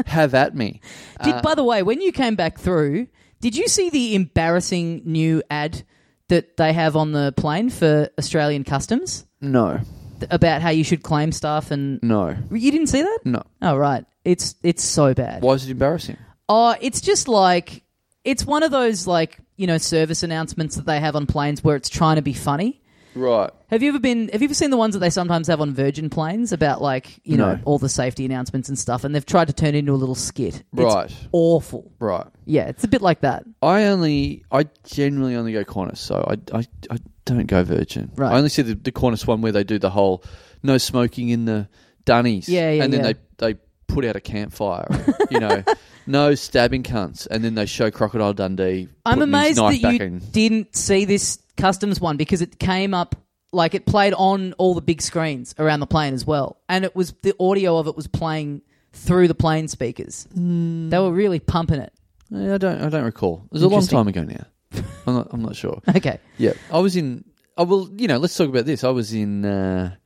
[SPEAKER 3] have at me.
[SPEAKER 1] Did by the way, when you came back through, did you see the embarrassing new ad that they have on the plane for Australian Customs
[SPEAKER 3] No,
[SPEAKER 1] Th- about how you should claim stuff and
[SPEAKER 3] no,
[SPEAKER 1] you didn't see that?
[SPEAKER 3] no.
[SPEAKER 1] Oh right, it's it's so bad.
[SPEAKER 3] Why is it embarrassing?
[SPEAKER 1] Oh, it's just like it's one of those like you know service announcements that they have on planes where it's trying to be funny.
[SPEAKER 3] Right.
[SPEAKER 1] Have you ever been? Have you ever seen the ones that they sometimes have on Virgin planes about like you know
[SPEAKER 3] No.
[SPEAKER 1] all the safety announcements and stuff, and they've tried to turn it into a little skit.
[SPEAKER 3] Right.
[SPEAKER 1] it's awful.
[SPEAKER 3] Right.
[SPEAKER 1] Yeah, it's a bit like that.
[SPEAKER 3] I only, I generally only go Qantas, so I, I, I don't go Virgin.
[SPEAKER 1] Right.
[SPEAKER 3] I only see the, the Qantas one where they do the whole no smoking in the dunnies.
[SPEAKER 1] Yeah, yeah,
[SPEAKER 3] And then
[SPEAKER 1] yeah.
[SPEAKER 3] they they put out a campfire, you know, no stabbing cunts, and then they show Crocodile Dundee.
[SPEAKER 1] I'm
[SPEAKER 3] putting
[SPEAKER 1] amazed
[SPEAKER 3] his knife
[SPEAKER 1] that you
[SPEAKER 3] back in.
[SPEAKER 1] didn't see this customs one because it came up like it played on all the big screens around the plane as well, and it was the audio of it was playing through the plane speakers. They were really pumping it.
[SPEAKER 3] Eh, I don't, I don't recall. It was a long
[SPEAKER 1] Interesting.
[SPEAKER 3] time ago now. I'm not, I'm not sure.
[SPEAKER 1] Okay,
[SPEAKER 3] oh, Yeah, I was in. I will. You know, let's talk about this. I was in. Uh, I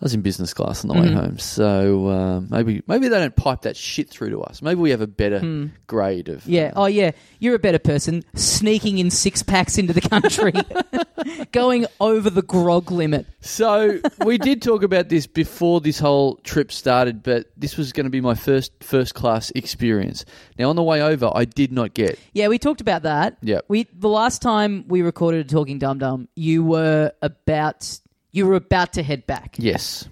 [SPEAKER 3] was in business class on the way home, so uh, maybe maybe they don't pipe that shit through to us. Maybe we have a better grade of
[SPEAKER 1] Yeah. Oh, yeah. You're a better person. Sneaking in six packs into the country, going over the grog limit.
[SPEAKER 3] So we did talk about this before this whole trip started, but this was going to be my first first class experience. Now on the way over, I did not get.
[SPEAKER 1] Yeah, we talked about that.
[SPEAKER 3] Yep.
[SPEAKER 1] We the last time we recorded a talking dum dum, you were about you were about to head back,
[SPEAKER 3] Yes,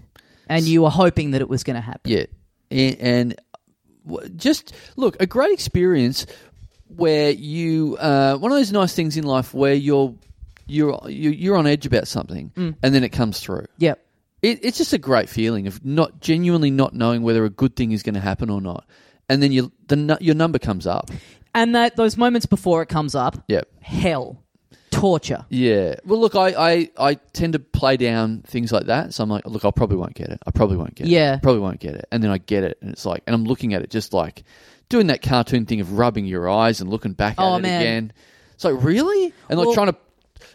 [SPEAKER 1] and you were hoping that it was going to happen.
[SPEAKER 3] yeah, and, and w- just look a great experience where you uh, one of those nice things in life where you're you're you- you're on edge about something, and then it comes through.
[SPEAKER 1] Yep.
[SPEAKER 3] It, it's just a great feeling of not genuinely not knowing whether a good thing is going to happen or not, and then you, the nu- your number comes up.
[SPEAKER 1] And that those moments before it comes up,
[SPEAKER 3] Yep.
[SPEAKER 1] hell, torture.
[SPEAKER 3] Yeah. Well, look, I, I, I tend to play down things like that. So I'm like, look, I probably won't get it. I probably won't get it.
[SPEAKER 1] Yeah.
[SPEAKER 3] Probably won't get it. And then I get it. And it's like, and I'm looking at it just like doing that cartoon thing of rubbing your eyes and looking back at
[SPEAKER 1] Oh,
[SPEAKER 3] it
[SPEAKER 1] man.
[SPEAKER 3] again. It's like, really? And like
[SPEAKER 1] Well-
[SPEAKER 3] trying to.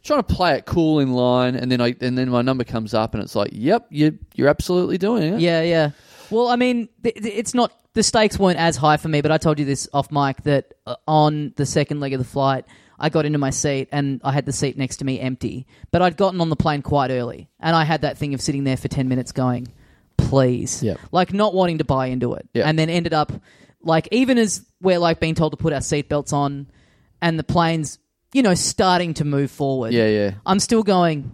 [SPEAKER 3] Trying to play it cool in line, and then I and then my number comes up, and it's like, "Yep, you you're absolutely doing it."
[SPEAKER 1] Yeah, yeah. Well, I mean, th- th- it's not the stakes weren't as high for me, but I told you this off mic that uh, on the second leg of the flight, I got into my seat and I had the seat next to me empty. But I'd gotten on the plane quite early, and I had that thing of sitting there for ten minutes going, "Please,"
[SPEAKER 3] Yep.
[SPEAKER 1] like not wanting to buy into it,
[SPEAKER 3] Yeah.
[SPEAKER 1] and then ended up like even as we're like being told to put our seatbelts on, and the plane's you know starting to move forward.
[SPEAKER 3] yeah, yeah.
[SPEAKER 1] I'm still going,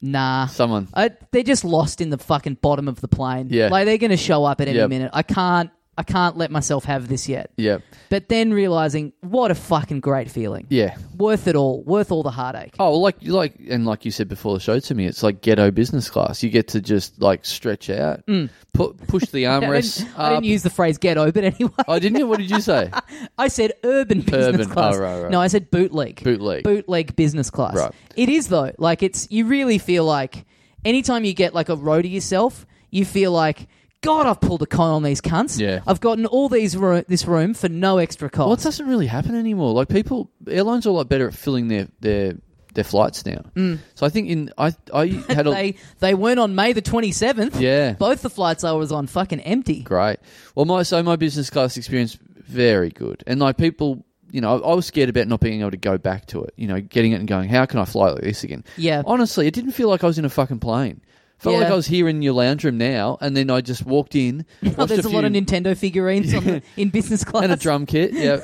[SPEAKER 1] nah.
[SPEAKER 3] Someone,
[SPEAKER 1] I, they're just lost in the fucking bottom of the plane.
[SPEAKER 3] Yeah.
[SPEAKER 1] like they're going to show up at any
[SPEAKER 3] Yep.
[SPEAKER 1] minute. I can't, I can't let myself have this yet.
[SPEAKER 3] yeah,
[SPEAKER 1] But then realizing what a fucking great feeling.
[SPEAKER 3] yeah.
[SPEAKER 1] worth it all. Worth all the heartache.
[SPEAKER 3] Oh, well, like like and like you said before the show to me, it's like ghetto business class. You get to just like stretch out, pu- push the
[SPEAKER 1] Mm. I,
[SPEAKER 3] armrests
[SPEAKER 1] didn't, I
[SPEAKER 3] up.
[SPEAKER 1] didn't use the phrase ghetto, but anyway,
[SPEAKER 3] oh, didn't you? What did you say?
[SPEAKER 1] I said urban business
[SPEAKER 3] Urban. Oh,
[SPEAKER 1] class.
[SPEAKER 3] right, right.
[SPEAKER 1] No, I said bootleg.
[SPEAKER 3] Bootleg.
[SPEAKER 1] Bootleg business class.
[SPEAKER 3] Right.
[SPEAKER 1] It is though. Like it's you really feel like anytime you get like a row to yourself, you feel like. God, I've pulled a con on these cunts.
[SPEAKER 3] Yeah.
[SPEAKER 1] I've gotten all these ro- this room for no extra cost.
[SPEAKER 3] Well, it doesn't really happen anymore. Like people, airlines are a lot better at filling their their their flights now. Mm. So I think in I I had a
[SPEAKER 1] they they weren't on May the twenty seventh.
[SPEAKER 3] Yeah.
[SPEAKER 1] both the flights I was on fucking empty.
[SPEAKER 3] great. Well, my so my business class experience very good, and like people. You know, I I was scared about not being able to go back to it. You know, getting it and going, how can I fly like this again?
[SPEAKER 1] Yeah.
[SPEAKER 3] Honestly, it didn't feel like I was in a fucking plane. Felt
[SPEAKER 1] Yeah.
[SPEAKER 3] like I was here in your lounge room now, and then I just walked in.
[SPEAKER 1] Oh,
[SPEAKER 3] watched
[SPEAKER 1] there's a, lot
[SPEAKER 3] few-
[SPEAKER 1] of Nintendo figurines on the, in business class.
[SPEAKER 3] and a drum kit. Yeah,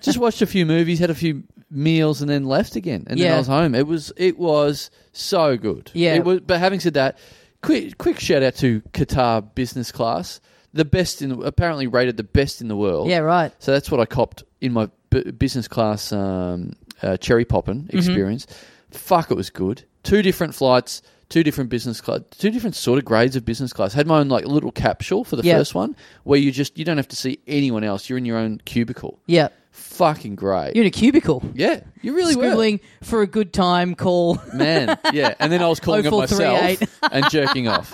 [SPEAKER 3] just watched a few movies, had a few meals, and then left again. And then I
[SPEAKER 1] Yeah.
[SPEAKER 3] was home. It was it was so good.
[SPEAKER 1] Yeah.
[SPEAKER 3] It was, but having said that, quick quick shout out to Qatar business class, the best in the, apparently rated the best in the world.
[SPEAKER 1] Yeah, right.
[SPEAKER 3] So that's what I copped in my b- business class um, uh, cherry poppin'
[SPEAKER 1] Mm-hmm.
[SPEAKER 3] experience. Fuck, it was good. Two different flights, two different business class, two different sort of grades of business class. Had my own like little capsule for the
[SPEAKER 1] Yeah.
[SPEAKER 3] first one, where you just you don't have to see anyone else. You're in your own cubicle.
[SPEAKER 1] Yeah,
[SPEAKER 3] Fucking great.
[SPEAKER 1] you're in a cubicle.
[SPEAKER 3] yeah, you really were.
[SPEAKER 1] scribbling for a good time call.
[SPEAKER 3] Man, yeah. And then I was calling it myself
[SPEAKER 1] 0438.
[SPEAKER 3] and jerking off.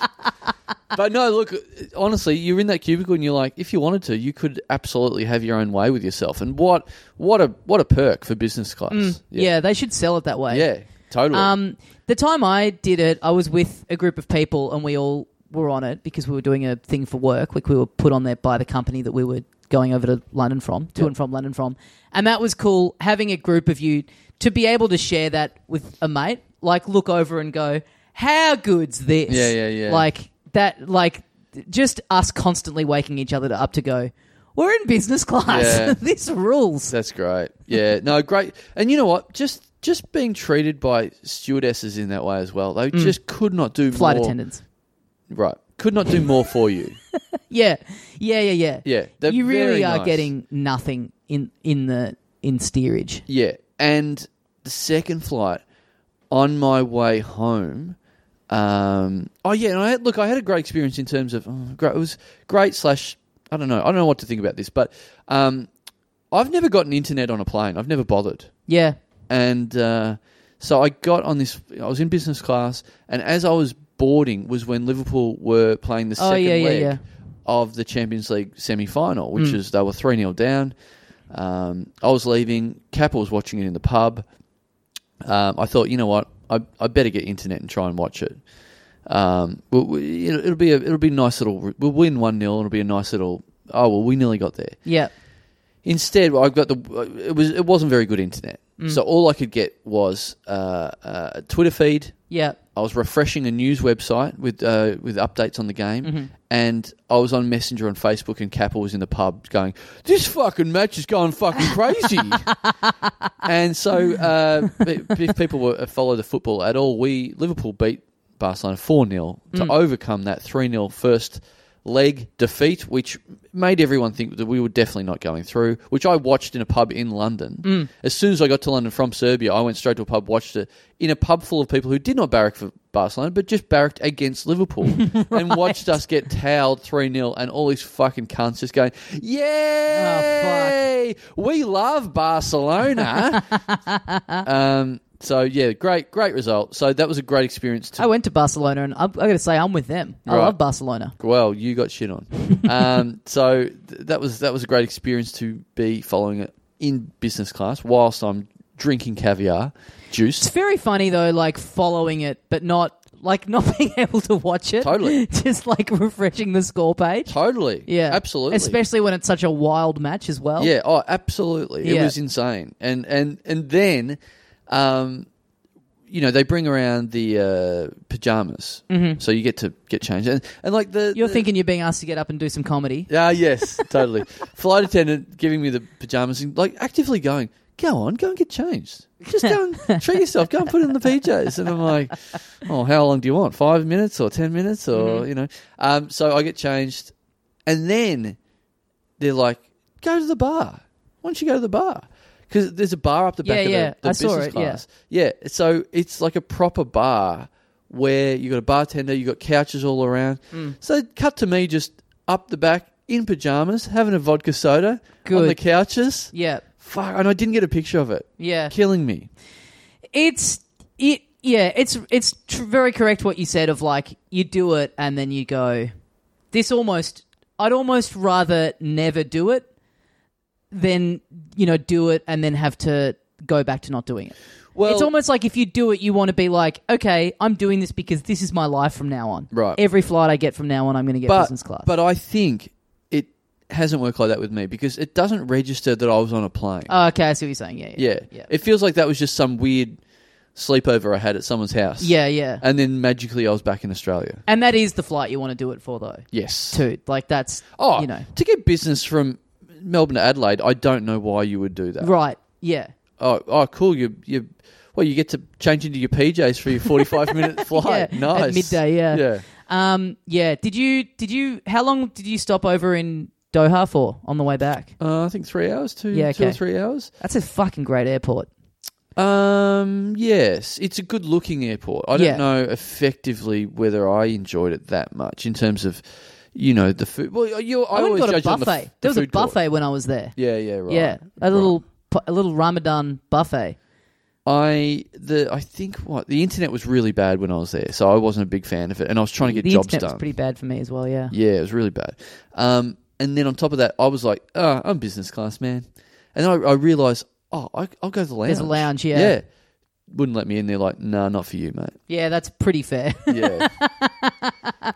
[SPEAKER 3] But no, look, honestly, you're in that cubicle and you're like, if you wanted to, you could absolutely have your own way with yourself. And what what a what a perk for business class.
[SPEAKER 1] Mm, yeah. they should sell it that way.
[SPEAKER 3] Yeah, totally.
[SPEAKER 1] Um, the time I did it, I was with a group of people, and we all were on it because we were doing a thing for work. Like we were put on there by the company that we were going over to London from, to and from London from, and that was cool. Having a group of you to be able to share that with a mate, like look over and go, "How good's this?"
[SPEAKER 3] Yeah, yeah, yeah.
[SPEAKER 1] Like that, like just us constantly waking each other up to go. We're in business class.
[SPEAKER 3] Yeah.
[SPEAKER 1] this rules.
[SPEAKER 3] That's great. Yeah, no, great. And you know what? Just just being treated by stewardesses in that way as well. They just could not do
[SPEAKER 1] Mm. Flight
[SPEAKER 3] more.
[SPEAKER 1] attendants.
[SPEAKER 3] Right. Could not do more for you.
[SPEAKER 1] Yeah, yeah, yeah, yeah.
[SPEAKER 3] Yeah, they're
[SPEAKER 1] you really
[SPEAKER 3] very
[SPEAKER 1] are
[SPEAKER 3] nice.
[SPEAKER 1] getting nothing in in the in steerage.
[SPEAKER 3] Yeah. And the second flight on my way home. Um, oh yeah, and I had, look, I had a great experience in terms of oh, great, it was great slash I don't know, I don't know what to think about this, but um, I've never gotten internet on a plane. I've never bothered.
[SPEAKER 1] Yeah,
[SPEAKER 3] and uh, so I got on this. I was in business class, and as I was boarding, was when Liverpool were playing the
[SPEAKER 1] Oh,
[SPEAKER 3] second
[SPEAKER 1] yeah, yeah,
[SPEAKER 3] leg
[SPEAKER 1] yeah. Hmm.
[SPEAKER 3] of the Champions League semi final, which is they were three 0 down. Um, I was leaving. Kappa was watching it in the pub. Um, I thought, you know what, I I better get internet and try and watch it. Um, we, we, it'll, it'll be a, it'll be a nice little. We'll win one 0 and it'll be a nice little. Oh well, we nearly got there.
[SPEAKER 1] Yeah.
[SPEAKER 3] Instead, I got the. It was it wasn't very good internet, so all I could get was uh, uh, a Twitter feed.
[SPEAKER 1] Yeah.
[SPEAKER 3] I was refreshing a news website with uh, with updates on the game, and I was on Messenger on Facebook, and Capel was in the pub going, "This fucking match is going fucking crazy." and so, uh, if if people were, follow the football at all, we Liverpool beat Barcelona four 0 to overcome that three 0 first leg defeat, which made everyone think that we were definitely not going through. Which I watched in a pub in London. As soon as I got to London from Serbia, I went straight to a pub, watched it in a pub full of people who did not barrack for Barcelona, but just barracked against Liverpool and watched us get towed three 0 and all these fucking cunts just going, "Yay, we love Barcelona." um, so yeah, great, great result. So that was a great experience. To
[SPEAKER 1] I went to Barcelona, and I'm, I got to say, I'm with them. I
[SPEAKER 3] Right.
[SPEAKER 1] love Barcelona.
[SPEAKER 3] well, you got shit on. um, so th- that was that was a great experience to be following it in business class whilst I'm drinking caviar
[SPEAKER 1] It's
[SPEAKER 3] juice.
[SPEAKER 1] very funny though, like following it, but not like not being able to watch it.
[SPEAKER 3] Totally.
[SPEAKER 1] Just like refreshing the score page.
[SPEAKER 3] Totally.
[SPEAKER 1] Yeah,
[SPEAKER 3] Absolutely.
[SPEAKER 1] Especially when it's such a wild match as well.
[SPEAKER 3] Yeah. Oh, absolutely. It
[SPEAKER 1] Yeah.
[SPEAKER 3] was insane. And and and then, um, you know, they bring around the uh, pajamas, mm-hmm. so you get to get changed. And, and like the
[SPEAKER 1] You're
[SPEAKER 3] the-
[SPEAKER 1] thinking you're being asked to get up and do some comedy.
[SPEAKER 3] Ah, yes, totally. Flight attendant giving me the pajamas and like actively going, go on, go and get changed. Just go and treat yourself. Go and put in the PJs. And I'm like, oh, how long do you want? Five minutes or ten minutes or
[SPEAKER 1] Mm-hmm.
[SPEAKER 3] you know? Um, so I get changed, and then they're like, go to the bar. Why don't you go to the bar? Because there's a bar up the back
[SPEAKER 1] Yeah,
[SPEAKER 3] of the,
[SPEAKER 1] yeah,
[SPEAKER 3] the
[SPEAKER 1] I
[SPEAKER 3] business
[SPEAKER 1] saw it, yeah.
[SPEAKER 3] class. Yeah, so it's like a proper bar where you got a bartender, you got couches all around.
[SPEAKER 1] Hmm.
[SPEAKER 3] So cut to me just up the back in pajamas, having a vodka soda on
[SPEAKER 1] Good.
[SPEAKER 3] the couches.
[SPEAKER 1] Yeah.
[SPEAKER 3] Fuck, and I didn't get a picture of it.
[SPEAKER 1] Yeah.
[SPEAKER 3] Killing me.
[SPEAKER 1] It's it. Yeah, it's it's tr- very correct what you said of like you do it and then you go. This almost, I'd almost rather never do it than you know do it and then have to go back to not doing it.
[SPEAKER 3] Well,
[SPEAKER 1] it's almost like if you do it, you want to be like, okay, I'm doing this because this is my life from now on.
[SPEAKER 3] Right.
[SPEAKER 1] Every flight I get from now on, I'm going to get
[SPEAKER 3] but,
[SPEAKER 1] business class.
[SPEAKER 3] But I think it hasn't worked like that with me because it doesn't register that I was on a plane.
[SPEAKER 1] oh, okay, I see what you're saying. Yeah,
[SPEAKER 3] yeah.
[SPEAKER 1] yeah, yeah,
[SPEAKER 3] It feels like that was just some weird sleepover I had at someone's house.
[SPEAKER 1] yeah, yeah.
[SPEAKER 3] And then magically I was back in Australia.
[SPEAKER 1] And that is the flight you want to do it for, though.
[SPEAKER 3] Yes.
[SPEAKER 1] Too like that's
[SPEAKER 3] Oh,
[SPEAKER 1] you know
[SPEAKER 3] to get business from Melbourne to Adelaide, I don't know why you would do that.
[SPEAKER 1] right, yeah.
[SPEAKER 3] Oh, oh, cool. You, you, well, you get to change into your PJs for your forty-five minute flight.
[SPEAKER 1] Yeah, at
[SPEAKER 3] nice
[SPEAKER 1] midday, yeah.
[SPEAKER 3] yeah.
[SPEAKER 1] Um, yeah. Did you? Did you? How long did you stop over in Doha for on the way back?
[SPEAKER 3] Uh, I think three hours, two,
[SPEAKER 1] Yeah,
[SPEAKER 3] two or
[SPEAKER 1] okay.
[SPEAKER 3] three hours.
[SPEAKER 1] That's a fucking great airport.
[SPEAKER 3] Um, yes, it's a good-looking airport. I don't
[SPEAKER 1] Yeah.
[SPEAKER 3] know effectively whether I enjoyed it that much in terms of, you know, the food. Well, you, I,
[SPEAKER 1] I, went and
[SPEAKER 3] always
[SPEAKER 1] got a
[SPEAKER 3] judge on the
[SPEAKER 1] buffet.
[SPEAKER 3] f- the
[SPEAKER 1] there was a
[SPEAKER 3] food court.
[SPEAKER 1] buffet when I was there.
[SPEAKER 3] Yeah, yeah, right.
[SPEAKER 1] yeah, a
[SPEAKER 3] right.
[SPEAKER 1] little a little Ramadan buffet.
[SPEAKER 3] I the I think what the internet was really bad when I was there, so I wasn't a big fan of it, and I was trying to get
[SPEAKER 1] the
[SPEAKER 3] jobs
[SPEAKER 1] internet
[SPEAKER 3] done.
[SPEAKER 1] was pretty bad for me as well. Yeah.
[SPEAKER 3] Yeah, it was really bad. Um, and then on top of that, I was like, oh, I'm business class, man. And then I, I realized, oh, I, I'll go to the lounge.
[SPEAKER 1] There's a lounge, yeah.
[SPEAKER 3] Yeah. Wouldn't let me in. They're like, nah, not for you, mate.
[SPEAKER 1] Yeah, that's pretty fair.
[SPEAKER 3] Yeah.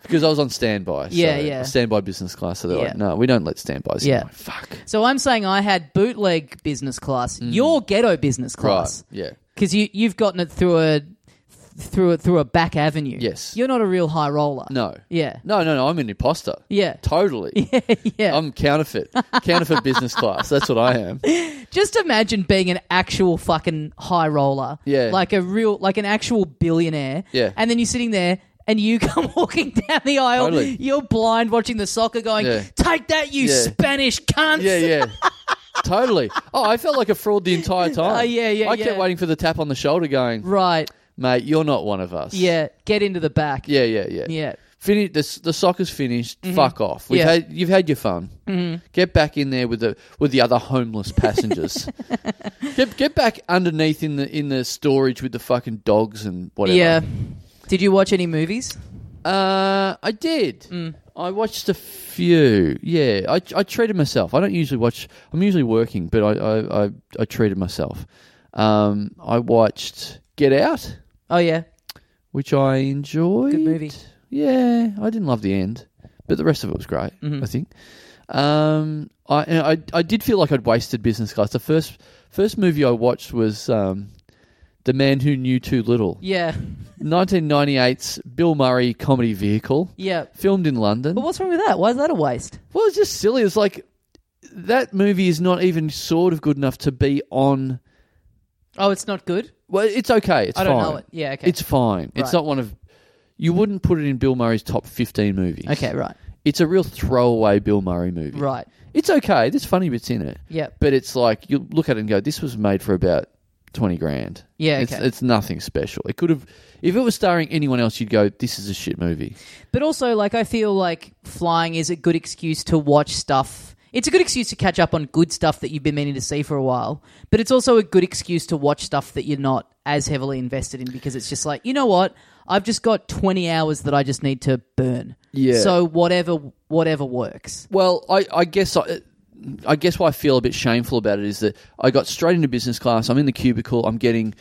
[SPEAKER 3] because I was on standby. so
[SPEAKER 1] Yeah, yeah.
[SPEAKER 3] Standby business class. So they're like,
[SPEAKER 1] Yeah.
[SPEAKER 3] no, we don't let standbys in.
[SPEAKER 1] Yeah.
[SPEAKER 3] I'm like, Fuck.
[SPEAKER 1] so I'm saying I had bootleg business class, your ghetto business class,
[SPEAKER 3] Mm. Right. Yeah.
[SPEAKER 1] because you you've gotten it through a through a, through a back avenue.
[SPEAKER 3] Yes.
[SPEAKER 1] You're not a real high roller.
[SPEAKER 3] No.
[SPEAKER 1] Yeah.
[SPEAKER 3] No, no, no. I'm an imposter.
[SPEAKER 1] Yeah.
[SPEAKER 3] Totally.
[SPEAKER 1] yeah.
[SPEAKER 3] I'm counterfeit. counterfeit business class. That's what I am.
[SPEAKER 1] Just imagine being an actual fucking high roller.
[SPEAKER 3] Yeah.
[SPEAKER 1] Like a real, like an actual billionaire.
[SPEAKER 3] Yeah.
[SPEAKER 1] And then you're sitting there and you come walking down the aisle.
[SPEAKER 3] Totally.
[SPEAKER 1] You're blind watching the soccer going,
[SPEAKER 3] Yeah.
[SPEAKER 1] take that, you
[SPEAKER 3] Yeah.
[SPEAKER 1] Spanish cunt.
[SPEAKER 3] Yeah, yeah. totally. Oh, I felt like a fraud the entire time.
[SPEAKER 1] Oh, yeah, yeah,
[SPEAKER 3] I kept
[SPEAKER 1] yeah.
[SPEAKER 3] waiting for the tap on the shoulder going,
[SPEAKER 1] Right.
[SPEAKER 3] mate, you're not one of us.
[SPEAKER 1] Yeah. Get into the back.
[SPEAKER 3] Yeah, yeah, yeah.
[SPEAKER 1] Yeah. Mm-hmm.
[SPEAKER 3] Fini- the, s- the soccer's finished. Fuck off. We've
[SPEAKER 1] Yeah.
[SPEAKER 3] had, you've had your fun. Mm-hmm. Get back in there with the with the other homeless passengers. get get back underneath in the in the storage with the fucking dogs and whatever.
[SPEAKER 1] Yeah. Did you watch any movies?
[SPEAKER 3] Uh, I did.
[SPEAKER 1] Mm.
[SPEAKER 3] I watched a few. Yeah, I, I treated myself. I don't usually watch. I'm usually working, but I I, I, I treated myself. Um, I watched Get Out,
[SPEAKER 1] Oh, yeah.
[SPEAKER 3] which I enjoyed.
[SPEAKER 1] Good movie.
[SPEAKER 3] Yeah, I didn't love the end, but the rest of it was great.
[SPEAKER 1] Mm-hmm.
[SPEAKER 3] I think. Um, I, and I I did feel like I'd wasted business class. The first first movie I watched was um, The Man Who Knew Too Little,
[SPEAKER 1] Yeah.
[SPEAKER 3] 1998's Bill Murray comedy vehicle,
[SPEAKER 1] Yeah.
[SPEAKER 3] filmed in London.
[SPEAKER 1] But what's wrong with that? Why is that a waste?
[SPEAKER 3] Well, it's just silly. It's like that movie is not even sort of good enough to be on.
[SPEAKER 1] Oh, it's not good.
[SPEAKER 3] Well, it's okay. It's
[SPEAKER 1] I don't
[SPEAKER 3] fine.
[SPEAKER 1] know it. Yeah, okay.
[SPEAKER 3] It's fine. It's
[SPEAKER 1] Right.
[SPEAKER 3] not one of. You wouldn't put it in Bill Murray's top fifteen movies.
[SPEAKER 1] Okay, right.
[SPEAKER 3] It's a real throwaway Bill Murray movie.
[SPEAKER 1] Right.
[SPEAKER 3] It's okay. There's funny bits in it.
[SPEAKER 1] Yep.
[SPEAKER 3] But it's like you look at it and go, "This was made for about twenty grand."
[SPEAKER 1] Yeah,
[SPEAKER 3] It's,
[SPEAKER 1] okay.
[SPEAKER 3] it's nothing special. It could have, if it was starring anyone else, you'd go, "This is a shit movie."
[SPEAKER 1] But also, like, I feel like flying is a good excuse to watch stuff. It's a good excuse to catch up on good stuff that you've been meaning to see for a while. But it's also a good excuse to watch stuff that you're not as heavily invested in because it's just like, you know what? I've just got 20 hours that I just need to burn.
[SPEAKER 3] Yeah.
[SPEAKER 1] So whatever whatever works.
[SPEAKER 3] Well, I, I guess I, I guess why I feel a bit shameful about it is that I got straight into business class. I'm in the cubicle. I'm getting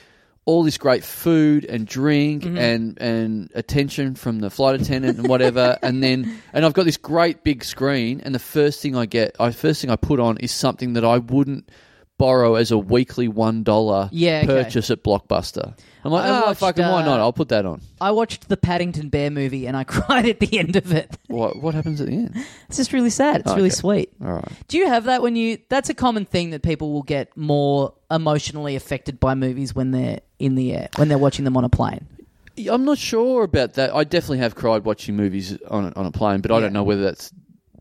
[SPEAKER 3] all this great food and drink
[SPEAKER 1] Mm-hmm.
[SPEAKER 3] and and attention from the flight attendant and whatever. and then and I've got this great big screen. And the first thing I get, I first thing I put on is something that I wouldn't borrow as a weekly one dollar
[SPEAKER 1] Yeah, okay.
[SPEAKER 3] purchase at Blockbuster. I'm like,
[SPEAKER 1] I
[SPEAKER 3] oh
[SPEAKER 1] watched,
[SPEAKER 3] fucking why
[SPEAKER 1] uh,
[SPEAKER 3] not? I'll put that on.
[SPEAKER 1] I watched the Paddington Bear movie and I cried at the end of it.
[SPEAKER 3] What what happens at the end?
[SPEAKER 1] It's just really sad. It's really
[SPEAKER 3] Oh, Okay.
[SPEAKER 1] sweet.
[SPEAKER 3] All right.
[SPEAKER 1] Do you have that when you? That's a common thing that people will get more emotionally affected by movies when they're in the air, when they're watching them on a plane.
[SPEAKER 3] Yeah, I'm not sure about that. I definitely have cried watching movies on a, on a plane, but I don't know whether that's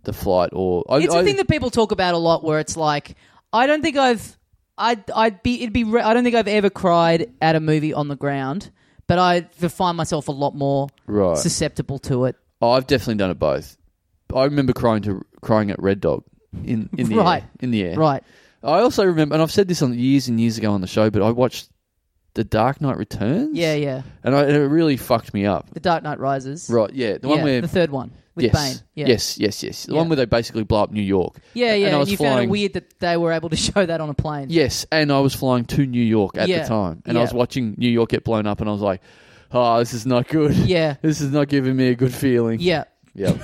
[SPEAKER 3] the flight or I,
[SPEAKER 1] It's a
[SPEAKER 3] I-
[SPEAKER 1] thing that people talk about a lot, where it's like, I don't think I've, I'd, I'd be, it'd be, re- I don't think I've ever cried at a movie on the ground, but I find myself a lot more
[SPEAKER 3] Right.
[SPEAKER 1] susceptible to it.
[SPEAKER 3] Oh, I've definitely done it both. I remember crying to crying at Red Dog in in the
[SPEAKER 1] Right.
[SPEAKER 3] air, in the air.
[SPEAKER 1] Right.
[SPEAKER 3] I also remember, and I've said this on years and years ago on the show, but I watched The Dark Knight Returns.
[SPEAKER 1] Yeah, yeah.
[SPEAKER 3] and I, it really fucked me up.
[SPEAKER 1] The Dark Knight Rises.
[SPEAKER 3] Right, yeah, the one
[SPEAKER 1] yeah,
[SPEAKER 3] where
[SPEAKER 1] the third one with
[SPEAKER 3] yes,
[SPEAKER 1] Bane. Yeah.
[SPEAKER 3] yes, yes, yes, the one
[SPEAKER 1] Yeah.
[SPEAKER 3] where they basically blow up New York.
[SPEAKER 1] Yeah, yeah.
[SPEAKER 3] And I
[SPEAKER 1] And
[SPEAKER 3] was
[SPEAKER 1] you found
[SPEAKER 3] flying.
[SPEAKER 1] it weird that they were able to show that on a plane.
[SPEAKER 3] Yes, and I was flying to New York at
[SPEAKER 1] Yeah.
[SPEAKER 3] the time, and
[SPEAKER 1] Yeah.
[SPEAKER 3] I was watching New York get blown up, and I was like, "Oh, this is not good.
[SPEAKER 1] Yeah.
[SPEAKER 3] this is not giving me a good feeling."
[SPEAKER 1] Yeah.
[SPEAKER 3] Yep.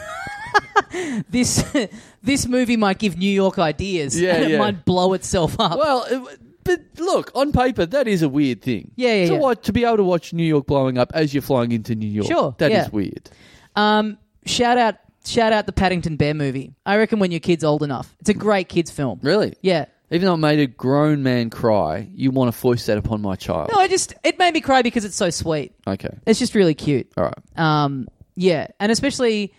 [SPEAKER 1] this this movie might give New York ideas.
[SPEAKER 3] Yeah,
[SPEAKER 1] and it
[SPEAKER 3] yeah.
[SPEAKER 1] might blow itself up.
[SPEAKER 3] well, it, but look, on paper, that is a weird thing.
[SPEAKER 1] Yeah, yeah,
[SPEAKER 3] So
[SPEAKER 1] yeah.
[SPEAKER 3] what to be able to watch New York blowing up as you're flying into New York?
[SPEAKER 1] Sure,
[SPEAKER 3] that is
[SPEAKER 1] yeah.
[SPEAKER 3] weird.
[SPEAKER 1] Um, shout out shout out the Paddington Bear movie. I reckon when your kid's old enough, it's a great kids film.
[SPEAKER 3] Really?
[SPEAKER 1] Yeah.
[SPEAKER 3] Even though it made a grown man cry, you want to foist that upon my child?
[SPEAKER 1] No, I just it made me cry because it's so sweet.
[SPEAKER 3] okay.
[SPEAKER 1] It's just really cute.
[SPEAKER 3] All right.
[SPEAKER 1] Um, yeah, and especially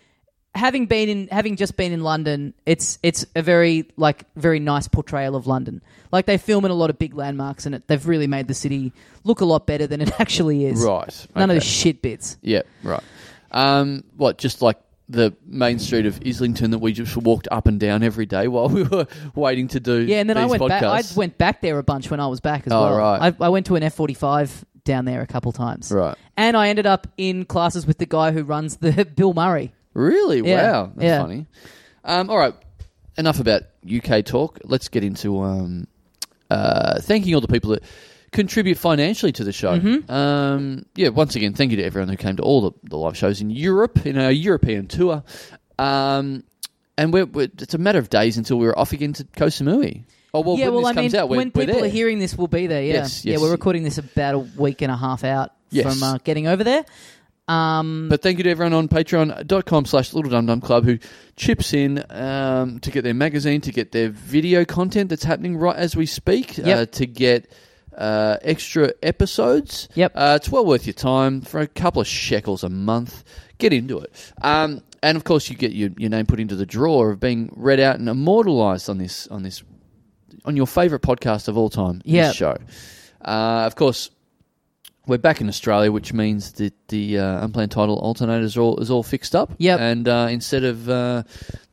[SPEAKER 1] having been in having just been in London, it's it's a very like very nice portrayal of London. Like they film in a lot of big landmarks, and it, they've really made the city look a lot better than it actually is.
[SPEAKER 3] Right.
[SPEAKER 1] None of
[SPEAKER 3] okay.
[SPEAKER 1] the shit bits.
[SPEAKER 3] Yeah, right. Um, what, just like the main street of Islington that we just walked up and down every day while we were waiting to do
[SPEAKER 1] Yeah, and then I
[SPEAKER 3] these
[SPEAKER 1] went back. I
[SPEAKER 3] podcasts?
[SPEAKER 1] went back there a bunch when I was back as
[SPEAKER 3] Oh,
[SPEAKER 1] well.
[SPEAKER 3] right.
[SPEAKER 1] I, I went to an F forty five down there a couple times.
[SPEAKER 3] Right.
[SPEAKER 1] And I ended up in classes with the guy who runs the Bill Murray.
[SPEAKER 3] Really?
[SPEAKER 1] Yeah,
[SPEAKER 3] Wow. That's
[SPEAKER 1] yeah.
[SPEAKER 3] funny. Um, all right. Enough about UK talk. Let's get into um, uh, thanking all the people that contribute financially to the show.
[SPEAKER 1] Mm-hmm.
[SPEAKER 3] Um, yeah, once again, thank you to everyone who came to all the, the live shows in Europe, in our European tour. Um, and we're, we're, it's a matter of days until we're off again to Koh Samui. Oh, well,
[SPEAKER 1] yeah,
[SPEAKER 3] when
[SPEAKER 1] well,
[SPEAKER 3] this
[SPEAKER 1] I
[SPEAKER 3] comes
[SPEAKER 1] mean,
[SPEAKER 3] out, we're,
[SPEAKER 1] when
[SPEAKER 3] we're
[SPEAKER 1] people
[SPEAKER 3] there.
[SPEAKER 1] are hearing this, we'll be there. Yeah,
[SPEAKER 3] Yes,
[SPEAKER 1] yeah,
[SPEAKER 3] yes.
[SPEAKER 1] we're recording this about a week and a half out
[SPEAKER 3] Yes.
[SPEAKER 1] from uh, getting over there. Um,
[SPEAKER 3] But thank you to everyone on patreon.com slash little dum dum club who chips in um, to get their magazine, to get their video content that's happening right as we speak, uh,
[SPEAKER 1] Yep.
[SPEAKER 3] to get uh, extra episodes.
[SPEAKER 1] Yep.
[SPEAKER 3] Uh, it's well worth your time for a couple of shekels a month. Get into it. Um, and of course, you get your, your name put into the drawer of being read out and immortalized on this on this on your favorite podcast of all time,
[SPEAKER 1] Yeah.
[SPEAKER 3] this show. Uh, of course, we're back in Australia, which means that the uh, unplanned title alternator is all is all fixed up.
[SPEAKER 1] Yep.
[SPEAKER 3] And uh, instead of uh,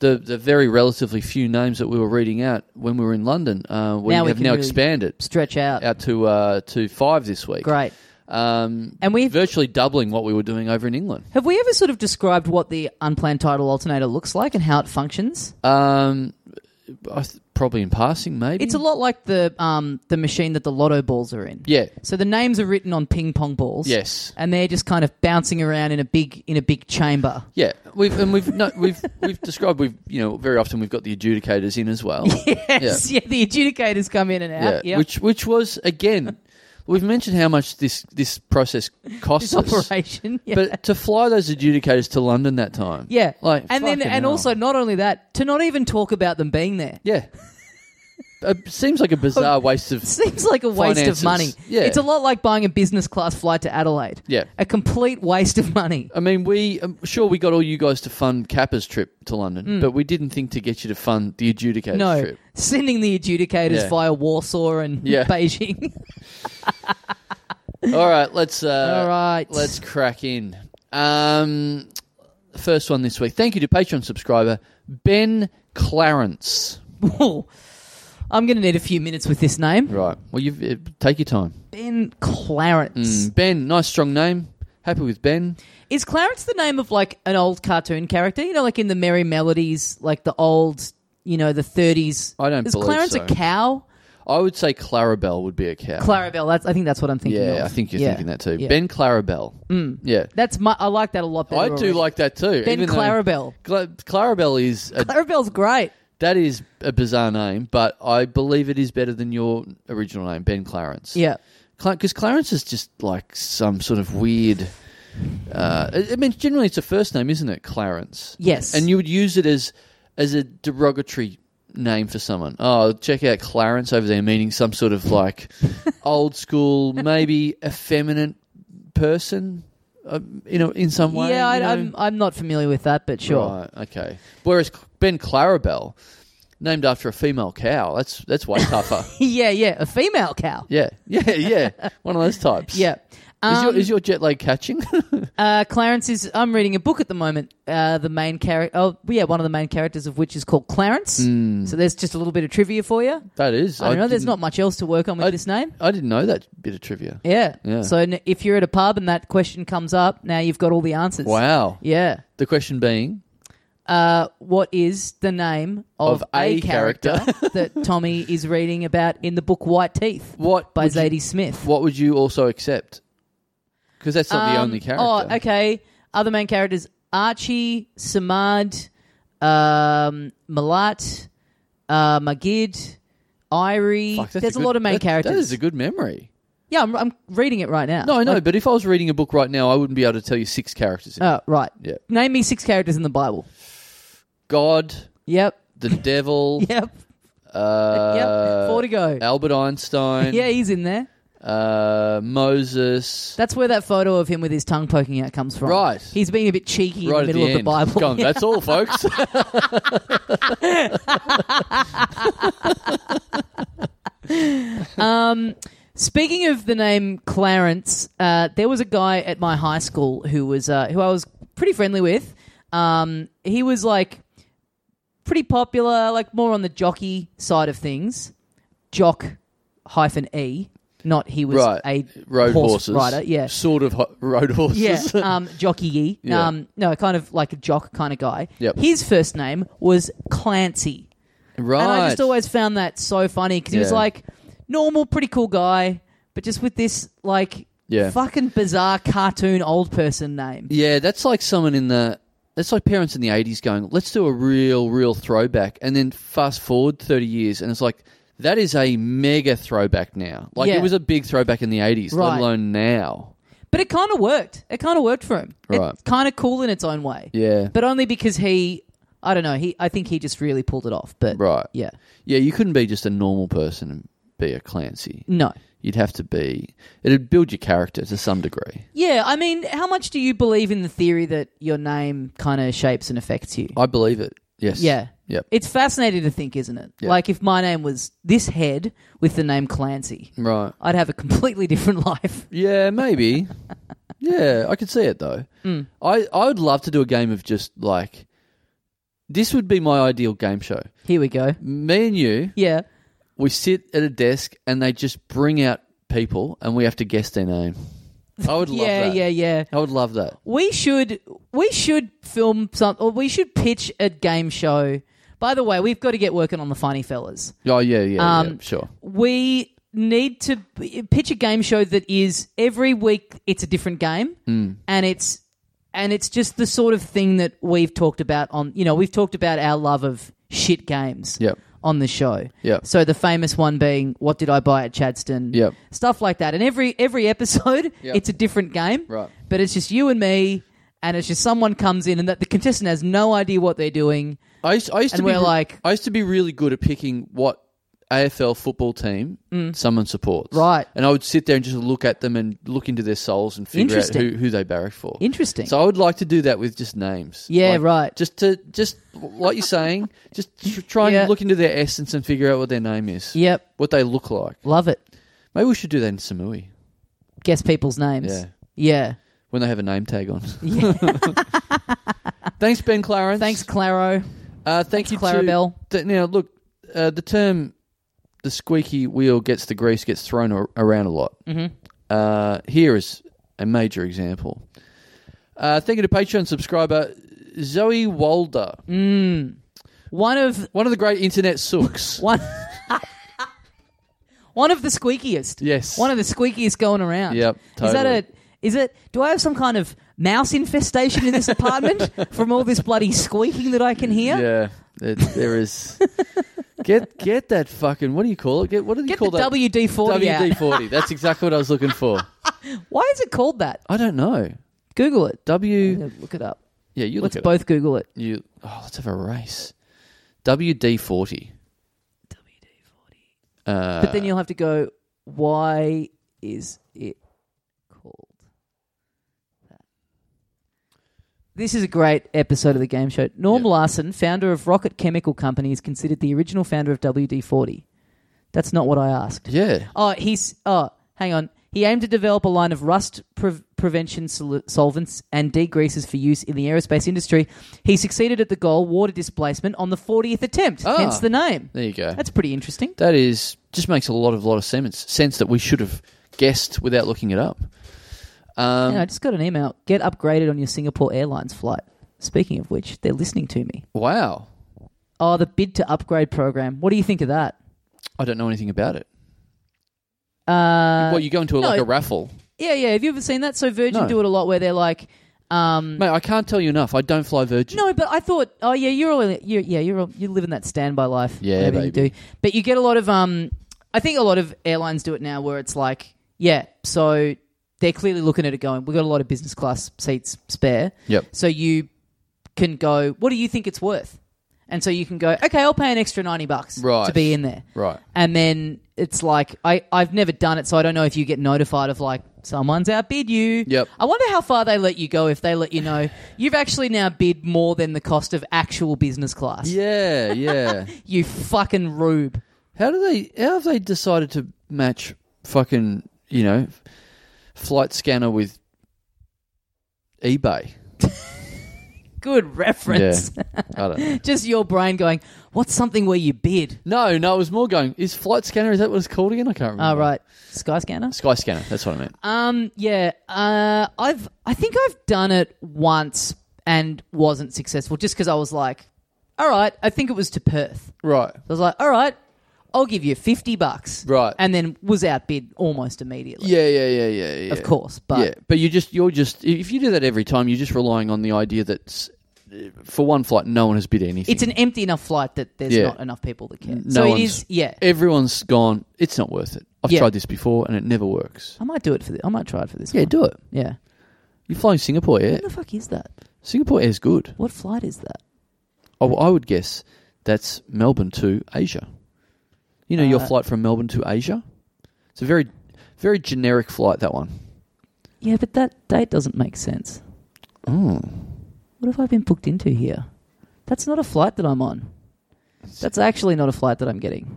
[SPEAKER 3] the the very relatively few names that we were reading out when we were in London, uh, we
[SPEAKER 1] Now we
[SPEAKER 3] have
[SPEAKER 1] can
[SPEAKER 3] now
[SPEAKER 1] really-
[SPEAKER 3] expanded
[SPEAKER 1] stretch out.
[SPEAKER 3] out to uh, to five this week.
[SPEAKER 1] Great.
[SPEAKER 3] Um,
[SPEAKER 1] And we've-
[SPEAKER 3] virtually doubling what we were doing over in England.
[SPEAKER 1] Have we ever sort of described what the unplanned title alternator looks like and how it functions?
[SPEAKER 3] Um, I th- probably in passing, maybe.
[SPEAKER 1] It's a lot like the um, the machine that the lotto balls are in.
[SPEAKER 3] Yeah.
[SPEAKER 1] So the names are written on ping pong balls.
[SPEAKER 3] Yes.
[SPEAKER 1] And they're just kind of bouncing around in a big in a big chamber.
[SPEAKER 3] Yeah, we've and we've no, we've we've described we've you know very often we've got the adjudicators in as well.
[SPEAKER 1] Yes. Yeah. the adjudicators come in and out.
[SPEAKER 3] yeah,
[SPEAKER 1] Yeah.
[SPEAKER 3] which which was again, we've mentioned how much this this process costs
[SPEAKER 1] This
[SPEAKER 3] us,
[SPEAKER 1] operation. Yeah.
[SPEAKER 3] but to fly those adjudicators to London that time,
[SPEAKER 1] yeah.
[SPEAKER 3] like
[SPEAKER 1] and then
[SPEAKER 3] fucking
[SPEAKER 1] and
[SPEAKER 3] hell.
[SPEAKER 1] also not only that, to not even talk about them being there.
[SPEAKER 3] yeah, it seems like a bizarre waste of
[SPEAKER 1] Seems like a waste
[SPEAKER 3] Finances.
[SPEAKER 1] of money.
[SPEAKER 3] Yeah.
[SPEAKER 1] It's a lot like buying a business class flight to Adelaide.
[SPEAKER 3] Yeah.
[SPEAKER 1] A complete waste of money.
[SPEAKER 3] I mean, we I'm sure we got all you guys to fund Kappa's trip to London, but we didn't think to get you to fund the adjudicator's
[SPEAKER 1] Mm. No.
[SPEAKER 3] trip.
[SPEAKER 1] Sending the adjudicators
[SPEAKER 3] Yeah.
[SPEAKER 1] via Warsaw and
[SPEAKER 3] Yeah.
[SPEAKER 1] Beijing.
[SPEAKER 3] All right, let's uh,
[SPEAKER 1] All right.
[SPEAKER 3] let's crack in. Um, first one this week. Thank you to Patreon subscriber Ben Clarence.
[SPEAKER 1] Whoa. I'm going to need a few minutes with this name.
[SPEAKER 3] Right. Well, you uh, take your time.
[SPEAKER 1] Ben Clarence.
[SPEAKER 3] Mm, Ben, nice strong name. Happy with Ben.
[SPEAKER 1] Is Clarence the name of like an old cartoon character? You know, like in the Merry Melodies, like the old, you know, the 30s.
[SPEAKER 3] I don't
[SPEAKER 1] Is
[SPEAKER 3] believe
[SPEAKER 1] Clarence
[SPEAKER 3] so.
[SPEAKER 1] a cow?
[SPEAKER 3] I would say Clarabelle would be a cow.
[SPEAKER 1] Clarabelle. That's. I think that's what I'm thinking.
[SPEAKER 3] yeah,
[SPEAKER 1] of.
[SPEAKER 3] I think you're
[SPEAKER 1] Yeah.
[SPEAKER 3] thinking that too.
[SPEAKER 1] Yeah.
[SPEAKER 3] Ben Clarabelle. Mm. Yeah.
[SPEAKER 1] That's my. I like that a lot better.
[SPEAKER 3] I do
[SPEAKER 1] already.
[SPEAKER 3] like that too.
[SPEAKER 1] Ben
[SPEAKER 3] even though-
[SPEAKER 1] Clarabelle.
[SPEAKER 3] Cla- Clarabelle is a,
[SPEAKER 1] Clarabelle's great.
[SPEAKER 3] that is a bizarre name, but I believe it is better than your original name, Ben Clarence.
[SPEAKER 1] Yeah.
[SPEAKER 3] because Clarence is just like some sort of weird. Uh, I I mean, generally it's a first name, isn't it, Clarence?
[SPEAKER 1] Yes.
[SPEAKER 3] And you would use it as as a derogatory name for someone. Oh, check out Clarence over there, meaning some sort of like old school, maybe effeminate person, um, you know, in some way.
[SPEAKER 1] yeah, I,
[SPEAKER 3] you know?
[SPEAKER 1] I'm. I'm not familiar with that, but sure.
[SPEAKER 3] Right, okay. Whereas Cl- Ben Clarabelle, named after a female cow, that's that's way tougher.
[SPEAKER 1] Yeah, yeah. A female cow.
[SPEAKER 3] yeah, yeah, yeah. One of those types.
[SPEAKER 1] Yeah. Um,
[SPEAKER 3] is, your, is your jet lag catching?
[SPEAKER 1] Uh, Clarence is. I'm reading a book at the moment. Uh, the main character. Oh, yeah, one of the main characters of which is called Clarence.
[SPEAKER 3] Hmm.
[SPEAKER 1] So there's just a little bit of trivia for you.
[SPEAKER 3] that is.
[SPEAKER 1] I don't know. There's
[SPEAKER 3] didn't-
[SPEAKER 1] not much else to work on with
[SPEAKER 3] I-
[SPEAKER 1] this name.
[SPEAKER 3] I didn't know that bit of trivia.
[SPEAKER 1] Yeah.
[SPEAKER 3] Yeah.
[SPEAKER 1] So n- if you're at a pub and that question comes up, now you've got all the answers.
[SPEAKER 3] Wow.
[SPEAKER 1] Yeah.
[SPEAKER 3] The question being,
[SPEAKER 1] Uh, what is the name of,
[SPEAKER 3] Of a
[SPEAKER 1] that Tommy is reading about in the book White Teeth
[SPEAKER 3] what
[SPEAKER 1] by
[SPEAKER 3] would you-
[SPEAKER 1] Zadie Smith?
[SPEAKER 3] what would you also accept? Because that's not the
[SPEAKER 1] Um,
[SPEAKER 3] only character.
[SPEAKER 1] Oh, okay. Other main characters Archie, Samad, um, Malat, uh, Magid, Irie.
[SPEAKER 3] Fuck, that's
[SPEAKER 1] There's a, lot
[SPEAKER 3] good-
[SPEAKER 1] of main
[SPEAKER 3] that-
[SPEAKER 1] characters. Oh,
[SPEAKER 3] That is a good memory.
[SPEAKER 1] yeah, I'm, I'm reading it right now.
[SPEAKER 3] No, I know,
[SPEAKER 1] Like-
[SPEAKER 3] but if I was reading a book right now, I wouldn't be able to tell you six characters. in it.
[SPEAKER 1] oh, right.
[SPEAKER 3] Yeah.
[SPEAKER 1] Name me six characters in the Bible.
[SPEAKER 3] God,
[SPEAKER 1] Yep.
[SPEAKER 3] the devil,
[SPEAKER 1] Yep.
[SPEAKER 3] uh,
[SPEAKER 1] yep. Four to go.
[SPEAKER 3] Albert Einstein,
[SPEAKER 1] yeah, he's in there.
[SPEAKER 3] uh, Moses.
[SPEAKER 1] That's where that photo of him with his tongue poking out comes from.
[SPEAKER 3] Right.
[SPEAKER 1] He's being a bit cheeky
[SPEAKER 3] right
[SPEAKER 1] in the middle
[SPEAKER 3] at
[SPEAKER 1] of
[SPEAKER 3] the
[SPEAKER 1] the
[SPEAKER 3] end.
[SPEAKER 1] Bible.
[SPEAKER 3] Gone.
[SPEAKER 1] Yeah.
[SPEAKER 3] That's all, folks.
[SPEAKER 1] Speaking of the name Clarence, uh, there was a guy at my high school who was uh, who I was pretty friendly with. Um, he was like pretty popular, like more on the jockey side of things. Jock hyphen e, not he was
[SPEAKER 3] right.
[SPEAKER 1] a
[SPEAKER 3] road
[SPEAKER 1] horse
[SPEAKER 3] horses.
[SPEAKER 1] rider. Yeah,
[SPEAKER 3] Sort of ho- road horses.
[SPEAKER 1] yeah, um, jockey e.
[SPEAKER 3] Yeah.
[SPEAKER 1] Um, no, kind of like a jock kind of guy.
[SPEAKER 3] Yep.
[SPEAKER 1] His first name was Clancy.
[SPEAKER 3] right.
[SPEAKER 1] And I just always found that so funny because he was
[SPEAKER 3] Yeah.
[SPEAKER 1] like normal, pretty cool guy, but just with this like
[SPEAKER 3] Yeah.
[SPEAKER 1] fucking bizarre cartoon old person name.
[SPEAKER 3] Yeah, that's like someone in the. That's like parents in the 80s going, let's do a real, real throwback. And then fast forward 30 years, and it's like, that is a mega throwback now. Like,
[SPEAKER 1] Yeah.
[SPEAKER 3] it was a big throwback in the 80s,
[SPEAKER 1] Right.
[SPEAKER 3] let alone now.
[SPEAKER 1] But it kind of worked. It kind of worked for him.
[SPEAKER 3] Right.
[SPEAKER 1] It's kind of cool in its own way.
[SPEAKER 3] Yeah.
[SPEAKER 1] But only because he, I don't know, he. I think he just really pulled it off. But
[SPEAKER 3] Right.
[SPEAKER 1] yeah,
[SPEAKER 3] Yeah, you couldn't be just a normal person and be a Clancy.
[SPEAKER 1] no.
[SPEAKER 3] You'd have to be. It'd build your character to some degree.
[SPEAKER 1] Yeah, I mean, how much do you believe in the theory that your name kind of shapes and affects you?
[SPEAKER 3] I believe it. Yes.
[SPEAKER 1] Yeah.
[SPEAKER 3] Yep.
[SPEAKER 1] It's fascinating to think, isn't it?
[SPEAKER 3] Yeah.
[SPEAKER 1] Like if my name was this head with the name Clancy,
[SPEAKER 3] right.
[SPEAKER 1] I'd have a completely different life.
[SPEAKER 3] Yeah, maybe. yeah, I could see it though.
[SPEAKER 1] Hmm.
[SPEAKER 3] I I would love to do a game of just like this would be my ideal game show.
[SPEAKER 1] Here we go.
[SPEAKER 3] Me and you,
[SPEAKER 1] Yeah.
[SPEAKER 3] we sit at a desk and they just bring out people and we have to guess their name. I would love
[SPEAKER 1] yeah,
[SPEAKER 3] that.
[SPEAKER 1] yeah, yeah.
[SPEAKER 3] I would love that.
[SPEAKER 1] We should we should film some or we should pitch a game show By the way, we've got to get working on the funny fellas.
[SPEAKER 3] Oh yeah, yeah, yeah
[SPEAKER 1] Um,
[SPEAKER 3] sure.
[SPEAKER 1] We need to p- pitch a game show that is every week it's a different game
[SPEAKER 3] Hmm.
[SPEAKER 1] and it's and it's just the sort of thing that we've talked about on you know we've talked about our love of shit games
[SPEAKER 3] Yep.
[SPEAKER 1] on the show
[SPEAKER 3] Yep.
[SPEAKER 1] so the famous one being what did i buy at chadston
[SPEAKER 3] Yep.
[SPEAKER 1] stuff like that and every every episode
[SPEAKER 3] Yep.
[SPEAKER 1] it's a different game
[SPEAKER 3] Right.
[SPEAKER 1] but it's just you and me and it's just someone comes in and that the contestant has no idea what they're doing
[SPEAKER 3] I used, I used to
[SPEAKER 1] And
[SPEAKER 3] be
[SPEAKER 1] we're
[SPEAKER 3] re-
[SPEAKER 1] like-
[SPEAKER 3] I used to be really good at picking what AFL football team someone supports.
[SPEAKER 1] Hmm. Right.
[SPEAKER 3] And I would sit there and just look at them and look into their souls and figure out
[SPEAKER 1] Interesting.
[SPEAKER 3] who, who they barrack for.
[SPEAKER 1] Interesting.
[SPEAKER 3] So I would like to do that with just names.
[SPEAKER 1] Yeah,
[SPEAKER 3] Like,
[SPEAKER 1] right.
[SPEAKER 3] Just to just like you're saying, just tr- try and
[SPEAKER 1] Yeah.
[SPEAKER 3] look into their essence and figure out what their name is.
[SPEAKER 1] Yep.
[SPEAKER 3] What they look like.
[SPEAKER 1] love it
[SPEAKER 3] Maybe we should do that in Samui
[SPEAKER 1] guess people's names
[SPEAKER 3] Yeah.
[SPEAKER 1] yeah
[SPEAKER 3] when they have a name tag on. Thanks, Ben Clarence.
[SPEAKER 1] thanks claro
[SPEAKER 3] Uh, thank
[SPEAKER 1] Thanks,
[SPEAKER 3] you,
[SPEAKER 1] Clarabelle.
[SPEAKER 3] To, th- now, look, uh, the term "the squeaky wheel gets the grease" gets thrown ar- around a lot. Mm-hmm. Uh, here is a major example. Uh, thank you to Patreon subscriber Zoe Walder,
[SPEAKER 1] one of
[SPEAKER 3] one of the great internet sooks.
[SPEAKER 1] one one of the squeakiest.
[SPEAKER 3] Yes.
[SPEAKER 1] one of the squeakiest going around.
[SPEAKER 3] Yep,
[SPEAKER 1] Is that a?
[SPEAKER 3] totally.
[SPEAKER 1] Is it? Do I have some kind of mouse infestation in this apartment from all this bloody squeaking that I can hear?
[SPEAKER 3] Yeah, it, there is. get get that fucking what do you call it? Get what do you
[SPEAKER 1] Get
[SPEAKER 3] call
[SPEAKER 1] the
[SPEAKER 3] that?
[SPEAKER 1] WD forty
[SPEAKER 3] WD
[SPEAKER 1] out.
[SPEAKER 3] forty. That's exactly what I was looking for.
[SPEAKER 1] Why is it called that?
[SPEAKER 3] I don't know.
[SPEAKER 1] Google it.
[SPEAKER 3] W.
[SPEAKER 1] Look it up.
[SPEAKER 3] Yeah, you look
[SPEAKER 1] Let's
[SPEAKER 3] it up.
[SPEAKER 1] both Google it.
[SPEAKER 3] You oh, let's have a race. WD forty. Uh,
[SPEAKER 1] But then you'll have to go. Why is it called that? This is a great episode of the game show. Norm
[SPEAKER 3] Yeah.
[SPEAKER 1] Larson, founder of Rocket Chemical Company, is considered the original founder of WD forty. That's not what I asked.
[SPEAKER 3] yeah,
[SPEAKER 1] Oh, he's. Oh, hang on. He aimed to develop a line of rust pre- prevention sol- solvents and degreasers for use in the aerospace industry. He succeeded at the goal, water displacement, on the 40th attempt,
[SPEAKER 3] Ah.
[SPEAKER 1] hence the name.
[SPEAKER 3] there you go.
[SPEAKER 1] That's pretty interesting.
[SPEAKER 3] that is just makes a lot of lot of sense. Sense that we should have guessed without looking it up. Um,
[SPEAKER 1] Yeah, I just got an email. Get upgraded on your Singapore Airlines flight. Speaking of which, they're listening to me.
[SPEAKER 3] wow,
[SPEAKER 1] Oh, the bid to upgrade program. What do you think of that?
[SPEAKER 3] I don't know anything about it.
[SPEAKER 1] Uh,
[SPEAKER 3] well, you go into a, like
[SPEAKER 1] no.
[SPEAKER 3] a raffle,
[SPEAKER 1] Uh, yeah, yeah. Have you ever seen that? So Virgin
[SPEAKER 3] No.
[SPEAKER 1] do it a lot, where they're like, um,
[SPEAKER 3] mate. I can't tell you enough. I don't fly Virgin.
[SPEAKER 1] no, but I thought, oh yeah, you're all, you're, yeah, you're all, you're living that standby life.
[SPEAKER 3] Yeah,
[SPEAKER 1] whatever you
[SPEAKER 3] baby.
[SPEAKER 1] do. But you get a lot of, um, I think a lot of airlines do it now, where it's like, yeah, so they're clearly looking at it going, we've got a lot of business class seats spare.
[SPEAKER 3] Yep.
[SPEAKER 1] So you can go, what do you think it's worth? And so you can go, okay, I'll pay an extra 90 bucks
[SPEAKER 3] Right.
[SPEAKER 1] to be in there.
[SPEAKER 3] Right.
[SPEAKER 1] And then it's like, I, I've never done it, so I don't know if you get notified of like, someone's outbid you.
[SPEAKER 3] Yep.
[SPEAKER 1] I wonder how far they let you go if they let you know you've actually now bid more than the cost of actual business class.
[SPEAKER 3] Yeah, yeah.
[SPEAKER 1] You fucking rube.
[SPEAKER 3] How do they? How have they decided to match fucking you know flight scanner with eBay?
[SPEAKER 1] Good reference.
[SPEAKER 3] I don't know.
[SPEAKER 1] Just your brain going, what's something where you bid?
[SPEAKER 3] No, no, it was more going. Is flight scanner? Is that what it's called again? I can't
[SPEAKER 1] Oh,
[SPEAKER 3] remember.
[SPEAKER 1] right. Sky scanner?
[SPEAKER 3] Sky scanner. That's what I meant.
[SPEAKER 1] Um, yeah, uh, I've I think I've done it once and wasn't successful just because I was like, all right, I think it was to Perth.
[SPEAKER 3] right.
[SPEAKER 1] I was like, all right, I'll give you fifty bucks,
[SPEAKER 3] Right.
[SPEAKER 1] and then was outbid almost immediately.
[SPEAKER 3] Yeah, yeah, yeah, yeah, yeah.
[SPEAKER 1] of course, but
[SPEAKER 3] yeah, but you just you're just if you do that every time, you're just relying on the idea that s- for one flight, no one has bid anything.
[SPEAKER 1] it's an empty enough flight that there's
[SPEAKER 3] Yeah.
[SPEAKER 1] not enough people that care.
[SPEAKER 3] No
[SPEAKER 1] so it
[SPEAKER 3] one's-
[SPEAKER 1] is, yeah.
[SPEAKER 3] Everyone's gone. It's not worth it. I've
[SPEAKER 1] Yeah.
[SPEAKER 3] tried this before, and it never works.
[SPEAKER 1] I might do it for this. I might try it for this.
[SPEAKER 3] Yeah,
[SPEAKER 1] one.
[SPEAKER 3] do it.
[SPEAKER 1] Yeah.
[SPEAKER 3] You're flying Singapore Air.
[SPEAKER 1] What the fuck is that?
[SPEAKER 3] Singapore Air's good.
[SPEAKER 1] What flight is that?
[SPEAKER 3] I, I would guess that's Melbourne to Asia. You know, your
[SPEAKER 1] Uh,
[SPEAKER 3] flight from Melbourne to Asia. It's a very, very generic flight. That one.
[SPEAKER 1] Yeah, but that date doesn't make sense.
[SPEAKER 3] Oh.
[SPEAKER 1] What have I been booked into here? That's not a flight that I'm on. That's actually not a flight that I'm getting.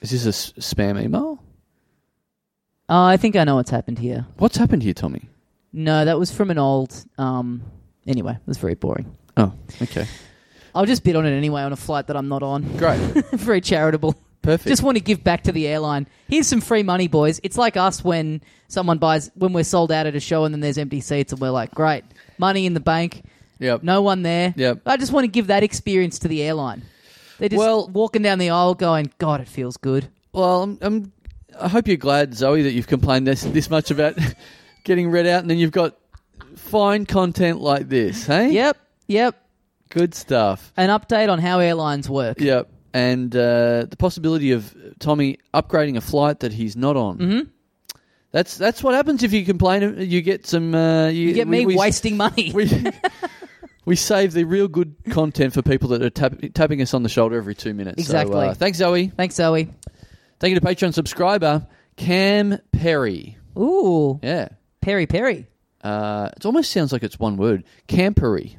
[SPEAKER 3] Is this a s- spam email?
[SPEAKER 1] Oh, I think I know what's happened here.
[SPEAKER 3] What's happened here, Tommy?
[SPEAKER 1] No, that was from an old. Um, anyway, it was very boring.
[SPEAKER 3] Oh, okay.
[SPEAKER 1] I'll just bid on it anyway on a flight that I'm not on.
[SPEAKER 3] Great.
[SPEAKER 1] very charitable.
[SPEAKER 3] Perfect.
[SPEAKER 1] Just want to give back to the airline. Here's some free money, boys. It's like us when someone buys when we're sold out at a show and then there's empty seats and we're like, great, money in the bank,
[SPEAKER 3] yep.
[SPEAKER 1] no one there.
[SPEAKER 3] Yep.
[SPEAKER 1] I just want to give that experience to the airline. They're just
[SPEAKER 3] Well-
[SPEAKER 1] walking down the aisle going, God, it feels good.
[SPEAKER 3] Well, I'm, I'm, I hope you're glad, Zoe, that you've complained this, this much about getting read out, and then you've got fine content like this, hey?
[SPEAKER 1] Yep, yep.
[SPEAKER 3] Good stuff.
[SPEAKER 1] An update on how airlines work.
[SPEAKER 3] Yep. And uh, the possibility of Tommy upgrading a flight that he's not on. Mm-hmm. That's that's what happens if you complain. You get some. Uh, you,
[SPEAKER 1] You get me
[SPEAKER 3] we- we-
[SPEAKER 1] wasting money.
[SPEAKER 3] We, we save the real good content for people that are tap, tapping us on the shoulder every two minutes. So, uh,
[SPEAKER 1] Exactly.
[SPEAKER 3] thanks, Zoe.
[SPEAKER 1] Thanks, Zoe.
[SPEAKER 3] Thank you to Patreon subscriber Cam Perry.
[SPEAKER 1] Ooh,
[SPEAKER 3] Yeah.
[SPEAKER 1] Perry Perry.
[SPEAKER 3] Uh, it almost sounds like it's one word. Campery.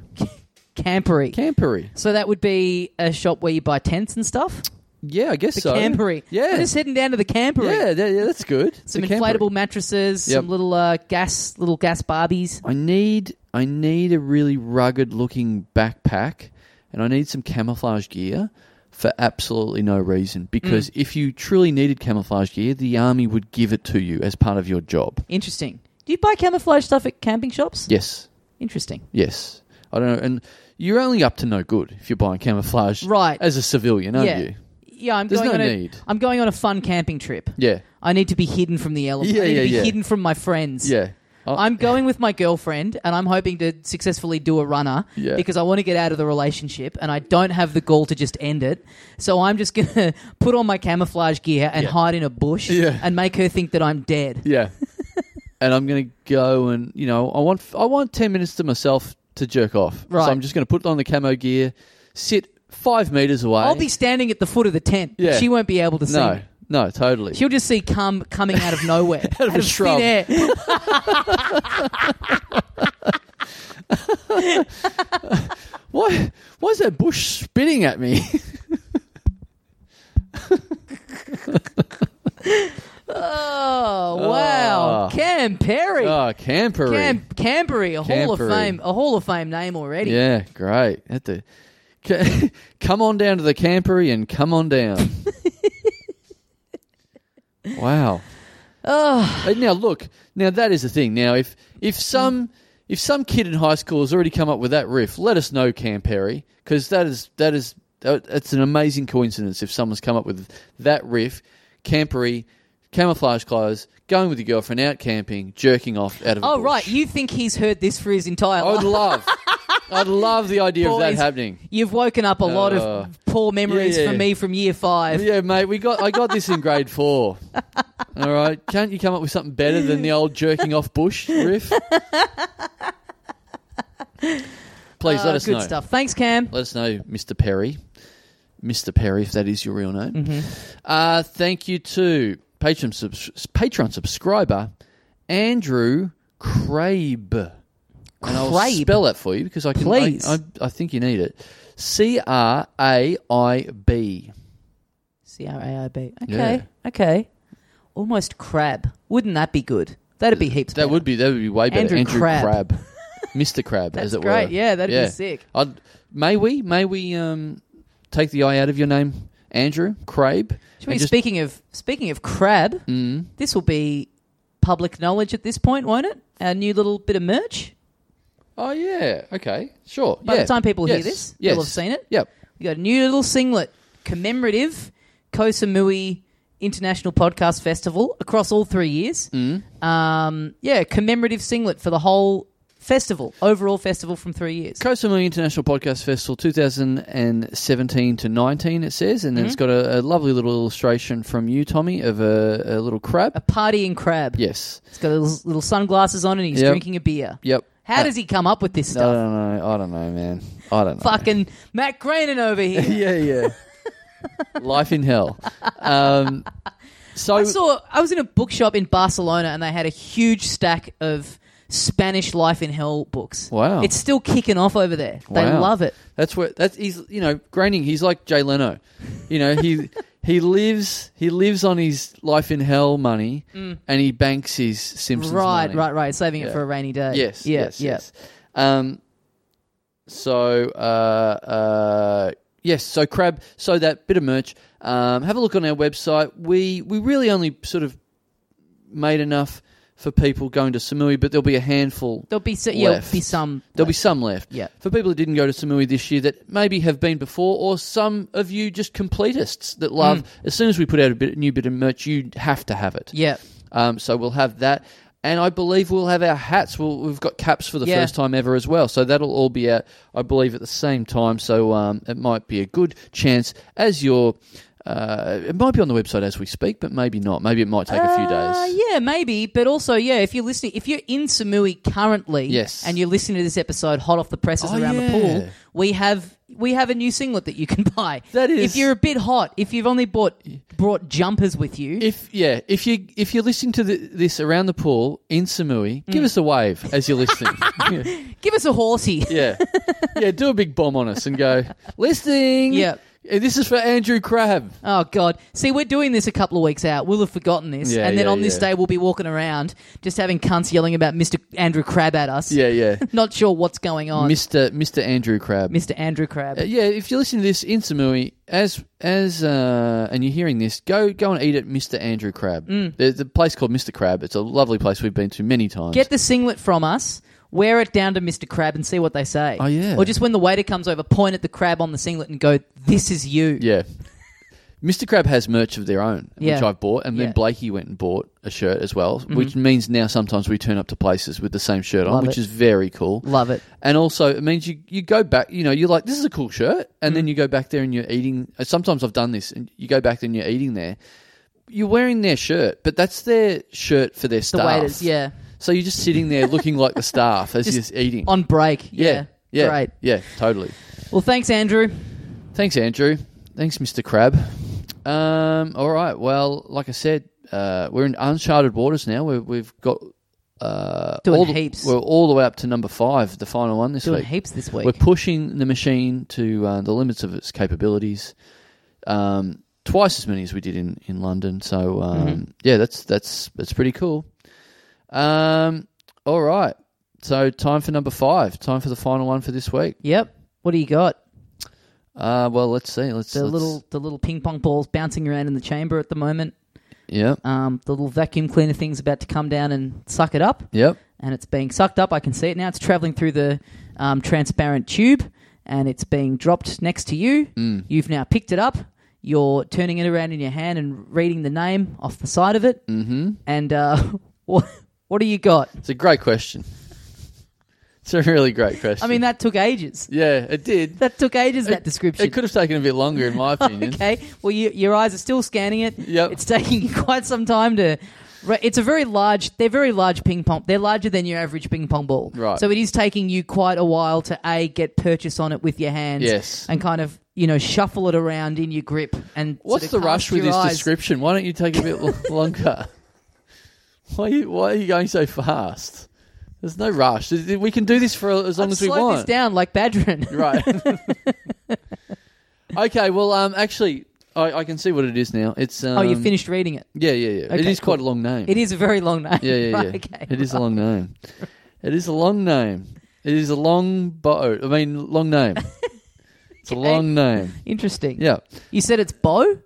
[SPEAKER 1] Campery.
[SPEAKER 3] Campery.
[SPEAKER 1] so that would be a shop where you buy tents and stuff?
[SPEAKER 3] Yeah, I guess
[SPEAKER 1] The
[SPEAKER 3] so.
[SPEAKER 1] Campery.
[SPEAKER 3] Yeah.
[SPEAKER 1] We're just heading down to the Campery.
[SPEAKER 3] Yeah, yeah, yeah, that's good.
[SPEAKER 1] Some
[SPEAKER 3] The Campery.
[SPEAKER 1] inflatable mattresses,
[SPEAKER 3] Yep.
[SPEAKER 1] some little uh, gas, little gas Barbies.
[SPEAKER 3] I need I need a really rugged looking backpack and I need some camouflage gear for absolutely no reason because
[SPEAKER 1] Mm.
[SPEAKER 3] if you truly needed camouflage gear the army would give it to you as part of your job.
[SPEAKER 1] Interesting. Do you buy camouflage stuff at camping shops?
[SPEAKER 3] Yes.
[SPEAKER 1] Interesting.
[SPEAKER 3] Yes. I don't know and you're only up to no good if you're buying camouflage
[SPEAKER 1] Right.
[SPEAKER 3] as a civilian, aren't
[SPEAKER 1] yeah.
[SPEAKER 3] you?
[SPEAKER 1] Yeah, I'm
[SPEAKER 3] There's
[SPEAKER 1] going
[SPEAKER 3] no
[SPEAKER 1] on a,
[SPEAKER 3] need.
[SPEAKER 1] I'm going on a fun camping trip.
[SPEAKER 3] Yeah.
[SPEAKER 1] I need to be hidden from the elements.
[SPEAKER 3] Yeah,
[SPEAKER 1] I need
[SPEAKER 3] yeah,
[SPEAKER 1] to be
[SPEAKER 3] yeah.
[SPEAKER 1] hidden from my friends.
[SPEAKER 3] Yeah. Oh. I-
[SPEAKER 1] I'm going with my girlfriend, and I'm hoping to successfully do a runner
[SPEAKER 3] Yeah.
[SPEAKER 1] because I want to get out of the relationship, and I don't have the gall to just end it. So I'm just gonna put on my camouflage gear and
[SPEAKER 3] Yeah.
[SPEAKER 1] hide in a bush
[SPEAKER 3] Yeah.
[SPEAKER 1] and make her think that I'm dead.
[SPEAKER 3] Yeah. and I'm going to go and, you know, I want I want 10 minutes to myself to jerk off.
[SPEAKER 1] Right.
[SPEAKER 3] So I'm just going to put on the camo gear, sit 5 meters away.
[SPEAKER 1] I'll be standing at the foot of the tent.
[SPEAKER 3] Yeah.
[SPEAKER 1] She won't be able to see.
[SPEAKER 3] No.
[SPEAKER 1] me.
[SPEAKER 3] No, totally.
[SPEAKER 1] She'll just see cum coming out of nowhere, out,
[SPEAKER 3] a shrub.
[SPEAKER 1] thin air.
[SPEAKER 3] why why is that bush spitting at me? Ah.
[SPEAKER 1] Oh wow,
[SPEAKER 3] Oh.
[SPEAKER 1] Cam Perry,
[SPEAKER 3] oh, campery.
[SPEAKER 1] Cam Campery, a Hall of
[SPEAKER 3] Campery.
[SPEAKER 1] Fame, a Hall of Fame name already.
[SPEAKER 3] Yeah, great. Had to Ca- come on down to the campery and come on down. wow.
[SPEAKER 1] Ah.
[SPEAKER 3] Oh. Now look, now that is the thing. Now if if
[SPEAKER 1] Mm.
[SPEAKER 3] some if some kid in high school has already come up with that riff, let us know, Cam Perry, because that is that is that- that's an amazing coincidence if someone's come up with that riff, campery, camouflage clothes, going with your girlfriend out camping, jerking off out of. a
[SPEAKER 1] Oh
[SPEAKER 3] bush.
[SPEAKER 1] right, you think he's heard this for his entire
[SPEAKER 3] I
[SPEAKER 1] life?
[SPEAKER 3] would love, I'd love the idea of that
[SPEAKER 1] Boys,
[SPEAKER 3] happening.
[SPEAKER 1] You've woken up a lot
[SPEAKER 3] Uh,
[SPEAKER 1] of poor memories
[SPEAKER 3] yeah, yeah.
[SPEAKER 1] for me from year five.
[SPEAKER 3] Yeah, mate, we got I got this in grade four. All right, can't you come up with something better than the old jerking off bush riff? Please
[SPEAKER 1] Uh,
[SPEAKER 3] let us
[SPEAKER 1] good
[SPEAKER 3] know.
[SPEAKER 1] stuff. Thanks, Cam.
[SPEAKER 3] Let us know, Mr. Perry, Mr. Perry, if that is your real name.
[SPEAKER 1] Mm-hmm.
[SPEAKER 3] Uh, thank you to Patreon subs- Patreon subscriber Andrew Crabe. And I'll
[SPEAKER 1] Crabe.
[SPEAKER 3] spell it for you because I can. I-
[SPEAKER 1] Please.
[SPEAKER 3] I, I think you need it. C R A I B.
[SPEAKER 1] C R A I B. Okay,
[SPEAKER 3] Yeah.
[SPEAKER 1] okay. Almost crab. Wouldn't that be good? That'd be heaps.
[SPEAKER 3] That
[SPEAKER 1] better.
[SPEAKER 3] would be that would be way better.
[SPEAKER 1] Andrew
[SPEAKER 3] Andrew,
[SPEAKER 1] Crabb.
[SPEAKER 3] Crab, Mr. Crab, as
[SPEAKER 1] That's
[SPEAKER 3] it
[SPEAKER 1] great.
[SPEAKER 3] were.
[SPEAKER 1] Yeah, that'd be sick.
[SPEAKER 3] I'd, may we? May we? Um, take the eye out of your name, Andrew Crab.
[SPEAKER 1] Should we- speaking of speaking of crab, this will be public knowledge at this point, won't it? Our new little bit of merch.
[SPEAKER 3] Oh yeah. Okay. Sure.
[SPEAKER 1] By
[SPEAKER 3] yeah.
[SPEAKER 1] the time people hear
[SPEAKER 3] Yes,
[SPEAKER 1] this,
[SPEAKER 3] yes.
[SPEAKER 1] they'll have seen it.
[SPEAKER 3] Yep.
[SPEAKER 1] We got a new little singlet commemorative Kosamui International Podcast Festival across all three years. Um, yeah, commemorative singlet for the whole festival, overall festival from three years.
[SPEAKER 3] Kosamui International Podcast Festival 2017 to 19, it says. And then it's
[SPEAKER 1] Mm-hmm.
[SPEAKER 3] got a, a lovely little illustration from you, Tommy, of a, a little crab.
[SPEAKER 1] a partying crab.
[SPEAKER 3] Yes.
[SPEAKER 1] He's got little, little sunglasses on and he's
[SPEAKER 3] Yep.
[SPEAKER 1] drinking a beer.
[SPEAKER 3] Yep. Uh,
[SPEAKER 1] How does he come up with this
[SPEAKER 3] I
[SPEAKER 1] stuff?
[SPEAKER 3] don't know. I don't know, man. I don't know.
[SPEAKER 1] Fucking Matt Granin over here.
[SPEAKER 3] yeah, yeah. Life in hell. Um, so
[SPEAKER 1] I saw. I was in a bookshop in Barcelona, and they had a huge stack of Spanish Life in Hell books.
[SPEAKER 3] Wow.
[SPEAKER 1] it's still kicking off over there. They
[SPEAKER 3] Wow.
[SPEAKER 1] love it.
[SPEAKER 3] that's where that's he's you know graining. He's like Jay Leno. You know he he lives he lives on his life in hell money, and he banks his Simpsons
[SPEAKER 1] Mm. Right,
[SPEAKER 3] money.
[SPEAKER 1] right, right. Saving it
[SPEAKER 3] Yeah.
[SPEAKER 1] for a rainy day.
[SPEAKER 3] Yes,
[SPEAKER 1] yeah,
[SPEAKER 3] yes,
[SPEAKER 1] yeah.
[SPEAKER 3] yes. Um, so uh, uh, yes, so crab. So that bit of merch. Um, have a look on our website. We we really only sort of made enough for people going to Samui, but there'll be a handful.
[SPEAKER 1] There'll be so, yeah, there'll
[SPEAKER 3] left.
[SPEAKER 1] be some.
[SPEAKER 3] There'll be some left.
[SPEAKER 1] Yeah.
[SPEAKER 3] For people that didn't go to Samui this year that maybe have been before, or some of you just completists that love, as soon as we put out a bit, new bit of merch, you have to have it.
[SPEAKER 1] Mm. Yeah.
[SPEAKER 3] Um, so we'll have that. And I believe we'll have our hats. We'll, we've got caps for the
[SPEAKER 1] Yeah.
[SPEAKER 3] first time ever as well. So that'll all be out, I believe, at the same time. So um, it might be a good chance as your. Uh, it might be on the website as we speak, but maybe not. Maybe it might take a few
[SPEAKER 1] Uh,
[SPEAKER 3] days.
[SPEAKER 1] yeah, maybe, but also, yeah, if you're listening, if you're in Samui currently,
[SPEAKER 3] Yes.
[SPEAKER 1] and you're listening to this episode hot off the presses
[SPEAKER 3] Oh,
[SPEAKER 1] around
[SPEAKER 3] yeah.
[SPEAKER 1] the pool, we have we have a new singlet that you can buy.
[SPEAKER 3] That is-
[SPEAKER 1] if you're a bit hot, if you've only bought brought jumpers with you,
[SPEAKER 3] If yeah, if you if you're listening to the, this around the pool in Samui, give
[SPEAKER 1] Mm.
[SPEAKER 3] us a wave as you're listening.
[SPEAKER 1] give us a horsey.
[SPEAKER 3] yeah, yeah, do a big bomb on us and go listening.
[SPEAKER 1] Yeah.
[SPEAKER 3] And this is for Andrew Crab.
[SPEAKER 1] Oh God! See, we're doing this a couple of weeks out. We'll have forgotten this,
[SPEAKER 3] Yeah,
[SPEAKER 1] and then
[SPEAKER 3] yeah,
[SPEAKER 1] on this
[SPEAKER 3] yeah.
[SPEAKER 1] day we'll be walking around just having cunts yelling about Mr. Andrew Crab at us.
[SPEAKER 3] Yeah, yeah,
[SPEAKER 1] not sure what's going on,
[SPEAKER 3] Mister Mister Andrew Crab.
[SPEAKER 1] Mr. Andrew Crab.
[SPEAKER 3] Uh, yeah, if you're listening to this in Samui, as as uh, and you're hearing this, go go and eat at Mr. Andrew Crab. There's a place called Mr. Crab. It's a lovely place we've been to many times.
[SPEAKER 1] Mm. Get the singlet from us. Wear it down to Mr. Crab and see what they say.
[SPEAKER 3] Oh, yeah.
[SPEAKER 1] Or just when the waiter comes over, point at the crab on the singlet and go, "This is you."
[SPEAKER 3] yeah. Mr. Crab has merch of their own, which
[SPEAKER 1] Yeah.
[SPEAKER 3] I've bought, and then
[SPEAKER 1] Yeah. Mm-hmm.
[SPEAKER 3] Blakey went and bought a shirt as well, which means now sometimes we turn up to places with the same shirt on,
[SPEAKER 1] Love
[SPEAKER 3] which
[SPEAKER 1] it.
[SPEAKER 3] is very cool.
[SPEAKER 1] Love it.
[SPEAKER 3] And also, it means you, you go back, you know, you're like, this is a cool shirt. And
[SPEAKER 1] Mm.
[SPEAKER 3] then you go back there and you're eating. uh, Sometimes I've done this, and you go back there and you're eating there. You're wearing their shirt, but that's their shirt for their
[SPEAKER 1] The
[SPEAKER 3] staff.
[SPEAKER 1] waiters, yeah,
[SPEAKER 3] So you're just sitting there looking like the staff as
[SPEAKER 1] Just
[SPEAKER 3] you're eating.
[SPEAKER 1] on break.
[SPEAKER 3] yeah. Yeah.
[SPEAKER 1] Great.
[SPEAKER 3] Yeah, totally.
[SPEAKER 1] Well, thanks, Andrew.
[SPEAKER 3] Thanks, Andrew. Thanks, Mr. Crab. Um, all right. Well, like I said, uh, we're in uncharted waters now. We're, we've got. Uh,
[SPEAKER 1] Doing
[SPEAKER 3] all the-
[SPEAKER 1] heaps.
[SPEAKER 3] We're all the way up to number five, the final one this
[SPEAKER 1] Doing
[SPEAKER 3] week.
[SPEAKER 1] heaps this week.
[SPEAKER 3] We're pushing the machine to uh, the limits of its capabilities, um, twice as many as we did in, in London. So um,
[SPEAKER 1] Mm-hmm.
[SPEAKER 3] yeah, that's that's that's pretty cool. Um, all right, so time for number five. Time for the final one for this week.
[SPEAKER 1] yep. What do you got?
[SPEAKER 3] Uh, well, let's see. Let's
[SPEAKER 1] The
[SPEAKER 3] let's-
[SPEAKER 1] little the little ping pong balls bouncing around in the chamber at the moment.
[SPEAKER 3] yeah
[SPEAKER 1] Um, the little vacuum cleaner thing's about to come down and suck it up,
[SPEAKER 3] yep.
[SPEAKER 1] and it's being sucked up. I can see it now. It's traveling through the um, transparent tube, and it's being dropped next to you.
[SPEAKER 3] Mm.
[SPEAKER 1] You've now picked it up. You're turning it around in your hand and reading the name off the side of it. Mm-hmm. And uh, what what do you got?
[SPEAKER 3] It's a great question. It's a really great question.
[SPEAKER 1] I mean, that took ages.
[SPEAKER 3] yeah, it did.
[SPEAKER 1] That took ages. that description.
[SPEAKER 3] It could have taken a bit longer, in my opinion.
[SPEAKER 1] Okay. Well, you, your eyes are still scanning it.
[SPEAKER 3] Yep.
[SPEAKER 1] It's taking you quite some time to. Right, It's a very large. They're very large ping pong. They're larger than your average ping pong ball.
[SPEAKER 3] Right.
[SPEAKER 1] So it is taking you quite a while to a get purchase on it with your hands.
[SPEAKER 3] Yes.
[SPEAKER 1] And kind of you know shuffle it around in your grip and.
[SPEAKER 3] What's
[SPEAKER 1] sort of
[SPEAKER 3] the rush
[SPEAKER 1] cast
[SPEAKER 3] with
[SPEAKER 1] your
[SPEAKER 3] this
[SPEAKER 1] eyes.
[SPEAKER 3] description? Why don't you take a bit lo- longer? Why are you, why are you going so fast? There's no rush. We can do this for as long
[SPEAKER 1] I've
[SPEAKER 3] as we
[SPEAKER 1] slowed
[SPEAKER 3] want.
[SPEAKER 1] this down like Badrin.
[SPEAKER 3] Right. okay. Well, um, actually, I, I can see what it is now. It's um,
[SPEAKER 1] oh, you finished reading it.
[SPEAKER 3] Yeah, yeah, yeah. it
[SPEAKER 1] Okay,
[SPEAKER 3] is quite a
[SPEAKER 1] cool.
[SPEAKER 3] long name.
[SPEAKER 1] It is a very long name.
[SPEAKER 3] Yeah, yeah, yeah.
[SPEAKER 1] Right, okay.
[SPEAKER 3] It is a long name. It is a long name. It is a long boat. I mean, long name. It's a
[SPEAKER 1] Okay.
[SPEAKER 3] long name.
[SPEAKER 1] Interesting.
[SPEAKER 3] Yeah.
[SPEAKER 1] You said it's Bo.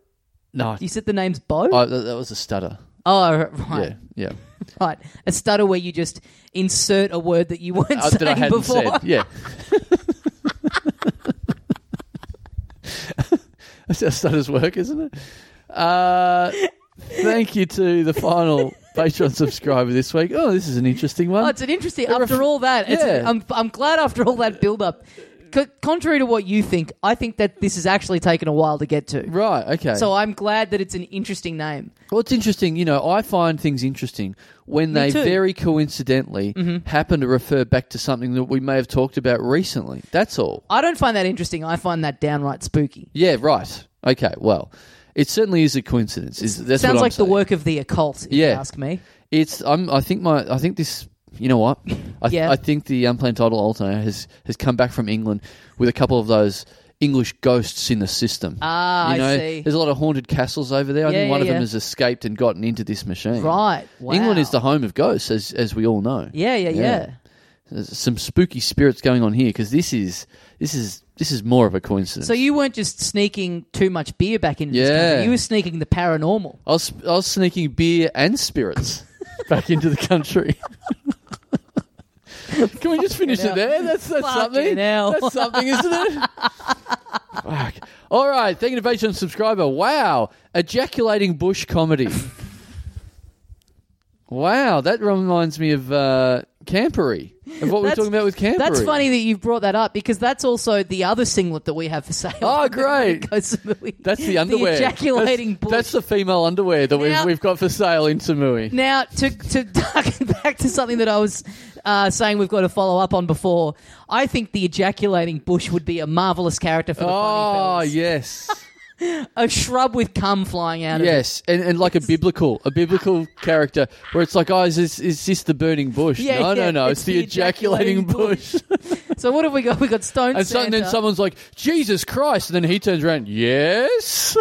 [SPEAKER 3] No.
[SPEAKER 1] You said the name's Bo.
[SPEAKER 3] I, that, that was a stutter.
[SPEAKER 1] oh, right.
[SPEAKER 3] Yeah. Yeah.
[SPEAKER 1] Right, a stutter where you just insert a word that you weren't
[SPEAKER 3] Uh,
[SPEAKER 1] saying
[SPEAKER 3] that I hadn't
[SPEAKER 1] before.
[SPEAKER 3] said. Yeah. That's how stutters work, isn't it? Uh, thank you to the final Patreon subscriber this week. Oh, this is an interesting one.
[SPEAKER 1] Oh, it's an interesting.
[SPEAKER 3] It ref-
[SPEAKER 1] after all that, it's,
[SPEAKER 3] Yeah.
[SPEAKER 1] I'm I'm glad after all that build up. Co- contrary to what you think, I think that this has actually taken a while to get to.
[SPEAKER 3] right. Okay.
[SPEAKER 1] So I'm glad that it's an interesting name.
[SPEAKER 3] Well, it's interesting. You know, I find things interesting when they
[SPEAKER 1] too. Mm-hmm.
[SPEAKER 3] very coincidentally happen to refer back to something that we may have talked about recently. That's all.
[SPEAKER 1] I don't find that interesting. I find that downright spooky.
[SPEAKER 3] Yeah. Right. Okay. Well, it certainly is a coincidence. Is that's
[SPEAKER 1] Sounds
[SPEAKER 3] what I'm
[SPEAKER 1] like
[SPEAKER 3] saying.
[SPEAKER 1] the work of the occult, if you
[SPEAKER 3] Yeah.
[SPEAKER 1] ask me.
[SPEAKER 3] It's. I'm. I think my. I think this. You know what? I, th-
[SPEAKER 1] Yeah.
[SPEAKER 3] I think the unplanned title alternator has has come back from England with a couple of those English ghosts in the system.
[SPEAKER 1] Ah,
[SPEAKER 3] you
[SPEAKER 1] I
[SPEAKER 3] know,
[SPEAKER 1] see.
[SPEAKER 3] There's a lot of haunted castles over there. I
[SPEAKER 1] Yeah,
[SPEAKER 3] think one
[SPEAKER 1] yeah,
[SPEAKER 3] of them
[SPEAKER 1] yeah.
[SPEAKER 3] has escaped and gotten into this machine.
[SPEAKER 1] Right. Wow.
[SPEAKER 3] England is the home of ghosts, as as we all know.
[SPEAKER 1] Yeah, yeah, yeah.
[SPEAKER 3] There's some spooky spirits going on here because this is this is this is more of a coincidence.
[SPEAKER 1] So you weren't just sneaking too much beer back into this
[SPEAKER 3] Yeah.
[SPEAKER 1] country. You were sneaking the paranormal.
[SPEAKER 3] I was I was sneaking beer and spirits. back into the country. Can we just finish it
[SPEAKER 1] hell.
[SPEAKER 3] there? That's that's
[SPEAKER 1] Fucking
[SPEAKER 3] something.
[SPEAKER 1] hell.
[SPEAKER 3] That's something, isn't it? Fuck. All right, thank you to Patreon subscriber. Wow, ejaculating bush comedy. wow, that reminds me of uh, Campery. Of what we were
[SPEAKER 1] That's-
[SPEAKER 3] talking about with Campery.
[SPEAKER 1] That's funny that you've brought that up because that's also the other singlet that we have for sale.
[SPEAKER 3] Oh, great.
[SPEAKER 1] Goes to Mui.
[SPEAKER 3] That's the underwear.
[SPEAKER 1] The ejaculating
[SPEAKER 3] that's,
[SPEAKER 1] bush.
[SPEAKER 3] that's the female underwear that
[SPEAKER 1] Now-
[SPEAKER 3] we've, we've got for sale in Samui.
[SPEAKER 1] Now, to, to harken back to something that I was uh, saying we've got to follow up on before, I think the ejaculating bush would be a marvellous character for the
[SPEAKER 3] Oh,
[SPEAKER 1] funny fellas.
[SPEAKER 3] yes.
[SPEAKER 1] A shrub with cum flying out of it.
[SPEAKER 3] Yes, and, and like a biblical, a biblical character where it's like, oh, is this, is this the burning bush?
[SPEAKER 1] Yeah,
[SPEAKER 3] no,
[SPEAKER 1] yeah,
[SPEAKER 3] no, no,
[SPEAKER 1] it's
[SPEAKER 3] it's, the,
[SPEAKER 1] the
[SPEAKER 3] ejaculating,
[SPEAKER 1] ejaculating
[SPEAKER 3] bush.
[SPEAKER 1] So what have we got? We've got Stone
[SPEAKER 3] and, so,
[SPEAKER 1] Santa.
[SPEAKER 3] and then someone's like, Jesus Christ. And then he turns around, yes.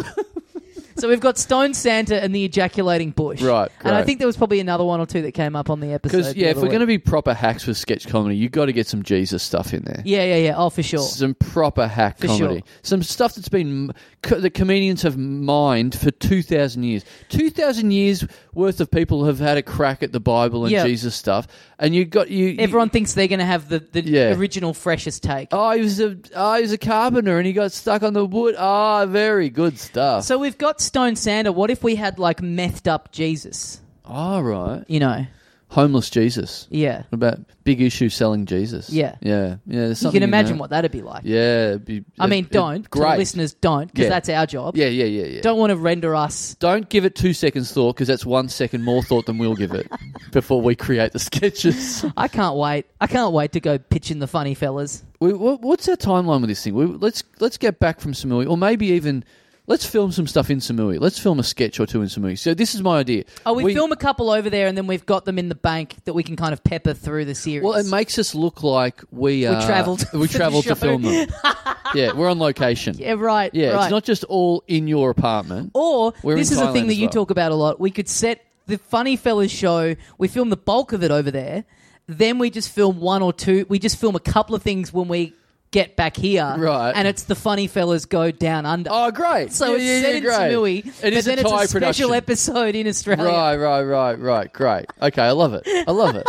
[SPEAKER 1] So we've got Stone Santa and the ejaculating bush.
[SPEAKER 3] Right,
[SPEAKER 1] And I
[SPEAKER 3] great.
[SPEAKER 1] think there was probably another one or two that came up on the episode.
[SPEAKER 3] Because,
[SPEAKER 1] the
[SPEAKER 3] yeah, if
[SPEAKER 1] other
[SPEAKER 3] we're going to
[SPEAKER 1] week.
[SPEAKER 3] be proper hacks with sketch comedy, you got to get some Jesus stuff in there.
[SPEAKER 1] Yeah, yeah, yeah. Oh, for sure.
[SPEAKER 3] Some proper hack
[SPEAKER 1] For
[SPEAKER 3] comedy.
[SPEAKER 1] sure.
[SPEAKER 3] Some stuff that's been co- that comedians have mined for two thousand years. Two thousand years worth of people have had a crack at the Bible and
[SPEAKER 1] Yeah.
[SPEAKER 3] Jesus stuff, and you got you. you-
[SPEAKER 1] Everyone thinks they're going to have the, the
[SPEAKER 3] Yeah.
[SPEAKER 1] original, freshest take.
[SPEAKER 3] Oh, he was a oh, he was a carpenter and he got stuck on the wood. Ah, very good stuff.
[SPEAKER 1] So we've got Stone Santa. What if we had, like, methed up Jesus?
[SPEAKER 3] All right,
[SPEAKER 1] You know?
[SPEAKER 3] homeless Jesus.
[SPEAKER 1] Yeah.
[SPEAKER 3] What about big issue selling Jesus?
[SPEAKER 1] Yeah.
[SPEAKER 3] yeah, yeah. there's
[SPEAKER 1] You
[SPEAKER 3] something
[SPEAKER 1] can
[SPEAKER 3] in
[SPEAKER 1] imagine
[SPEAKER 3] that.
[SPEAKER 1] what that'd be like.
[SPEAKER 3] Yeah, it'd be-
[SPEAKER 1] I mean,
[SPEAKER 3] it'd-
[SPEAKER 1] don't.
[SPEAKER 3] it'd-
[SPEAKER 1] To the listeners, don't, because
[SPEAKER 3] Yeah.
[SPEAKER 1] that's our job.
[SPEAKER 3] Yeah, yeah, yeah, yeah.
[SPEAKER 1] Don't want to render us.
[SPEAKER 3] Don't give it two seconds thought because that's one second more thought than we'll give it before we create the sketches.
[SPEAKER 1] I can't wait. I can't wait to go pitch in the funny fellas.
[SPEAKER 3] We, what, what's our timeline with this thing? We, let's let's get back from Samui, or maybe even let's film some stuff in Samui. Let's film a sketch or two in Samui. So this is my idea.
[SPEAKER 1] Oh, we, film a couple over there, and then we've got them in the bank that we can kind of pepper through the series.
[SPEAKER 3] Well, it makes us look like we uh,
[SPEAKER 1] travelled
[SPEAKER 3] We
[SPEAKER 1] for the
[SPEAKER 3] travelled
[SPEAKER 1] show.
[SPEAKER 3] to film them. yeah, we're on location.
[SPEAKER 1] yeah, right.
[SPEAKER 3] Yeah,
[SPEAKER 1] right.
[SPEAKER 3] it's not just all in your apartment.
[SPEAKER 1] Or
[SPEAKER 3] We're
[SPEAKER 1] this
[SPEAKER 3] in
[SPEAKER 1] is a
[SPEAKER 3] Thailand
[SPEAKER 1] thing that
[SPEAKER 3] as
[SPEAKER 1] you
[SPEAKER 3] well.
[SPEAKER 1] talk about a lot. We could set the Funny Fellas show. We film the bulk of it over there. Then we just film one or two. We just film a couple of things when we get back here.
[SPEAKER 3] Right.
[SPEAKER 1] And it's the Funny Fellas go down under.
[SPEAKER 3] Oh, great!
[SPEAKER 1] so
[SPEAKER 3] Yeah,
[SPEAKER 1] it's
[SPEAKER 3] yeah, yeah,
[SPEAKER 1] set in
[SPEAKER 3] great.
[SPEAKER 1] Samui,
[SPEAKER 3] It
[SPEAKER 1] but
[SPEAKER 3] is
[SPEAKER 1] then
[SPEAKER 3] a
[SPEAKER 1] it's
[SPEAKER 3] Thai
[SPEAKER 1] a special
[SPEAKER 3] production.
[SPEAKER 1] episode in Australia.
[SPEAKER 3] Right, right, right, right. Great. Okay, I love it. I love it.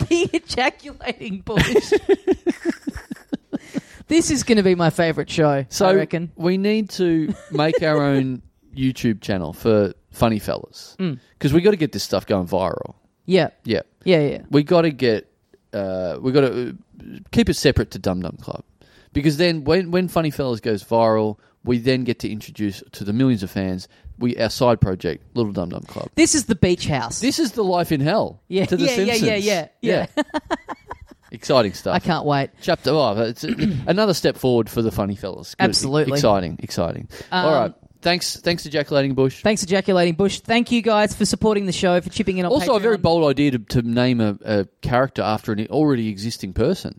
[SPEAKER 1] The ejaculating bush. this is going to be my favourite show.
[SPEAKER 3] So
[SPEAKER 1] I reckon.
[SPEAKER 3] we need to make our own YouTube channel for funny fellas
[SPEAKER 1] Mm.
[SPEAKER 3] because we got to get this stuff going viral.
[SPEAKER 1] Yeah.
[SPEAKER 3] Yeah,
[SPEAKER 1] Yeah. Yeah.
[SPEAKER 3] we got to get uh, we got to keep it separate to Dum Dum Club because then when when funny fellas goes viral, we then get to introduce to the millions of fans we our side project Little Dum Dum Club.
[SPEAKER 1] This is the beach house.
[SPEAKER 3] This is the life in hell.
[SPEAKER 1] Yeah,
[SPEAKER 3] to the
[SPEAKER 1] yeah, yeah,
[SPEAKER 3] Simpsons.
[SPEAKER 1] yeah, yeah, yeah.
[SPEAKER 3] Exciting stuff.
[SPEAKER 1] I can't wait.
[SPEAKER 3] Chapter oh, it's another step forward for the funny fellas. Good.
[SPEAKER 1] Absolutely. Um,
[SPEAKER 3] exciting, exciting. All right, thanks, thanks to Jack Lating Bush.
[SPEAKER 1] Thanks, ejaculating Bush. Thank you guys for supporting the show, for chipping in on
[SPEAKER 3] also, a
[SPEAKER 1] Patreon.
[SPEAKER 3] very bold idea to, to name a, a character after an already existing person.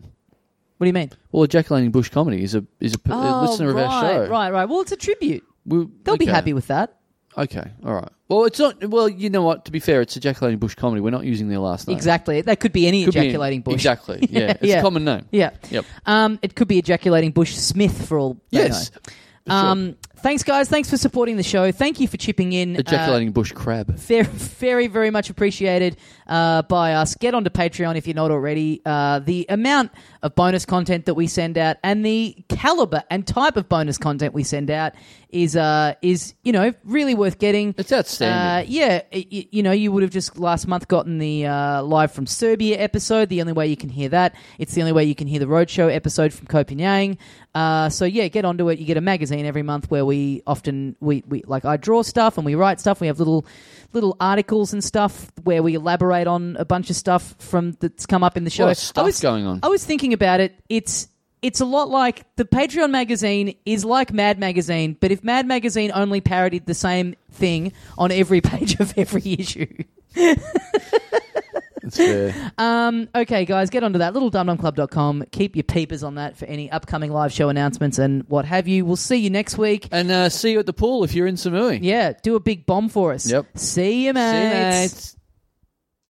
[SPEAKER 1] What do you mean?
[SPEAKER 3] Well, Jack Lating Bush comedy is a is a, p- a uh, listener
[SPEAKER 1] Oh, right,
[SPEAKER 3] of our show.
[SPEAKER 1] right, right. Well, it's a tribute.
[SPEAKER 3] We-
[SPEAKER 1] They'll be
[SPEAKER 3] okay.
[SPEAKER 1] happy with that.
[SPEAKER 3] Okay, all right. Well, it's not. Well, you know what? To be fair, it's a Jack Lating Bush comedy. We're not using their last name.
[SPEAKER 1] Exactly. That could be any
[SPEAKER 3] Could be-
[SPEAKER 1] ejaculating Bush.
[SPEAKER 3] Exactly. Yeah, it's a common name.
[SPEAKER 1] Yeah.
[SPEAKER 3] Yep.
[SPEAKER 1] Um, it could be ejaculating Bush Smith for all. they
[SPEAKER 3] Yes.
[SPEAKER 1] know. Um, Thanks, guys. Thanks for supporting the show. Thank you for chipping in. Uh,
[SPEAKER 3] Ejaculating Bush crab.
[SPEAKER 1] very, very, very much appreciated uh, by us. Get onto Patreon if you're not already. Uh, the amount of bonus content that we send out and the caliber and type of bonus content we send out is uh, is you know really worth getting.
[SPEAKER 3] It's outstanding.
[SPEAKER 1] Uh, yeah, y- y- you know, you would have just last month gotten the uh, live from Serbia episode. The only way you can hear that, it's the only way you can hear the roadshow episode from Copenhagen. Uh, so yeah, get onto it. You get a magazine every month where we often we, we like I draw stuff and we write stuff. We have little little articles and stuff where we elaborate on a bunch of stuff from that's come up in the show.
[SPEAKER 3] Lot of stuff
[SPEAKER 1] I was
[SPEAKER 3] going on.
[SPEAKER 1] I was thinking about it. It's it's a lot like the Patreon magazine is like Mad Magazine, but if Mad Magazine only parodied the same thing on every page of every issue.
[SPEAKER 3] It's fair.
[SPEAKER 1] Okay, guys, get onto that. LittleDumDumClub.com. Keep your peepers on that for any upcoming live show announcements and what have you. We'll see you next week.
[SPEAKER 3] and uh, see you at the pool if you're in Samui.
[SPEAKER 1] Yeah, do a big bomb for us.
[SPEAKER 3] Yep.
[SPEAKER 1] See you,
[SPEAKER 3] See you,
[SPEAKER 1] mates.
[SPEAKER 3] mates.